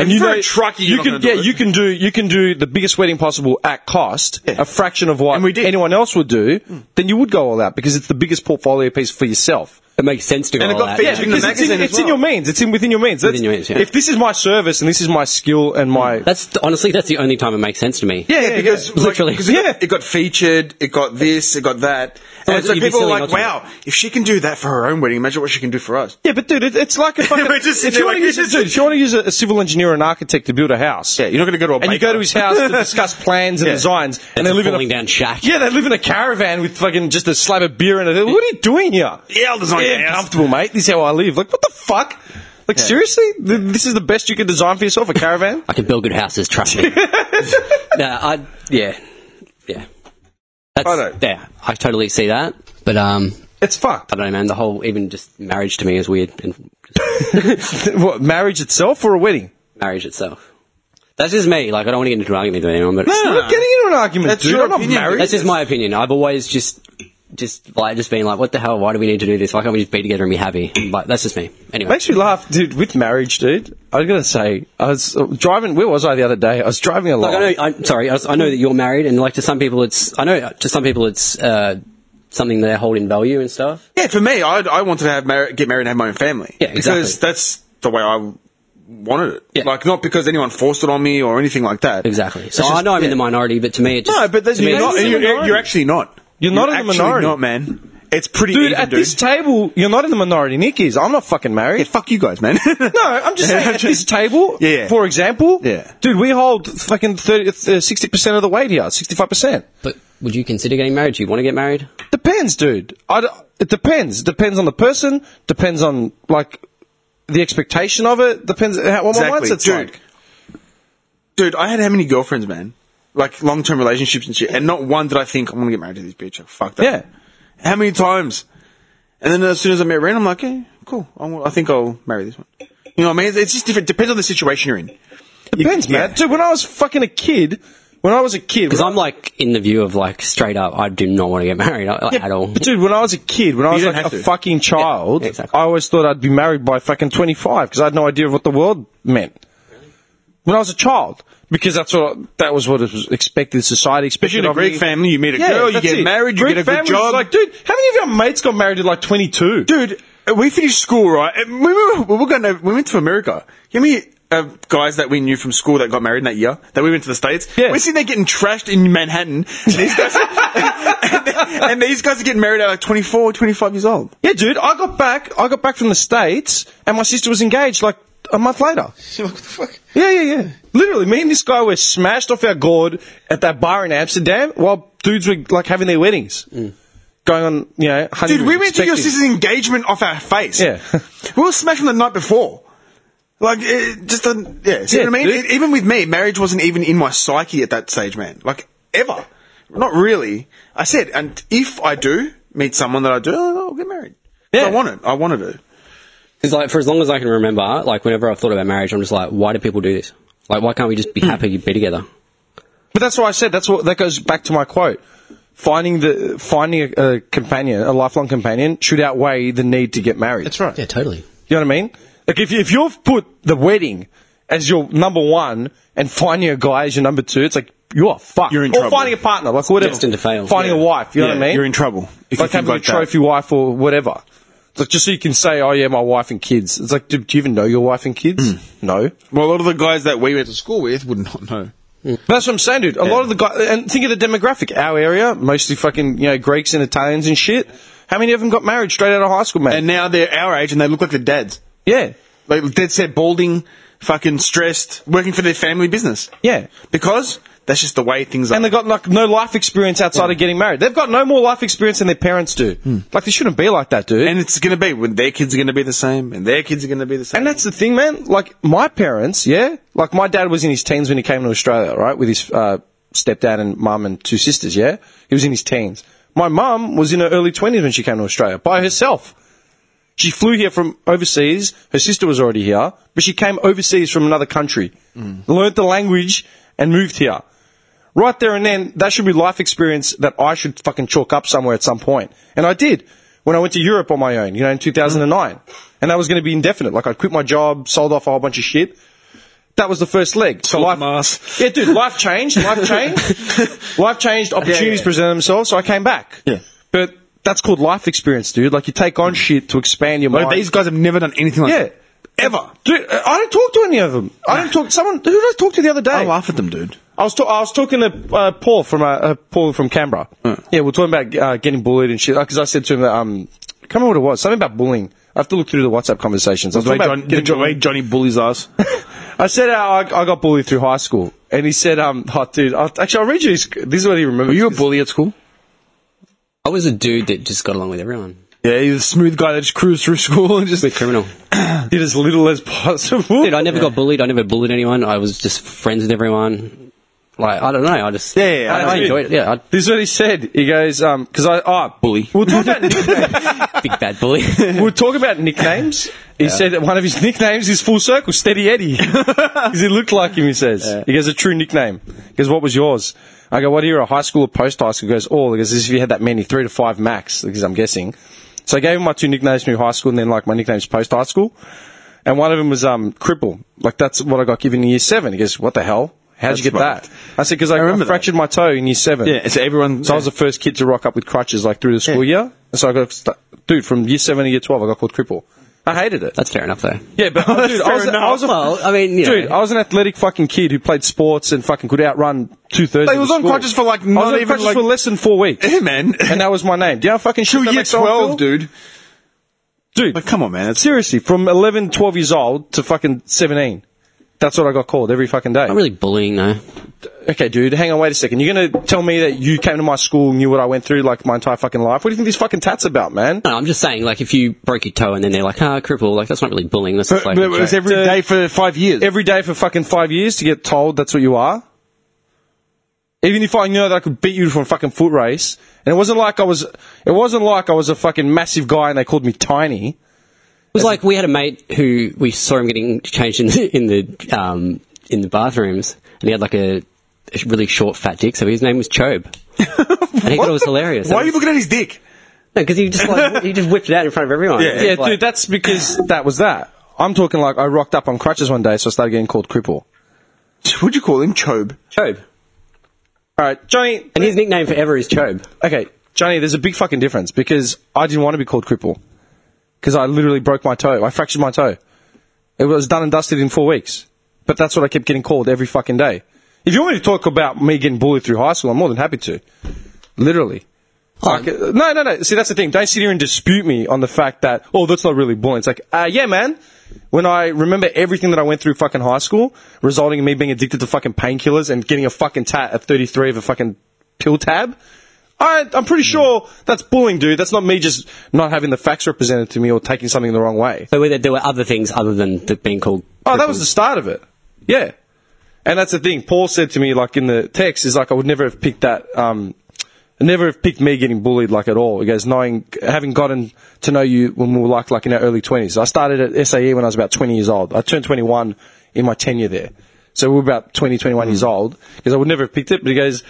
Speaker 2: If
Speaker 1: you
Speaker 2: you're
Speaker 1: know
Speaker 2: a trucker, you're
Speaker 1: you
Speaker 2: not
Speaker 1: can
Speaker 2: gonna do
Speaker 1: yeah
Speaker 2: it.
Speaker 1: you can do you can do the biggest wedding possible at cost,
Speaker 2: Yeah.
Speaker 1: a fraction of what
Speaker 2: And we did. Hmm.
Speaker 1: anyone else would do, then you would go all out because it's the biggest portfolio piece for yourself.
Speaker 3: It makes sense to go
Speaker 2: And it
Speaker 3: all
Speaker 2: got
Speaker 3: out.
Speaker 2: featured
Speaker 3: yeah.
Speaker 2: in the
Speaker 1: Because it's, in,
Speaker 2: magazine as
Speaker 1: it's in
Speaker 2: well.
Speaker 1: your means. It's in within your means. That's-
Speaker 3: Within your means, yeah.
Speaker 1: If this is my service and this is my skill and my
Speaker 2: Hmm.
Speaker 3: That's th- honestly that's the only time it makes sense to me.
Speaker 2: Yeah, because like,
Speaker 3: Literally.
Speaker 2: because it got-
Speaker 1: Yeah.
Speaker 2: it got featured, it got this, it got that, and
Speaker 3: like
Speaker 2: so
Speaker 3: you'd be
Speaker 2: people are
Speaker 3: silly
Speaker 2: like,
Speaker 3: not to.
Speaker 2: "Wow, if she can do that for her own wedding, imagine what she can do for us."
Speaker 1: Yeah, but dude, it, it's like a fucking.
Speaker 2: <laughs> We're just sitting
Speaker 1: if, you
Speaker 2: there
Speaker 1: want to
Speaker 2: like,
Speaker 1: use, a- dude, if you want to use a, a civil engineer and architect to build a house,
Speaker 2: Yeah, you're not going to go to a
Speaker 1: and you go to his
Speaker 2: <laughs>
Speaker 1: house to discuss plans and
Speaker 2: Yeah.
Speaker 1: designs, and
Speaker 3: That's
Speaker 1: they
Speaker 3: a
Speaker 1: live in a
Speaker 3: falling down shack.
Speaker 1: Yeah, they live in a caravan with fucking just a slab of beer and a. What are you doing here?
Speaker 2: Yeah, I'll design your
Speaker 1: yeah,
Speaker 2: house.
Speaker 1: comfortable, mate. This is how I live. Like, what the fuck? Like seriously, Th- this is the best you can design for yourself—a
Speaker 2: <laughs>
Speaker 1: caravan.
Speaker 3: I can build good houses,
Speaker 1: <laughs>
Speaker 3: trust me. no, I yeah. Yeah. That's
Speaker 2: I don't-
Speaker 3: yeah, I totally see that. But um
Speaker 1: It's fucked.
Speaker 3: I don't know, man, the whole even just marriage to me is weird and
Speaker 1: what marriage itself or a wedding?
Speaker 3: marriage itself. That's just me. Like I don't want to get into an argument with anyone, but
Speaker 1: No, no,
Speaker 2: no.
Speaker 1: not getting into an argument,
Speaker 2: That's
Speaker 1: dude.
Speaker 2: your
Speaker 1: I'm not
Speaker 2: opinion,
Speaker 1: married.
Speaker 3: that's just my opinion. I've always just just like just been like, what the hell? Why do we need to do this? Why can't we just be together and be happy? But that's just me. Anyway,
Speaker 1: Makes me laugh, dude. With marriage, dude, I gotta say, I was uh, driving. Where was I the other day? I was driving along.
Speaker 3: Like, I know, I'm sorry, I, I know that you're married, and like to some people, it's I know to some people it's uh, something they hold in value and stuff.
Speaker 2: Yeah, for me, I, I wanted to have mar- get married and have my own family.
Speaker 3: Yeah, exactly.
Speaker 2: Because that's the way I wanted it.
Speaker 3: Yeah.
Speaker 2: Like, not because anyone forced it on me or anything like that.
Speaker 3: Exactly. So
Speaker 2: It's just-
Speaker 3: I know I'm in
Speaker 2: yeah.
Speaker 3: the minority, but to me, it just,
Speaker 1: No, but that's-
Speaker 3: to me,
Speaker 1: you're
Speaker 2: You're,
Speaker 3: it's
Speaker 2: not,
Speaker 1: in the
Speaker 2: you're, you're
Speaker 1: minority.
Speaker 2: actually not.
Speaker 1: You're not in the
Speaker 2: actually
Speaker 1: minority.
Speaker 2: not, man. It's pretty
Speaker 1: dude,
Speaker 2: even,
Speaker 1: at
Speaker 2: dude.
Speaker 1: this table, you're not in the minority. Nick is. I'm not fucking
Speaker 2: yeah, <laughs>
Speaker 1: married.
Speaker 2: fuck you guys, man. no,
Speaker 1: no,
Speaker 2: <laughs>
Speaker 1: I'm just saying at this table,
Speaker 2: Yeah, yeah.
Speaker 1: for example,
Speaker 2: Yeah.
Speaker 1: dude, we hold fucking 30, uh, 60% of the weight here, 65%.
Speaker 3: but would you consider getting married? Do you want to get married?
Speaker 1: Depends, dude. I, d- it depends. Depends on the person, depends on, like, the expectation of it, depends how, what my
Speaker 2: Exactly,
Speaker 1: mindset's
Speaker 2: dude.
Speaker 1: like.
Speaker 2: Dude, I had how many girlfriends, man? Like, long-term relationships and shit. And not one did I think, I'm going to get married to this bitch. Like, Fuck that.
Speaker 1: Yeah.
Speaker 2: How many times? And then as soon as I met Ren, I'm like, yeah, cool. I'm, I think I'll marry this one. You know what I mean? It's, it's just different. Depends on the situation you're in.
Speaker 1: Depends,
Speaker 2: yeah.
Speaker 1: man. Dude, when I was fucking a kid, when I was a kid,
Speaker 3: Because I'm like in the view of like straight up, I do not want to get married like,
Speaker 1: Yeah,
Speaker 3: at all.
Speaker 1: But dude, when I was a kid, when I was
Speaker 2: don't
Speaker 1: like a
Speaker 2: have to.
Speaker 1: fucking child,
Speaker 3: Yeah, exactly.
Speaker 1: I always thought I'd be married by fucking 25 because I had no idea of what the world meant. When I was a child, because that's what that was what it was expected. Society
Speaker 2: Especially
Speaker 1: expected.
Speaker 2: in a
Speaker 1: of
Speaker 2: Greek
Speaker 1: me.
Speaker 2: family, you meet a
Speaker 1: Yeah,
Speaker 2: girl, you
Speaker 1: that's
Speaker 2: get
Speaker 1: it.
Speaker 2: married, you
Speaker 1: Greek
Speaker 2: get a good
Speaker 1: families,
Speaker 2: job.
Speaker 1: Like, dude, how many of your mates got married at like 22?
Speaker 2: dude, uh, we finished school, right? And we were, we were going to, we went to America. You know how many, uh, guys that we knew from school that got married in that year, that we went to the States?
Speaker 1: Yeah.
Speaker 2: We're sitting there getting trashed in Manhattan. And these guys, <laughs> and, and these guys are getting married at like 24, 25 years old.
Speaker 1: yeah, dude, I got back. I got back from the states, and my sister was engaged like a month later. <laughs>
Speaker 2: What the fuck?
Speaker 1: Yeah, yeah, yeah. Literally, me and this guy were smashed off our gourd at that bar in Amsterdam while dudes were like having their weddings, going on, you know,
Speaker 2: Mm.
Speaker 1: honeymoon.
Speaker 2: Dude, we went to your
Speaker 1: expecting-
Speaker 2: sister's engagement off our face.
Speaker 1: Yeah.
Speaker 2: <laughs> we were smashing the night before. Like, it, just a, yeah. See
Speaker 1: Yeah,
Speaker 2: what I mean?
Speaker 1: dude.
Speaker 2: It- even with me, marriage wasn't even in my psyche at that stage, man. Like, ever. Not really. I said, and if I do meet someone that I do, oh, I'll get married.
Speaker 1: Yeah.
Speaker 2: I want it. I want to do.
Speaker 3: It's like for as long as I can remember, like whenever I've thought about marriage, I'm just like, why do people do this? Like, why can't we just be happy to be together?
Speaker 1: But that's what I said. That's what that goes back to my quote. Finding the finding a, a companion, a lifelong companion, should outweigh the need to get married. That's
Speaker 3: Yeah, totally.
Speaker 1: You know what I mean? Like if you, if you've put the wedding as your number one and finding a guy as your number two, it's like you are fucked.
Speaker 2: You're in
Speaker 1: or
Speaker 2: trouble.
Speaker 1: finding a partner, like whatever.
Speaker 3: Destined to fail.
Speaker 1: Finding
Speaker 3: Yeah.
Speaker 1: a wife, you know
Speaker 2: Yeah,
Speaker 1: what I mean?
Speaker 2: you're in trouble if you
Speaker 1: like
Speaker 2: think
Speaker 1: having
Speaker 2: like
Speaker 1: a
Speaker 2: that.
Speaker 1: trophy wife or whatever. It's like just so you can say, "Oh yeah, my wife and kids." It's like, do, do you even know your wife and kids?
Speaker 2: Hmm.
Speaker 1: No.
Speaker 2: Well, a lot of the guys that we went to school with would not know.
Speaker 1: But that's what I'm saying, dude. A lot of the guys, and think of the demographic. Our area, mostly fucking, you know, Greeks and Italians and shit. How many of them got married straight out of high school, man?
Speaker 2: And now they're our age and they look like the dads.
Speaker 1: yeah.
Speaker 2: Like, dead set, balding, fucking stressed, working for their family business.
Speaker 1: Yeah.
Speaker 2: Because that's just the way things are.
Speaker 1: And they've got like no life experience outside of getting married. They've got no more life experience than their parents do. Like they shouldn't be like that, dude.
Speaker 2: Hmm. And it's going to be when their kids are going to be the same, and their kids are going to be the same.
Speaker 1: And that's the thing, man. Like my parents, yeah. Like my dad was in his teens when he came to Australia, right, with his uh, stepdad and mum and two sisters. Yeah, he was in his teens. My mum was in her early 20s when she came to Australia by herself. She flew here from overseas. Her sister was already here, but she came overseas from another country, learnt the language, and moved here. Right there and then, that should be life experience that I should fucking chalk up somewhere at some point. And I did when I went to Europe on my own, you know, in 2009. And that was going to be indefinite. Like, I quit my job, sold off a whole bunch of shit. That was the first leg. So life,
Speaker 2: mass.
Speaker 1: yeah, dude, life
Speaker 2: <laughs>
Speaker 1: changed. Life changed. life changed. Opportunities
Speaker 2: Yeah, yeah, yeah.
Speaker 1: presented themselves, so I came back.
Speaker 2: Yeah.
Speaker 1: But that's called life experience, dude. Like you take on shit to expand your
Speaker 2: Like
Speaker 1: mind.
Speaker 2: these guys have never done anything like
Speaker 1: yeah.
Speaker 2: that.
Speaker 1: Ever, dude. I don't talk to any of them. I don't talk. Someone who did I talk to the other day?
Speaker 2: I laugh at them, dude.
Speaker 1: I was, ta- I was talking to uh, Paul from uh, uh, Paul from Canberra. Yeah, we are talking about uh, getting bullied and shit. Because I said to him, that, um, I can't remember what it was. Something about bullying. I have to look through the WhatsApp conversations. I was
Speaker 2: The way,
Speaker 1: talking
Speaker 2: John,
Speaker 1: about getting
Speaker 2: the way Johnny bullies us.
Speaker 1: <laughs> I said uh, I, I got bullied through high school, and he said, "Um, oh, dude, i actually, I'll read you. His, this is what he remembers.
Speaker 2: Were you a bully at school?
Speaker 3: I was a dude that just got along with everyone.
Speaker 2: Yeah, he's a smooth guy that just cruised through <laughs> school and just.
Speaker 3: Bit criminal.
Speaker 1: Did as little as possible.
Speaker 3: Dude, I never got bullied. I never bullied anyone. I was just friends with everyone. Like, I don't know. I just.
Speaker 2: Yeah, yeah,
Speaker 1: <laughs>
Speaker 3: I,
Speaker 2: I
Speaker 3: I
Speaker 1: know.
Speaker 3: enjoyed it. Yeah,
Speaker 1: This is what he said. He goes, um, because I, oh,
Speaker 2: Bully.
Speaker 1: We'll talk about nicknames.
Speaker 3: I,
Speaker 1: <laughs>
Speaker 3: big bad bully. <laughs>
Speaker 1: we'll talk about nicknames. He said that one of his <laughs> nicknames is Full Circle, Steady
Speaker 2: <laughs>
Speaker 1: Eddie. Because he looked like him, he says. He goes, a true nickname. He goes, what was yours? I go, what year, a high school or post high school? He goes, all. He goes, this is if you had that many, three to five max, because I'm guessing. So I gave him my two nicknames through high school and then like my nicknames post high school. And one of them was, um, cripple. Like that's what I got given in year seven. He goes, what the hell? How'd you
Speaker 2: That's
Speaker 1: get
Speaker 2: right.
Speaker 1: that? I said, because I, I
Speaker 2: remember that.
Speaker 1: fractured my toe in year seven.
Speaker 2: Yeah, so everyone.
Speaker 1: So I was
Speaker 2: <laughs>
Speaker 1: the first kid to rock up with crutches like through the school year. And so I got, st- dude, from year seven to year twelve, I got called cripple. I hated it.
Speaker 3: That's fair enough, though.
Speaker 1: yeah, but <laughs> dude, I was,
Speaker 2: fair
Speaker 1: I was a,
Speaker 3: Well, I mean, you know.
Speaker 1: dude, I was an athletic fucking kid who played sports and fucking could outrun two thirds.
Speaker 2: Like, he was on crutches for, like, not
Speaker 1: I was on
Speaker 2: even,
Speaker 1: crutches
Speaker 2: like-
Speaker 1: for less than four weeks,
Speaker 2: Yeah, man.
Speaker 1: and that was my name. Do you know how fucking shit
Speaker 2: Till <laughs>
Speaker 1: that
Speaker 2: year
Speaker 1: makes someone
Speaker 2: 12,
Speaker 1: feel?
Speaker 2: dude.
Speaker 1: dude?
Speaker 2: Like, come on, man. It's,
Speaker 1: seriously, from 11, 12 years old to fucking seventeen. That's what I got called every fucking day.
Speaker 3: Not really bullying, though.
Speaker 1: Okay, dude, hang on, wait a second. You're gonna tell me that you came to my school and knew what I went through like my entire fucking life? What do you think this fucking tat's about, man?
Speaker 3: No, I'm just saying, like, if you broke your toe and then they're like, ah, cripple, like, that's not really bullying. That's just
Speaker 2: but,
Speaker 3: like.
Speaker 2: but it was every
Speaker 1: Dude.
Speaker 2: day for five years.
Speaker 1: every day for fucking five years to get told that's what you are. Even if I knew that I could beat you from a fucking foot race, and it wasn't like I was, it wasn't like I was a fucking massive guy and they called me tiny.
Speaker 3: It was like we had a mate who we saw him getting changed in the <laughs> in the, um, in the bathrooms, and he had like a, a really short, fat dick. So his name was
Speaker 2: <laughs>
Speaker 3: Chobe, and he thought it was hilarious.
Speaker 2: Why are you looking at his dick?
Speaker 3: Because he just like he just whipped it out in front of everyone.
Speaker 2: Yeah,
Speaker 3: It was
Speaker 1: Yeah,
Speaker 3: like-
Speaker 1: dude, that's because that was that. I'm talking like I rocked up on crutches one day, so I started getting called cripple.
Speaker 2: What'd you call him? Chobe.
Speaker 3: Chobe,
Speaker 1: All right, Johnny.
Speaker 3: and his nickname forever is Chobe.
Speaker 1: Okay, Johnny. There's a big fucking difference because I didn't want to be called cripple because I literally broke my toe. I fractured my toe. It was done and dusted in four weeks. But that's what I kept getting called every fucking day. If you want me to talk about me getting bullied through high school, I'm more than happy to. Literally. Like, uh, no, no, no. See, that's the thing. Don't sit here and dispute me on the fact that, oh, that's not really bullying. It's like, uh, yeah, man. When I remember everything that I went through fucking high school, resulting in me being addicted to fucking painkillers and getting a fucking tat at 33 of a fucking pill tab, I, I'm pretty sure that's bullying, dude. That's not me just not having the facts represented to me or taking something the wrong way.
Speaker 3: But whether there were other things other than the, being called.
Speaker 1: Oh, that was the start of it. Yeah. And that's the thing. Paul said to me, like in the text, is like, I would never have picked that, um, never have picked me getting bullied like at all. He goes, knowing, having gotten to know you when we were like, like in our early twenties. I started at SAE when I was about 20 years old. I turned 21 in my tenure there. So we were about 20, 21 years old because I would never have picked it. But he goes,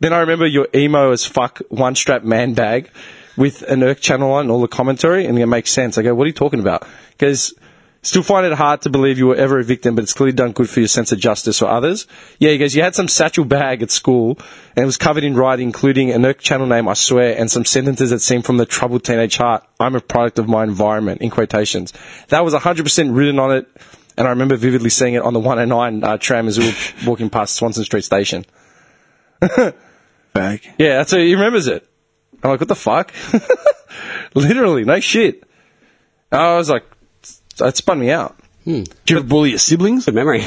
Speaker 1: then I remember your emo as fuck one strap man bag with an irk channel on and all the commentary and it makes sense. I go, what are you talking about? Because Still find it hard to believe you were ever a victim, but it's clearly done good for your sense of justice or others. Yeah, he goes, you had some satchel bag at school, and it was covered in writing, including an irk channel name, I swear, and some sentences that seemed from the troubled teenage heart. I'm a product of my environment, in quotations. That was 100% written on it, and I remember vividly seeing it on the 109 uh, tram as we were walking past Swanson Street Station.
Speaker 2: Bag.
Speaker 1: Yeah, that's how he remembers it. I'm like, what the fuck? <laughs> Literally, no shit. I was like, it spun me out.
Speaker 2: Hmm. Do you ever bully your siblings?
Speaker 3: Good memory.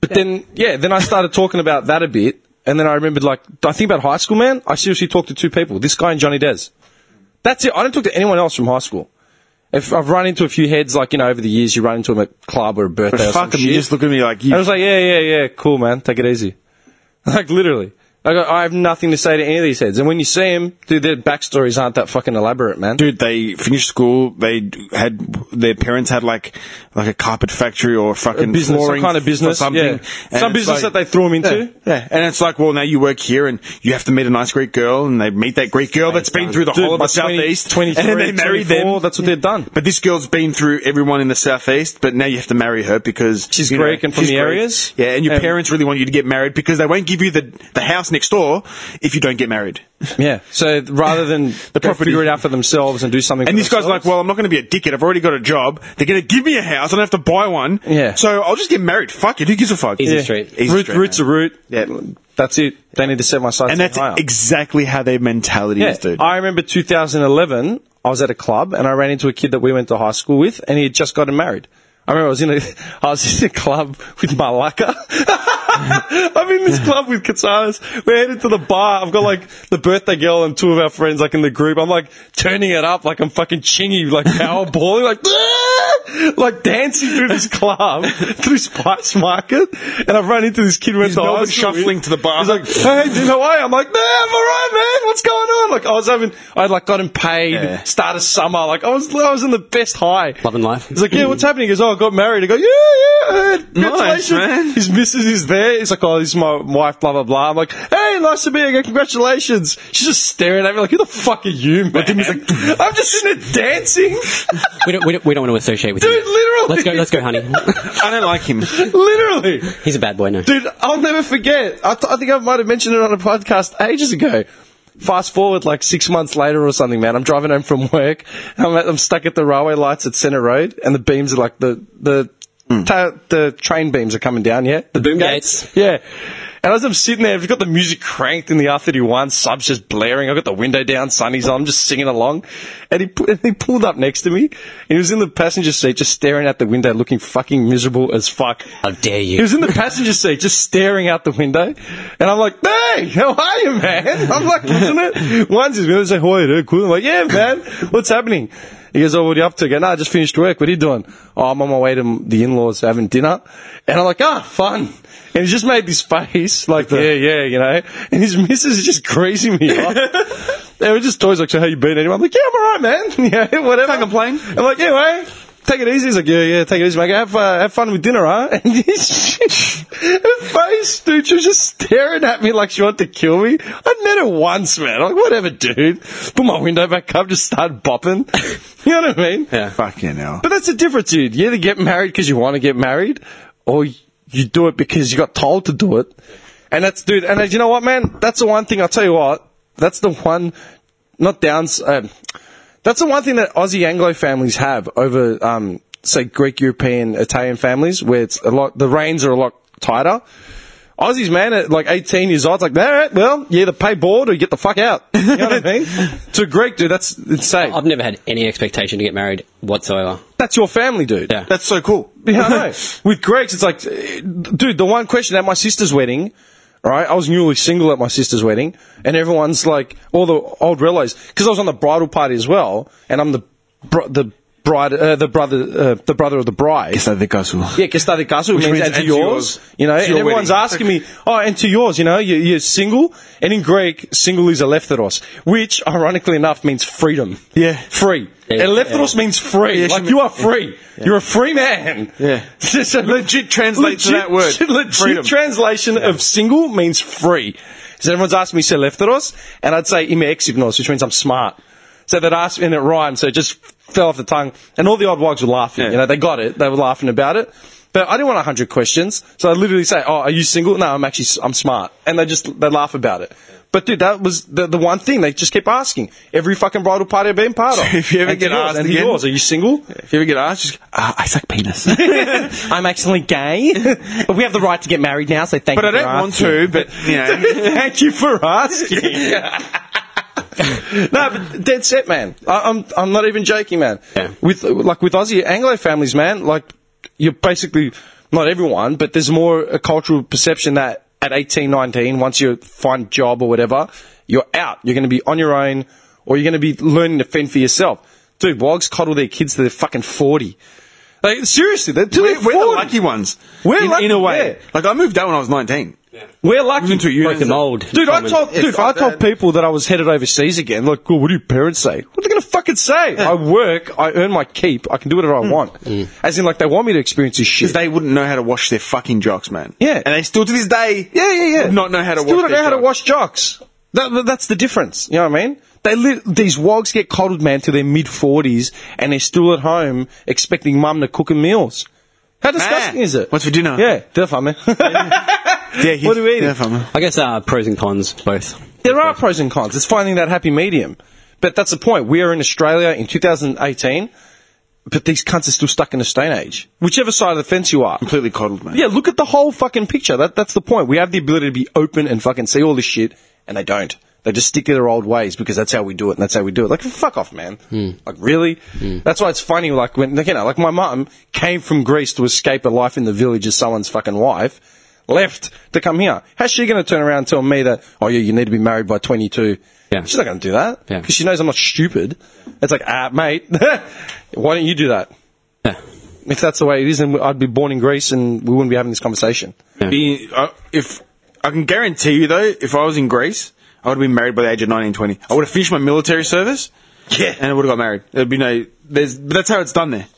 Speaker 1: But then, yeah, then I started talking about that a bit, and then I remembered, like, I think about high school, man. I seriously talked to two people, this guy and Johnny Dez. That's it. I don't talk to anyone else from high school. If I've run into a few heads, like you know, over the years, you run into them at a club or a birthday.
Speaker 2: But
Speaker 1: or
Speaker 2: fuck
Speaker 1: some
Speaker 2: him. You
Speaker 1: shit.
Speaker 2: just look at me like
Speaker 1: I
Speaker 2: you.
Speaker 1: was <laughs> like, yeah, yeah, yeah, cool, man. Take it easy. Like literally, I, go, I have nothing to say to any of these heads. And when you see them, dude, their backstories aren't that fucking elaborate, man.
Speaker 2: dude, they finished school. They had their parents had like like a carpet factory or fucking
Speaker 1: business, some
Speaker 2: flooring
Speaker 1: kind of
Speaker 2: or
Speaker 1: business,
Speaker 2: something.
Speaker 1: yeah.
Speaker 2: And
Speaker 1: Some
Speaker 2: it's
Speaker 1: business that they threw 'em into.
Speaker 2: Yeah, yeah. and it's like, well, now you work here, and you have to meet a nice Greek girl, and they meet that Greek girl that's been through the
Speaker 1: Dude,
Speaker 2: whole of
Speaker 1: by
Speaker 2: the
Speaker 1: 20
Speaker 2: southeast,
Speaker 1: 23,
Speaker 2: and then they marry
Speaker 1: 24,
Speaker 2: them.
Speaker 1: that's what they've
Speaker 2: <laughs>
Speaker 1: done.
Speaker 2: But this girl's been through everyone in the southeast, but now you have to marry her because
Speaker 1: She's
Speaker 2: you know,
Speaker 1: Greek and from
Speaker 2: she's
Speaker 1: the
Speaker 2: Greek.
Speaker 1: areas.
Speaker 2: Yeah, and your
Speaker 1: And-
Speaker 2: parents really want you to get married because they won't give you the the house next door if you don't get married.
Speaker 1: Yeah. So rather
Speaker 2: <laughs>
Speaker 1: than the go
Speaker 2: property-
Speaker 1: figure it out for themselves and do something.
Speaker 2: And
Speaker 1: for
Speaker 2: this guy's like,
Speaker 1: themselves-
Speaker 2: well, I'm not going to be a dickhead. I've already got a job. They're going to give me a house. I don't have to buy one.
Speaker 1: Yeah.
Speaker 2: So I'll just get married. Fuck it. Who gives a fuck?
Speaker 3: Easy
Speaker 1: Yeah.
Speaker 3: straight.
Speaker 2: Easy
Speaker 1: root,
Speaker 2: straight,
Speaker 1: root's
Speaker 2: man.
Speaker 1: a root.
Speaker 2: Yeah.
Speaker 1: That's it. They need to set my sights
Speaker 2: And that's
Speaker 1: higher.
Speaker 2: exactly how their mentality
Speaker 1: Yeah.
Speaker 2: is, dude.
Speaker 1: I remember 2011. I was at a club and I ran into a kid that we went to high school with, and he had just gotten married. I remember I was in a, <laughs> I was in a club with Malaka. <laughs> I'm in this club with Katsanas. We're headed to the bar. I've got like the birthday girl and two of our friends like in the group. I'm like turning it up like I'm fucking chingy, like powerballing, like "Ah!" like <laughs> dancing through this club <laughs> through Spice Market. And I've run into this kid who went to
Speaker 2: no
Speaker 1: high
Speaker 2: one
Speaker 1: school with-
Speaker 2: shuffling to the bar.
Speaker 1: He's like, hey, do you know why? I'm like, nah, I'm alright, man. What's going on? Like, I was having, I'd like gotten paid,
Speaker 2: Yeah.
Speaker 1: start of summer. Like, I was, I was in the best high.
Speaker 3: Loving life.
Speaker 1: He's like, yeah, what's happening? He goes, oh, I got married. I go, yeah, yeah, uh, congratulations.
Speaker 2: man.
Speaker 1: His missus is there. He's like, oh, this is my wife, blah, blah, blah. I'm like, hey, nice to meet you. I go, congratulations. She's just staring at me like, who the fuck are you, man? I'm just sitting there dancing. <laughs>
Speaker 3: We don't, we don't, we don't want to associate with
Speaker 1: Dude,
Speaker 3: you.
Speaker 1: literally.
Speaker 3: Let's go, let's go, honey. <laughs>
Speaker 2: I
Speaker 1: <laughs>
Speaker 2: don't like him.
Speaker 1: literally.
Speaker 3: He's a bad boy now.
Speaker 1: Dude, I'll never forget. I, th- I think I might have mentioned it on a podcast ages ago. Fast forward like six months later or something, man. I'm driving home from work. and I'm, at, I'm stuck at the railway lights at Centre Road, and the beams are like the the ta- the train beams are coming down. Yeah, Hmm. the boom
Speaker 3: Gates.
Speaker 1: gates. Yeah. And as I'm sitting there, I've got the music cranked in the R31, subs just blaring. I've got the window down, sunny's on, I'm just singing along. And he, pu- and he pulled up next to me, and he was in the passenger seat, just staring out the window, looking fucking miserable as fuck.
Speaker 3: How dare you.
Speaker 1: He was in the passenger seat, just staring out the window, and I'm like, "Hey, how are you, man?" I'm like, "Isn't it?" One's his window, say, "Hi, dude, cool." I'm like, "Yeah, man, what's happening?" He goes, "Oh, what are you up to?" I go, "Nah, I just finished work. What are you doing?" "Oh, I'm on my way to the in-laws having dinner," and I'm like, "Ah, fun." And he just made this face, <laughs> like, "Yeah, yeah," you know, and his missus is just greasing me <laughs> up. They were just toys like, so how you been anyway? I'm like, yeah, I'm alright, man. <laughs> yeah, whatever. Can't complain. I'm like, anyway, take it easy. He's like, yeah, yeah, take it easy, mate. Have, uh, have fun with dinner, huh? <laughs> And his her face, dude, she was just staring at me like she wanted to kill me. I met her once, man. I'm like, whatever, dude. Put my window back up, just start bopping. <laughs> you know what I mean?
Speaker 3: Yeah.
Speaker 2: Fucking hell.
Speaker 1: But that's the difference, dude. You either get married because you want to get married, or you do it because you got told to do it. And that's, dude. And uh, you know what, man? That's the one thing. I'll tell you what. That's the one, not downs. Um, that's the one thing that Aussie Anglo families have over, um, say, Greek, European, Italian families, where it's a lot. The reins are a lot tighter. Aussies, man, at like 18 years old, it's like, all right, well, you either pay board or you get the fuck out. <laughs> You know what I mean? to a Greek, dude, that's insane.
Speaker 3: I've never had any expectation to get married whatsoever.
Speaker 1: That's your family, dude.
Speaker 3: Yeah.
Speaker 2: That's so cool.
Speaker 1: <laughs>
Speaker 2: <laughs>
Speaker 1: Yeah, I know. With Greg's, it's like, eh, dude, the one question at my sister's wedding, right? I was newly single at my sister's wedding, and everyone's like, all the old relays, because I was on the bridal party as well, and I'm the br- the bride, uh, the brother, uh, the brother of the bride.
Speaker 2: So the gospel.
Speaker 1: Yeah, que está de casa, which, means, and to yours. You know,
Speaker 2: To
Speaker 1: and
Speaker 2: your
Speaker 1: everyone's
Speaker 2: wedding. <laughs>
Speaker 1: asking me, oh, and to yours, you know, you, you're single. And in Greek, single is eleftheros, which, ironically enough, means freedom.
Speaker 2: Yeah.
Speaker 1: Free.
Speaker 3: Yeah,
Speaker 1: eleftheros means free.
Speaker 2: Yeah,
Speaker 1: like,
Speaker 2: she
Speaker 1: you
Speaker 2: mean-
Speaker 1: are free. You're a free man. <laughs>
Speaker 2: Yeah.
Speaker 1: So- so-
Speaker 2: <laughs> Legit translate to that word.
Speaker 1: Legit
Speaker 2: Freedom.
Speaker 1: translation of single means free. So everyone's asking me, se eleftheros, and I'd say, ime exignos, which means I'm smart. So they'd ask, and it rhymes, so it just fell off the tongue. And all the odd wogs were laughing.
Speaker 2: Yeah.
Speaker 1: You know, they got it. They were laughing about it. But I didn't want 100 questions. So I literally say, oh, are you single? No, I'm actually, I'm smart. And they just, they laugh about it. But dude, that was the, the one thing they just kept asking. Every fucking bridal party I've been part of.
Speaker 2: <laughs> If you ever
Speaker 1: And to
Speaker 2: get
Speaker 1: yours,
Speaker 2: asked
Speaker 1: and to
Speaker 2: again-
Speaker 1: yours, are you single?
Speaker 2: If you ever get asked, just uh, I suck penis.
Speaker 1: I'm accidentally gay, <laughs> but we have the right to get married now, so thank
Speaker 2: but I don't want to, but, you know.
Speaker 1: Thank you for <laughs> asking.
Speaker 2: <laughs>
Speaker 1: no, but dead set, man. I, I'm I'm not even joking, man.
Speaker 3: Yeah.
Speaker 1: With like with Aussie Anglo families, man. Like you're basically not everyone, but there's more a cultural perception that at 18, 19, once you find a job or whatever, you're out. You're going to be on your own, or you're going to be learning to fend for yourself. Dude, wogs coddle their kids to their fucking forty. Like seriously, they're, till
Speaker 2: We're,
Speaker 1: they're
Speaker 2: we're the
Speaker 1: 40.
Speaker 2: lucky ones.
Speaker 1: We're
Speaker 2: in,
Speaker 1: lucky,
Speaker 2: in a way.
Speaker 1: yeah.
Speaker 2: Like I moved out when I was nineteen.
Speaker 1: We're lucky.
Speaker 2: Into you.
Speaker 3: Broke the mold.
Speaker 1: Dude, I
Speaker 3: Common.
Speaker 1: told
Speaker 2: Yeah,
Speaker 1: dude, I
Speaker 2: fuck
Speaker 1: told
Speaker 2: that.
Speaker 1: people that I was headed overseas again. Like, well, what do your parents say? What are they gonna fucking say? I work, I earn my keep, I can do whatever I want. As in, like, they want me to experience this shit.
Speaker 2: Because Hmm. they wouldn't know how to wash their fucking jocks, man.
Speaker 1: Yeah.
Speaker 2: And they still to this day
Speaker 1: yeah, yeah, yeah.
Speaker 2: would not know how to
Speaker 1: Still
Speaker 2: wash
Speaker 1: don't
Speaker 2: their
Speaker 1: know how to
Speaker 2: jocks.
Speaker 1: wash jocks. That, that- that's the difference. You know what I mean? They li- these wogs get coddled, man, to their mid forties, and they're still at home expecting mum to cook them meals. How disgusting is it?
Speaker 2: What's for dinner?
Speaker 1: Yeah, therefore, man.
Speaker 2: <laughs> Yeah, he-
Speaker 1: <laughs> What do we eat?
Speaker 2: Yeah, fam.
Speaker 3: I guess uh, pros and cons both.
Speaker 1: There are pros and cons. It's finding that happy medium. But that's the point. We are in Australia in 2018, but these cunts are still stuck in the Stone Age. Whichever side of the fence you are.
Speaker 2: Completely coddled, man.
Speaker 1: Yeah, look at the whole fucking picture. That, that's the point. We have the ability to be open and fucking see all this shit, and they don't. They just stick to their old ways because that's how we do it, and that's how we do it. Like, fuck off, man.
Speaker 3: Hmm.
Speaker 1: Like, really? That's why it's funny. Like, when like, you know, like my mum came from Greece to escape a life in the village as someone's fucking wife, left to come here. How's she going to turn around and tell me that? Oh yeah, you need to be married by twenty two.
Speaker 3: Yeah.
Speaker 1: She's not going to do that
Speaker 3: Yeah.
Speaker 1: because she knows I'm not stupid. It's like, ah, mate, <laughs> why don't you do that?
Speaker 3: Yeah.
Speaker 1: If that's the way it is, then I'd be born in Greece and we wouldn't be having this conversation.
Speaker 2: Be, uh, if I can guarantee you though, if I was in Greece, I would have been married by the age of 19, 20. I would have finished my military service.
Speaker 1: Yeah.
Speaker 2: And I would have got married. There'd be no, there's, but that's how it's done there.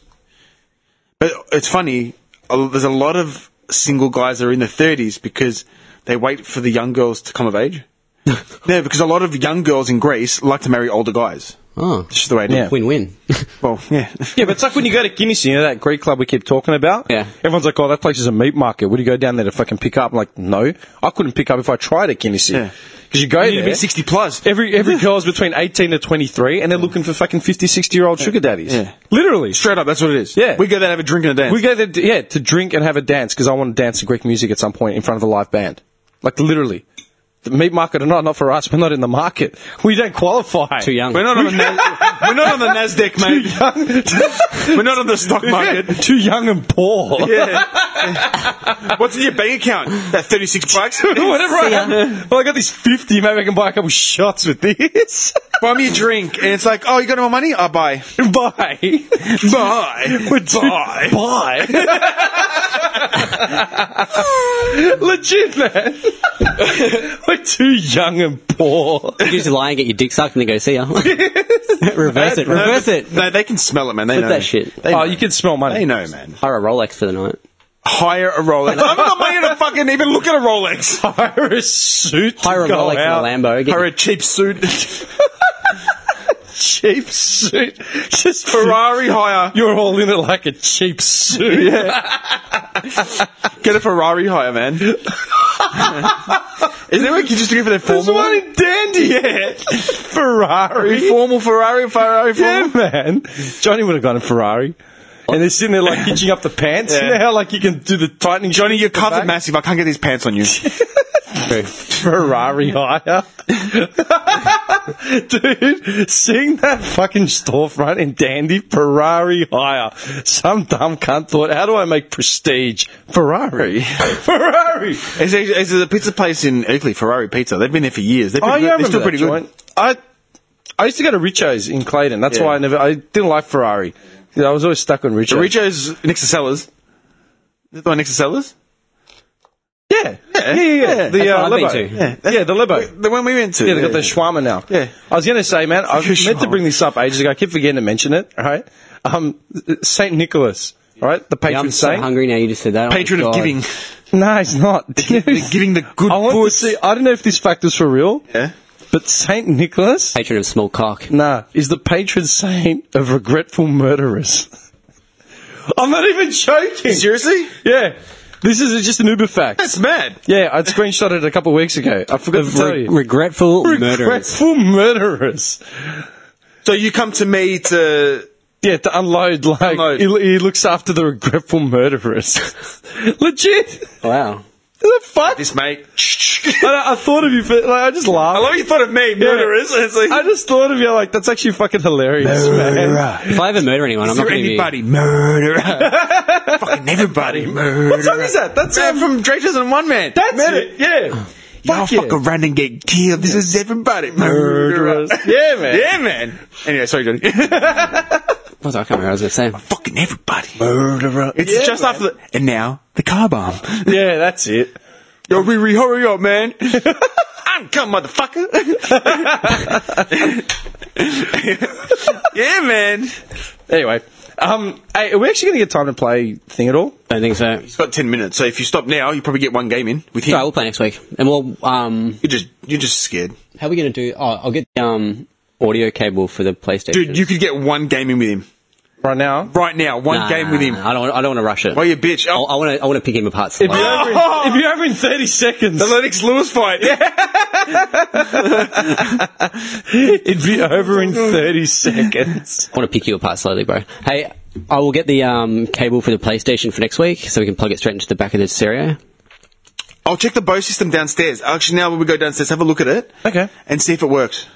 Speaker 2: But it's funny, uh, there's a lot of single guys that are in their 30s because they wait for the young girls to come of
Speaker 1: <laughs>
Speaker 2: age. no, because a lot of young girls in Greece like to marry older guys.
Speaker 3: Oh.
Speaker 2: It's just the way it is.
Speaker 1: Yeah.
Speaker 3: <laughs> Win-win.
Speaker 2: Well, yeah.
Speaker 1: Yeah, but it's like when you go to Guinness, you know that Greek club we keep talking about?
Speaker 3: Yeah.
Speaker 1: Everyone's like, oh, that place is a meat market. Would you go down there to fucking pick up? I'm like, no. I couldn't pick up if I tried at Guinness.
Speaker 2: Yeah.
Speaker 1: Because you go
Speaker 2: You need to
Speaker 1: there.
Speaker 2: be 60 plus.
Speaker 1: Every, every girl's between 18 to 23, and they're looking for fucking 50, 60 year old sugar daddies.
Speaker 2: Yeah.
Speaker 1: Literally.
Speaker 2: Straight up, that's what it is.
Speaker 1: Yeah.
Speaker 2: We go there and have a drink and a dance.
Speaker 1: We go there, to- yeah, to drink and have a dance because I want to dance to Greek music at some point in front of a live band. Like, literally. The meat market or not, not for us. We're not in the market. We don't qualify.
Speaker 3: Too young.
Speaker 2: We're not on the Nas- we're not on the
Speaker 1: <laughs>
Speaker 2: Nasdaq, mate. we're not on the stock market.
Speaker 1: Too young and poor.
Speaker 2: What's in your bank account? That thirty-six
Speaker 1: <laughs>
Speaker 2: bucks.
Speaker 1: <laughs> Whatever I have. Well, I got these 50. Maybe I can buy a couple shots with this.
Speaker 2: buy me a drink, and it's like, oh, you got no more money? I'll buy.
Speaker 1: <laughs> Bye. <laughs>
Speaker 2: Buy.
Speaker 1: Bye.
Speaker 2: <laughs>
Speaker 1: Bye. Legit, man. <laughs> We're too young and poor.
Speaker 3: You just lie and get your dick sucked and then go, see ya. <laughs> reverse it, reverse it.
Speaker 2: No, they can smell it, man. They
Speaker 3: Put
Speaker 2: know
Speaker 3: that shit.
Speaker 2: They
Speaker 1: oh,
Speaker 2: know.
Speaker 1: you can smell money.
Speaker 2: They know, man.
Speaker 3: Hire a Rolex for the night.
Speaker 2: Hire a
Speaker 1: <laughs>
Speaker 2: Rolex. I'm not money to fucking even look at a Rolex.
Speaker 1: Hire a suit.
Speaker 3: Hire a
Speaker 1: to go
Speaker 3: Rolex
Speaker 1: out.
Speaker 3: and a Lambo. Get
Speaker 2: Hire a cheap suit.
Speaker 1: <laughs> Cheap suit. Just
Speaker 2: Ferrari hire.
Speaker 1: <laughs> You're all in it like a cheap suit.
Speaker 2: Get a Ferrari hire,
Speaker 1: <laughs>
Speaker 2: man. Isn't there like you just looking for their
Speaker 1: There's
Speaker 2: formal?
Speaker 1: one in Dandy. Yeah. Ferrari.
Speaker 2: Formal Ferrari, Ferrari, formal.
Speaker 1: Yeah, man. Johnny would have gone in Ferrari. And they're sitting there like hitching up the pants.
Speaker 2: Yeah.
Speaker 1: You know how like you can do the tightening.
Speaker 2: Johnny, you're covered
Speaker 1: back?
Speaker 2: massive. I can't get these pants on you.
Speaker 1: <laughs> Ferrari hire. <laughs> Dude, seeing that fucking storefront in Dandy, Ferrari hire. Some dumb cunt thought, how do I make prestige? Ferrari. <laughs> Ferrari.
Speaker 2: There's a, there's a pizza place in Oakley, Ferrari Pizza. They've been there for years. They're,
Speaker 1: Oh,
Speaker 2: pretty
Speaker 1: yeah, I
Speaker 2: good. They're
Speaker 1: remember
Speaker 2: still
Speaker 1: that
Speaker 2: pretty
Speaker 1: joint. I, I used to go to Richo's in Clayton. That's
Speaker 2: Yeah.
Speaker 1: why I never, I didn't like Ferrari. I was always stuck on Richo's.
Speaker 2: good. Richo's next to Sellers. Is that the one next to Sellers?
Speaker 1: Yeah, yeah, yeah. yeah. The uh,
Speaker 3: That's what I've
Speaker 1: Lebo.
Speaker 3: been to.
Speaker 1: Yeah. yeah, the Lebo.
Speaker 2: The one we went to.
Speaker 1: Yeah, they got the shawarma now.
Speaker 2: Yeah.
Speaker 1: I was going to say, man, I meant to
Speaker 2: Shawarma.
Speaker 1: bring this up ages ago. I keep forgetting to mention it. All right, um, Saint Nicholas. All right, the
Speaker 3: Yeah,
Speaker 1: patron
Speaker 3: I'm so
Speaker 1: saint.
Speaker 3: hungry now. You just said that. Oh,
Speaker 2: Patron of
Speaker 3: God.
Speaker 2: giving.
Speaker 1: no, he's not. <laughs>
Speaker 2: They're giving the good
Speaker 1: I want to
Speaker 2: foods.
Speaker 1: see. I don't know if this fact is for real,
Speaker 2: Yeah.
Speaker 1: but Saint Nicholas,
Speaker 3: Patron of small cock.
Speaker 1: nah, is the patron saint of regretful murderers. <laughs> I'm not even joking.
Speaker 2: Seriously?
Speaker 1: Yeah, this is just an Uber fact.
Speaker 2: That's mad.
Speaker 1: yeah, I screenshotted it a couple of weeks ago. I forgot
Speaker 2: Oh,
Speaker 1: to tell
Speaker 3: Re-
Speaker 1: you.
Speaker 3: regretful murderers.
Speaker 1: Regretful murderers.
Speaker 2: So you come to me to.
Speaker 1: Yeah, to unload, like,
Speaker 2: Unload.
Speaker 1: He, he looks after the regretful murderers. <laughs> Legit!
Speaker 3: Wow.
Speaker 1: The fuck?
Speaker 2: This mate.
Speaker 1: I, I thought of you, for, like, I just laughed.
Speaker 2: I love you thought of me, murderers. <laughs> It's like,
Speaker 1: I just thought of you, like, that's actually fucking hilarious, man.
Speaker 3: If I ever murder anyone,
Speaker 2: is
Speaker 3: I'm not
Speaker 2: there
Speaker 3: going to be.
Speaker 2: anybody? Murderer. <laughs> Fucking everybody. Murderer. What
Speaker 1: song is that? That's,
Speaker 2: man,
Speaker 1: um,
Speaker 2: from Dreyfus and One Man.
Speaker 1: That's
Speaker 2: Man,
Speaker 1: it, yeah.
Speaker 2: Y'all
Speaker 1: Fuck yeah.
Speaker 2: fuck around and get killed. This is everybody. Murderers.
Speaker 1: Yeah, man.
Speaker 2: Yeah, man. Anyway, sorry, <laughs> Johnny.
Speaker 3: What was I I can't remember. what I was going to say.
Speaker 2: Fucking everybody. Murderer. It's
Speaker 1: Yeah,
Speaker 2: just
Speaker 1: man.
Speaker 2: after the. And now, the car bomb.
Speaker 1: Yeah, that's it.
Speaker 2: Yo, Riri, hurry up, man. <laughs> I'm come, motherfucker. <laughs> yeah, man.
Speaker 1: Anyway, um, hey, are we actually going to get time to play thing at all?
Speaker 3: Don't think so.
Speaker 2: It's got 10 minutes, so if you stop now, you probably get one game in with him.
Speaker 3: All right, we'll play next week, and we'll um,
Speaker 2: You're just, you're just scared.
Speaker 3: how are we going to do? Oh, I'll get the um audio cable for the PlayStation.
Speaker 2: Dude, you could get one game in with him.
Speaker 1: Right now?
Speaker 2: Right now, one
Speaker 3: Nah,
Speaker 2: game with him.
Speaker 3: I don't. I don't want to rush it.
Speaker 2: Why you bitch?
Speaker 3: I want to. I want to pick him apart.
Speaker 1: It'd be,
Speaker 3: slightly.
Speaker 1: over
Speaker 2: Oh!
Speaker 1: in, it'd be over in 30 seconds.
Speaker 2: The Lennox Lewis fight. Yeah.
Speaker 1: <laughs> It'd be over in 30 seconds.
Speaker 3: I want to pick you apart slowly, bro. Hey, I will get the um, cable for the PlayStation for next week, so we can plug it straight into the back of the stereo.
Speaker 2: I'll check the bow system downstairs. Actually, now when we go downstairs, have a look at it.
Speaker 1: Okay.
Speaker 2: And see if it works.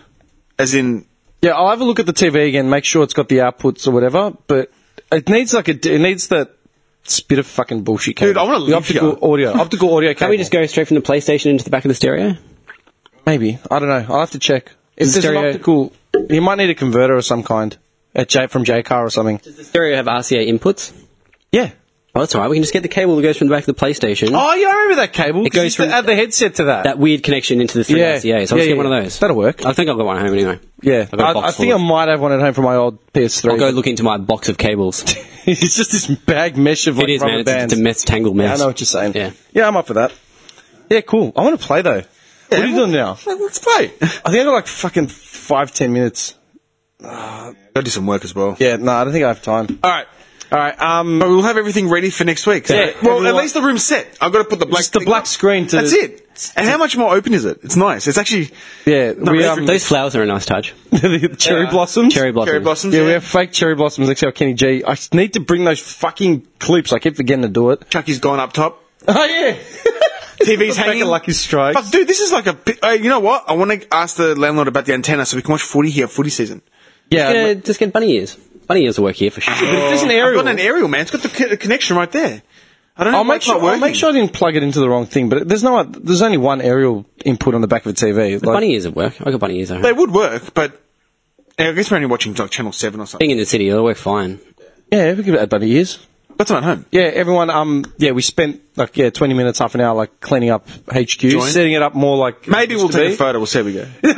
Speaker 2: As in,
Speaker 1: Yeah, I'll have a look at the TV again, make sure it's got the outputs or whatever, but it needs like a, it needs that spit of fucking bullshit cable.
Speaker 2: Dude, I wanna
Speaker 1: The
Speaker 2: live
Speaker 1: optical
Speaker 2: here.
Speaker 1: audio, optical audio cable.
Speaker 3: Can we just go straight from the PlayStation into the back of the stereo?
Speaker 1: Maybe. I don't know. I'll have to check. Is
Speaker 3: the
Speaker 1: there's an
Speaker 3: stereo-
Speaker 1: optical, you might need a converter of some kind. At J, from JCar or something.
Speaker 3: Does the stereo have RCA inputs?
Speaker 1: Yeah.
Speaker 3: Oh, that's alright. We can just get the cable that goes from the back of the PlayStation.
Speaker 1: Oh, yeah, I remember that cable.
Speaker 3: It
Speaker 1: 'cause you
Speaker 3: goes
Speaker 1: used to
Speaker 3: from-
Speaker 1: add the headset to that.
Speaker 3: That weird connection into the three
Speaker 1: yeah.
Speaker 3: RCA. So I'll
Speaker 1: Yeah,
Speaker 3: just
Speaker 1: yeah.
Speaker 3: get one of those.
Speaker 1: That'll work.
Speaker 3: I think I've got one at home anyway.
Speaker 1: Yeah.
Speaker 3: I've got a
Speaker 1: I,
Speaker 3: box
Speaker 1: I think I
Speaker 3: full.
Speaker 1: might have one at home from my old PS3.
Speaker 3: I'll go look into my box of cables.
Speaker 1: <laughs> it's just this bag mesh of like
Speaker 3: it is,
Speaker 1: rubber
Speaker 3: man. It's,
Speaker 1: bands.
Speaker 3: it's a mess, tangled
Speaker 1: Yeah, I
Speaker 3: mess.
Speaker 1: know what you're saying.
Speaker 3: Yeah.
Speaker 1: Yeah, I'm up for that. Yeah, cool. I want to play though. what are you doing now?
Speaker 2: let's play. <laughs>
Speaker 1: I think I got like fucking five, ten minutes.
Speaker 2: Gotta do some work as well.
Speaker 1: Yeah, no, I don't think I have time.
Speaker 2: All right.
Speaker 1: All right, um,
Speaker 2: But we'll have everything ready for next week. So
Speaker 1: Yeah.
Speaker 2: Well, at least the room's set. I've got to put the black.
Speaker 1: Just the
Speaker 2: thing
Speaker 1: black
Speaker 2: up.
Speaker 1: screen to-
Speaker 2: That's it. And how much more open is it? It's nice. It's actually
Speaker 1: yeah, we
Speaker 2: really
Speaker 1: um,
Speaker 3: Those flowers are a nice touch.
Speaker 1: <laughs> the cherry
Speaker 2: Yeah.
Speaker 1: blossoms.
Speaker 3: Cherry blossom.
Speaker 2: cherry blossoms.
Speaker 1: Yeah, we have fake cherry blossoms. Except Kenny G. I just need to bring those fucking clips. I keep forgetting to do it. <laughs>
Speaker 2: Chucky's gone up top.
Speaker 1: Oh yeah,
Speaker 2: TV's
Speaker 1: Back
Speaker 2: hanging.
Speaker 1: at Lucky Strikes.
Speaker 2: Fuck, dude, this is like a. pi- Uh, you know what? I want to ask the landlord about the antenna so we can watch footy here, footy season.
Speaker 1: yeah.
Speaker 3: Just
Speaker 1: but-
Speaker 3: get, just get bunny ears. Bunny ears will work here
Speaker 1: <laughs>
Speaker 3: for
Speaker 1: but
Speaker 3: sure.
Speaker 1: if there's an
Speaker 2: I've
Speaker 1: aerial,
Speaker 2: got an aerial, man. It's got the co- connection right there. I don't know.
Speaker 1: I'll
Speaker 2: why
Speaker 1: make
Speaker 2: it's not
Speaker 1: sure. I'll make
Speaker 2: working.
Speaker 1: sure I didn't plug it into the wrong thing. But there's no. There's only one aerial input on the back of a TV. Like,
Speaker 3: bunny ears will work. I got bunny ears at home.
Speaker 2: They would work, but I guess we're only watching like Channel 7 or something.
Speaker 3: Being in the city, it'll work fine.
Speaker 1: Yeah, we could add bunny ears.
Speaker 2: That's not at home.
Speaker 1: Yeah, everyone. Um, yeah, we spent like yeah twenty minutes, half an hour, like cleaning up HQ,
Speaker 2: Joint.
Speaker 1: setting it up more like
Speaker 2: Maybe
Speaker 1: it
Speaker 2: we'll
Speaker 1: used to
Speaker 2: take a
Speaker 1: be.
Speaker 2: photo. We'll see how we go.
Speaker 1: <laughs>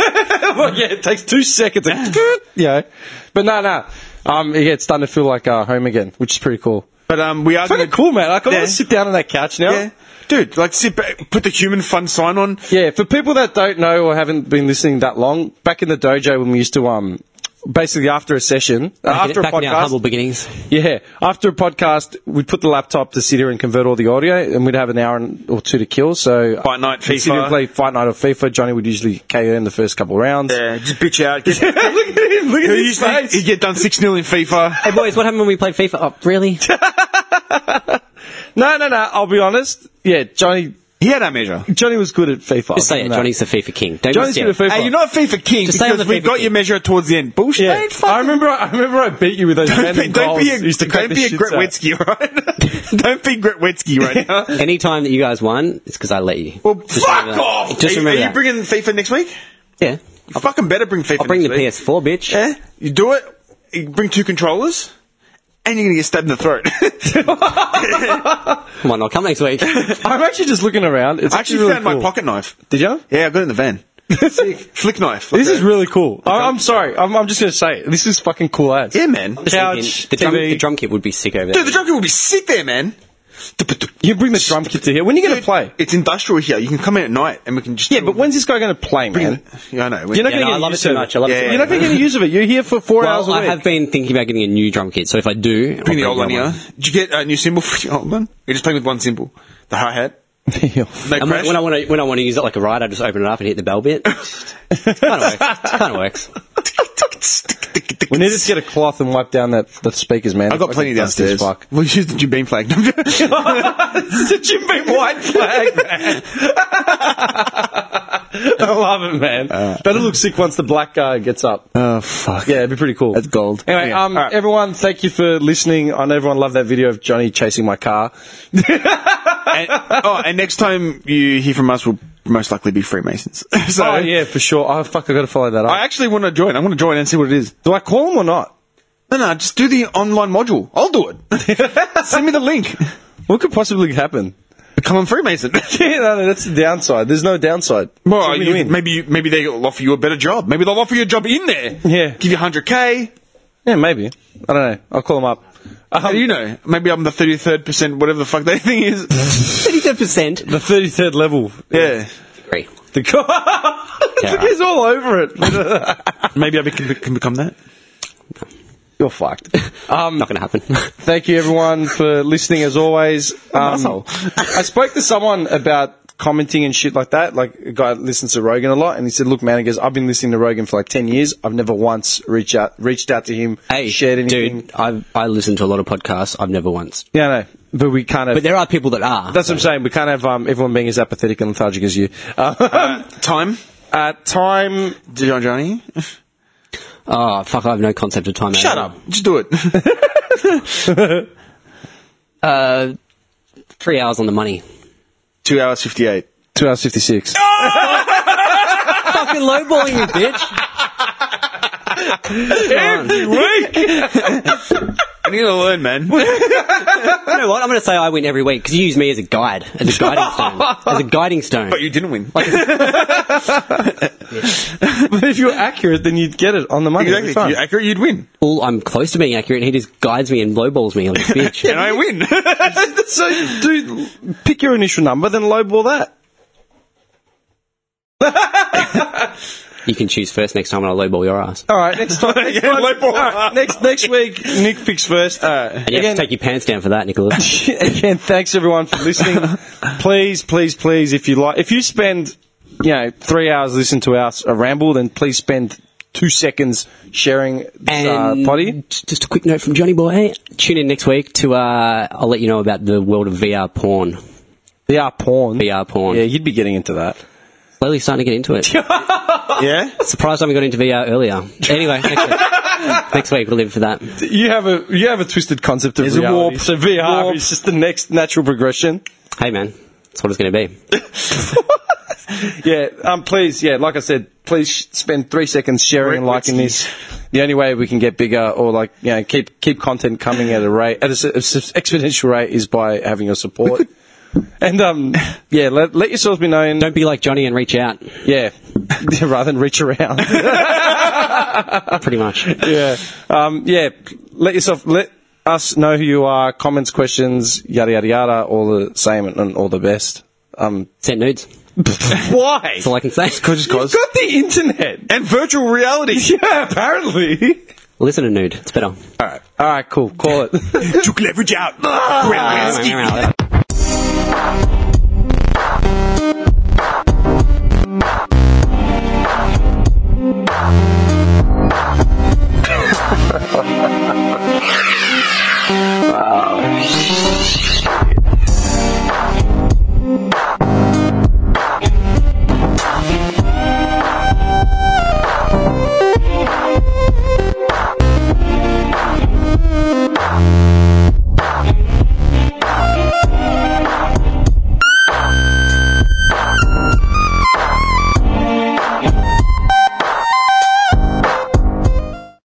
Speaker 1: Well, yeah, it takes two seconds. Like, yeah, but no, no. Um, yeah, it's starting to feel like uh, home again, which is pretty cool.
Speaker 2: <laughs> But um, we are
Speaker 1: Fucking
Speaker 2: going
Speaker 1: cool, man. Like, I
Speaker 2: Yeah.
Speaker 1: want to sit down on that couch now.
Speaker 2: Yeah. Dude, like sit back, put the human fun sign on.
Speaker 1: Yeah, for people that don't know or haven't been listening that long, back in the dojo when we used to um, basically after a session, uh,
Speaker 3: Back in-
Speaker 1: after a
Speaker 3: back in our humble
Speaker 1: podcast,
Speaker 3: beginnings.
Speaker 1: yeah, after a podcast, we'd put the laptop to sit here and convert all the audio, and we'd have an hour and- or two to kill. So
Speaker 2: Fight night,
Speaker 1: we'd sit here
Speaker 2: FIFA.
Speaker 1: and play Fight Night or FIFA. Johnny would usually KO in the first couple rounds.
Speaker 2: Yeah, just bitch out. <laughs> Get,
Speaker 1: <laughs> look at him! Look at
Speaker 2: you
Speaker 1: his
Speaker 2: usually,
Speaker 1: face.
Speaker 2: you get done 6 0 in FIFA.
Speaker 3: Hey boys, what happened when we played FIFA? Oh,
Speaker 2: <laughs>
Speaker 3: really?
Speaker 1: No, no, no. I'll be honest. Yeah, Johnny.
Speaker 2: He had our measure.
Speaker 1: Johnny was good at FIFA.
Speaker 3: Just say it.
Speaker 1: No.
Speaker 3: Johnny's the FIFA king. Don't
Speaker 1: Johnny's
Speaker 3: misjudge.
Speaker 1: good at FIFA.
Speaker 2: Hey, you're not FIFA king
Speaker 3: Just say
Speaker 2: because
Speaker 3: I'm the
Speaker 2: we
Speaker 3: FIFA
Speaker 2: got
Speaker 3: king.
Speaker 2: your measure towards the end. Bullshit.
Speaker 1: Yeah, I remember. I remember. I beat you with those.
Speaker 2: <laughs> Don't be,
Speaker 1: random
Speaker 2: don't be
Speaker 1: goals. Used to
Speaker 2: a,
Speaker 1: crack
Speaker 2: don't
Speaker 1: the
Speaker 2: be a
Speaker 1: shits
Speaker 2: Gretzky, <laughs> right? don't be Gretzky <laughs> right now.
Speaker 3: Any time that you guys won, it's because I let you.
Speaker 2: Well,
Speaker 3: Just
Speaker 2: fuck
Speaker 3: remember that.
Speaker 2: off!
Speaker 3: Just
Speaker 2: are, you-
Speaker 3: remember
Speaker 2: are you
Speaker 3: that.
Speaker 2: bringing FIFA next week?
Speaker 3: yeah.
Speaker 2: You fucking better bring FIFA
Speaker 3: I'll bring the
Speaker 2: next week.
Speaker 3: PS4, bitch.
Speaker 2: Yeah, you do it. You bring two controllers, and you're gonna get stabbed in the throat. <laughs>
Speaker 3: Come on, I'll come next week.
Speaker 1: out. I'm actually just looking around. It's
Speaker 2: I actually
Speaker 1: actually really
Speaker 2: found
Speaker 1: cool.
Speaker 2: my pocket knife.
Speaker 1: Did you?
Speaker 2: Yeah, I got it in the van. Flick knife.
Speaker 1: This
Speaker 2: Like
Speaker 1: is
Speaker 2: a-
Speaker 1: really cool. I, I'm sorry. I'm, I'm just gonna say it. this is fucking cool ass.
Speaker 2: Yeah, man.
Speaker 3: Just
Speaker 1: Couch,
Speaker 3: thinking, the, drum,
Speaker 1: TV.
Speaker 3: the drum kit would be sick over there.
Speaker 2: Dude, the drum kit will be sick there, man.
Speaker 1: You bring the drum kit to here. When are you gonna play?
Speaker 2: It's industrial here. You can come in at night, and we can just
Speaker 1: Yeah, but when's this guy gonna play, man?
Speaker 2: Yeah, I know.
Speaker 1: You're not
Speaker 3: Yeah,
Speaker 1: gonna
Speaker 3: no,
Speaker 1: get
Speaker 3: I love it
Speaker 1: use
Speaker 3: too
Speaker 1: of
Speaker 3: much. I love it
Speaker 2: Yeah,
Speaker 3: too
Speaker 2: yeah.
Speaker 1: You're not gonna get any use of it. You're here for four hours a
Speaker 3: well,
Speaker 1: week.
Speaker 3: I have been thinking about getting a new drum kit, so if I do, I'll
Speaker 2: Bring the old one
Speaker 3: that
Speaker 2: here. Did you get a new symbol for your old one? You're just playing with one symbol. The hi hat.
Speaker 1: <laughs>
Speaker 2: No
Speaker 3: And when,
Speaker 2: crash. <laughs>
Speaker 3: when I want to when I want to use it like a ride, I just open it up and hit the bell bit. kind of works. Kind
Speaker 2: <laughs>
Speaker 3: of works.
Speaker 1: we need to just get a cloth and wipe down that the speakers, man.
Speaker 2: I've got
Speaker 1: Fucking
Speaker 2: plenty
Speaker 1: dusty as
Speaker 2: downstairs. <laughs>
Speaker 1: Fuck.
Speaker 2: We'll use the Jim Beam flag.
Speaker 1: it's a Jim Beam white flag, man. <laughs> I love it, man. That'll look sick once the black guy gets up.
Speaker 2: oh, fuck.
Speaker 1: Yeah, it'd be pretty cool.
Speaker 2: That's gold.
Speaker 1: Anyway,
Speaker 2: Yeah.
Speaker 1: um,
Speaker 2: All right.
Speaker 1: everyone, thank you for listening. I know everyone loved that video of Johnny chasing my car.
Speaker 2: and, oh, and next time you hear from us, we'll most likely be Freemasons. <laughs> so,
Speaker 1: oh yeah, for sure. Oh fuck, I got to follow that up.
Speaker 2: I actually want to join. I want to join and see what it is.
Speaker 1: Do I call him or not?
Speaker 2: No, no, just <laughs> do the online module. I'll do it. Send me the link.
Speaker 1: What could possibly happen? <laughs>
Speaker 2: become a Freemason.
Speaker 1: Yeah, no, no, that's the downside. There's no downside.
Speaker 2: well,
Speaker 1: It's a
Speaker 2: you-
Speaker 1: win-win.
Speaker 2: maybe you, maybe they'll offer you a better job. Maybe they'll offer you a job in there.
Speaker 1: Yeah.
Speaker 2: Give you 100k.
Speaker 1: yeah, maybe. I don't know. I'll call them up.
Speaker 2: How do you know? Maybe I'm the 33rd percent, whatever the <laughs> fuck that thing is.
Speaker 3: Thirty-seven percent.
Speaker 1: The 33rd level.
Speaker 2: yeah.
Speaker 3: Agree.
Speaker 1: <laughs> The <laughs> guy- the guy's all
Speaker 2: <laughs>
Speaker 1: over it.
Speaker 2: <laughs> Maybe I be- can, be- can become that.
Speaker 1: You're fucked. Um,
Speaker 3: <laughs> Not going to happen. <laughs>
Speaker 1: Thank you, everyone, for listening as always. Um,
Speaker 2: asshole.
Speaker 1: I spoke to someone about commenting and shit like that. Like, a guy that listens to Rogan a lot, and he said, Look, man, he goes, I've been listening to Rogan for like 10 years. I've never once reached out, reached out to him,
Speaker 3: hey,
Speaker 1: shared anything.
Speaker 3: dude, I I listen to a lot of podcasts. I've never once.
Speaker 1: Yeah, no. But we can't have.
Speaker 3: But there are people that are.
Speaker 1: that's what I'm saying. We can't have um, everyone being as apathetic and lethargic as you. Um, <laughs>
Speaker 2: Time.
Speaker 1: uh, time.
Speaker 2: John Johnny.
Speaker 3: oh fuck! I have no concept of time. at
Speaker 2: Shut
Speaker 3: all.
Speaker 2: up. Just do it. <laughs>
Speaker 3: Three hours on the money.
Speaker 2: Two hours, 58.
Speaker 1: 2 hours 56.
Speaker 2: Oh,
Speaker 3: Fucking lowballing you, bitch.
Speaker 1: Every week!
Speaker 2: I need to learn, man.
Speaker 3: <laughs> You know what? I'm going to say I win every week because you use me as a guide, as a guiding stone, as a guiding stone.
Speaker 2: but you didn't win.
Speaker 1: <laughs> but if you were accurate, then you'd get it on the money.
Speaker 2: exactly.
Speaker 1: every
Speaker 2: If
Speaker 1: time.
Speaker 2: you're accurate, you'd win.
Speaker 3: All- I'm close to being accurate, and he just guides me and lowballs me like a bitch.
Speaker 2: And I win.
Speaker 1: <laughs> so, dude, pick your initial number, then lowball that.
Speaker 3: You can choose first next time, and I'll lowball your ass.
Speaker 1: All right, next
Speaker 2: <laughs>
Speaker 1: time. Next,
Speaker 2: Yeah,
Speaker 1: time-
Speaker 2: lowball.
Speaker 1: all right, next, next week, Nick picks first.
Speaker 3: And you have to take your pants down for that,
Speaker 1: <laughs>
Speaker 3: Nicholas.
Speaker 1: Again, thanks everyone for listening.
Speaker 2: <laughs>
Speaker 1: please, please, please, if you like, if you spend, you know, three hours listening to our a ramble, then please spend two seconds sharing this uh,
Speaker 3: And
Speaker 1: potty.
Speaker 3: just a quick note from Johnny Boy. Tune in next week to, uh, I'll let you know about the world of VR porn.
Speaker 1: They are porn.
Speaker 3: VR porn.
Speaker 1: Yeah, you'd be getting into that.
Speaker 3: Slowly starting to get into it.
Speaker 2: <laughs> yeah.
Speaker 3: Surprised I haven't got into VR earlier. Anyway, next
Speaker 1: <laughs>
Speaker 3: week. next week we'll leave it for that.
Speaker 1: You have a you have a twisted concept of
Speaker 2: a
Speaker 1: reality.
Speaker 2: warp.
Speaker 1: So VR
Speaker 2: Warp.
Speaker 1: is just the next natural progression.
Speaker 3: Hey man, that's what it's going to be.
Speaker 1: Yeah, um, please, yeah, like I said, please sh- spend three seconds sharing and liking this. The only way we can get bigger or like, you know, keep, keep content coming at a rate, at a, s- a s- exponential rate is by having
Speaker 2: <laughs>
Speaker 1: your support. And, um, yeah, let, let yourselves be known.
Speaker 3: Don't be like Johnny and reach out.
Speaker 1: yeah. <laughs> Rather than
Speaker 2: <laughs>
Speaker 1: reach around.
Speaker 3: Pretty much.
Speaker 1: yeah. <laughs> Um, yeah. Let yourself, let us know who you are. Comments, questions, yada, yada, yada. All the same and, and all the best.
Speaker 2: <laughs>
Speaker 1: Um,
Speaker 3: Send nudes.
Speaker 1: why?
Speaker 3: That's all I can say.
Speaker 1: You've got the internet.
Speaker 2: And virtual reality.
Speaker 1: <laughs> Yeah, apparently.
Speaker 3: Listen to nude. It's better. <laughs>
Speaker 1: All right, cool. Call it.
Speaker 2: Took leverage out. Grab whiskey.
Speaker 3: Alright.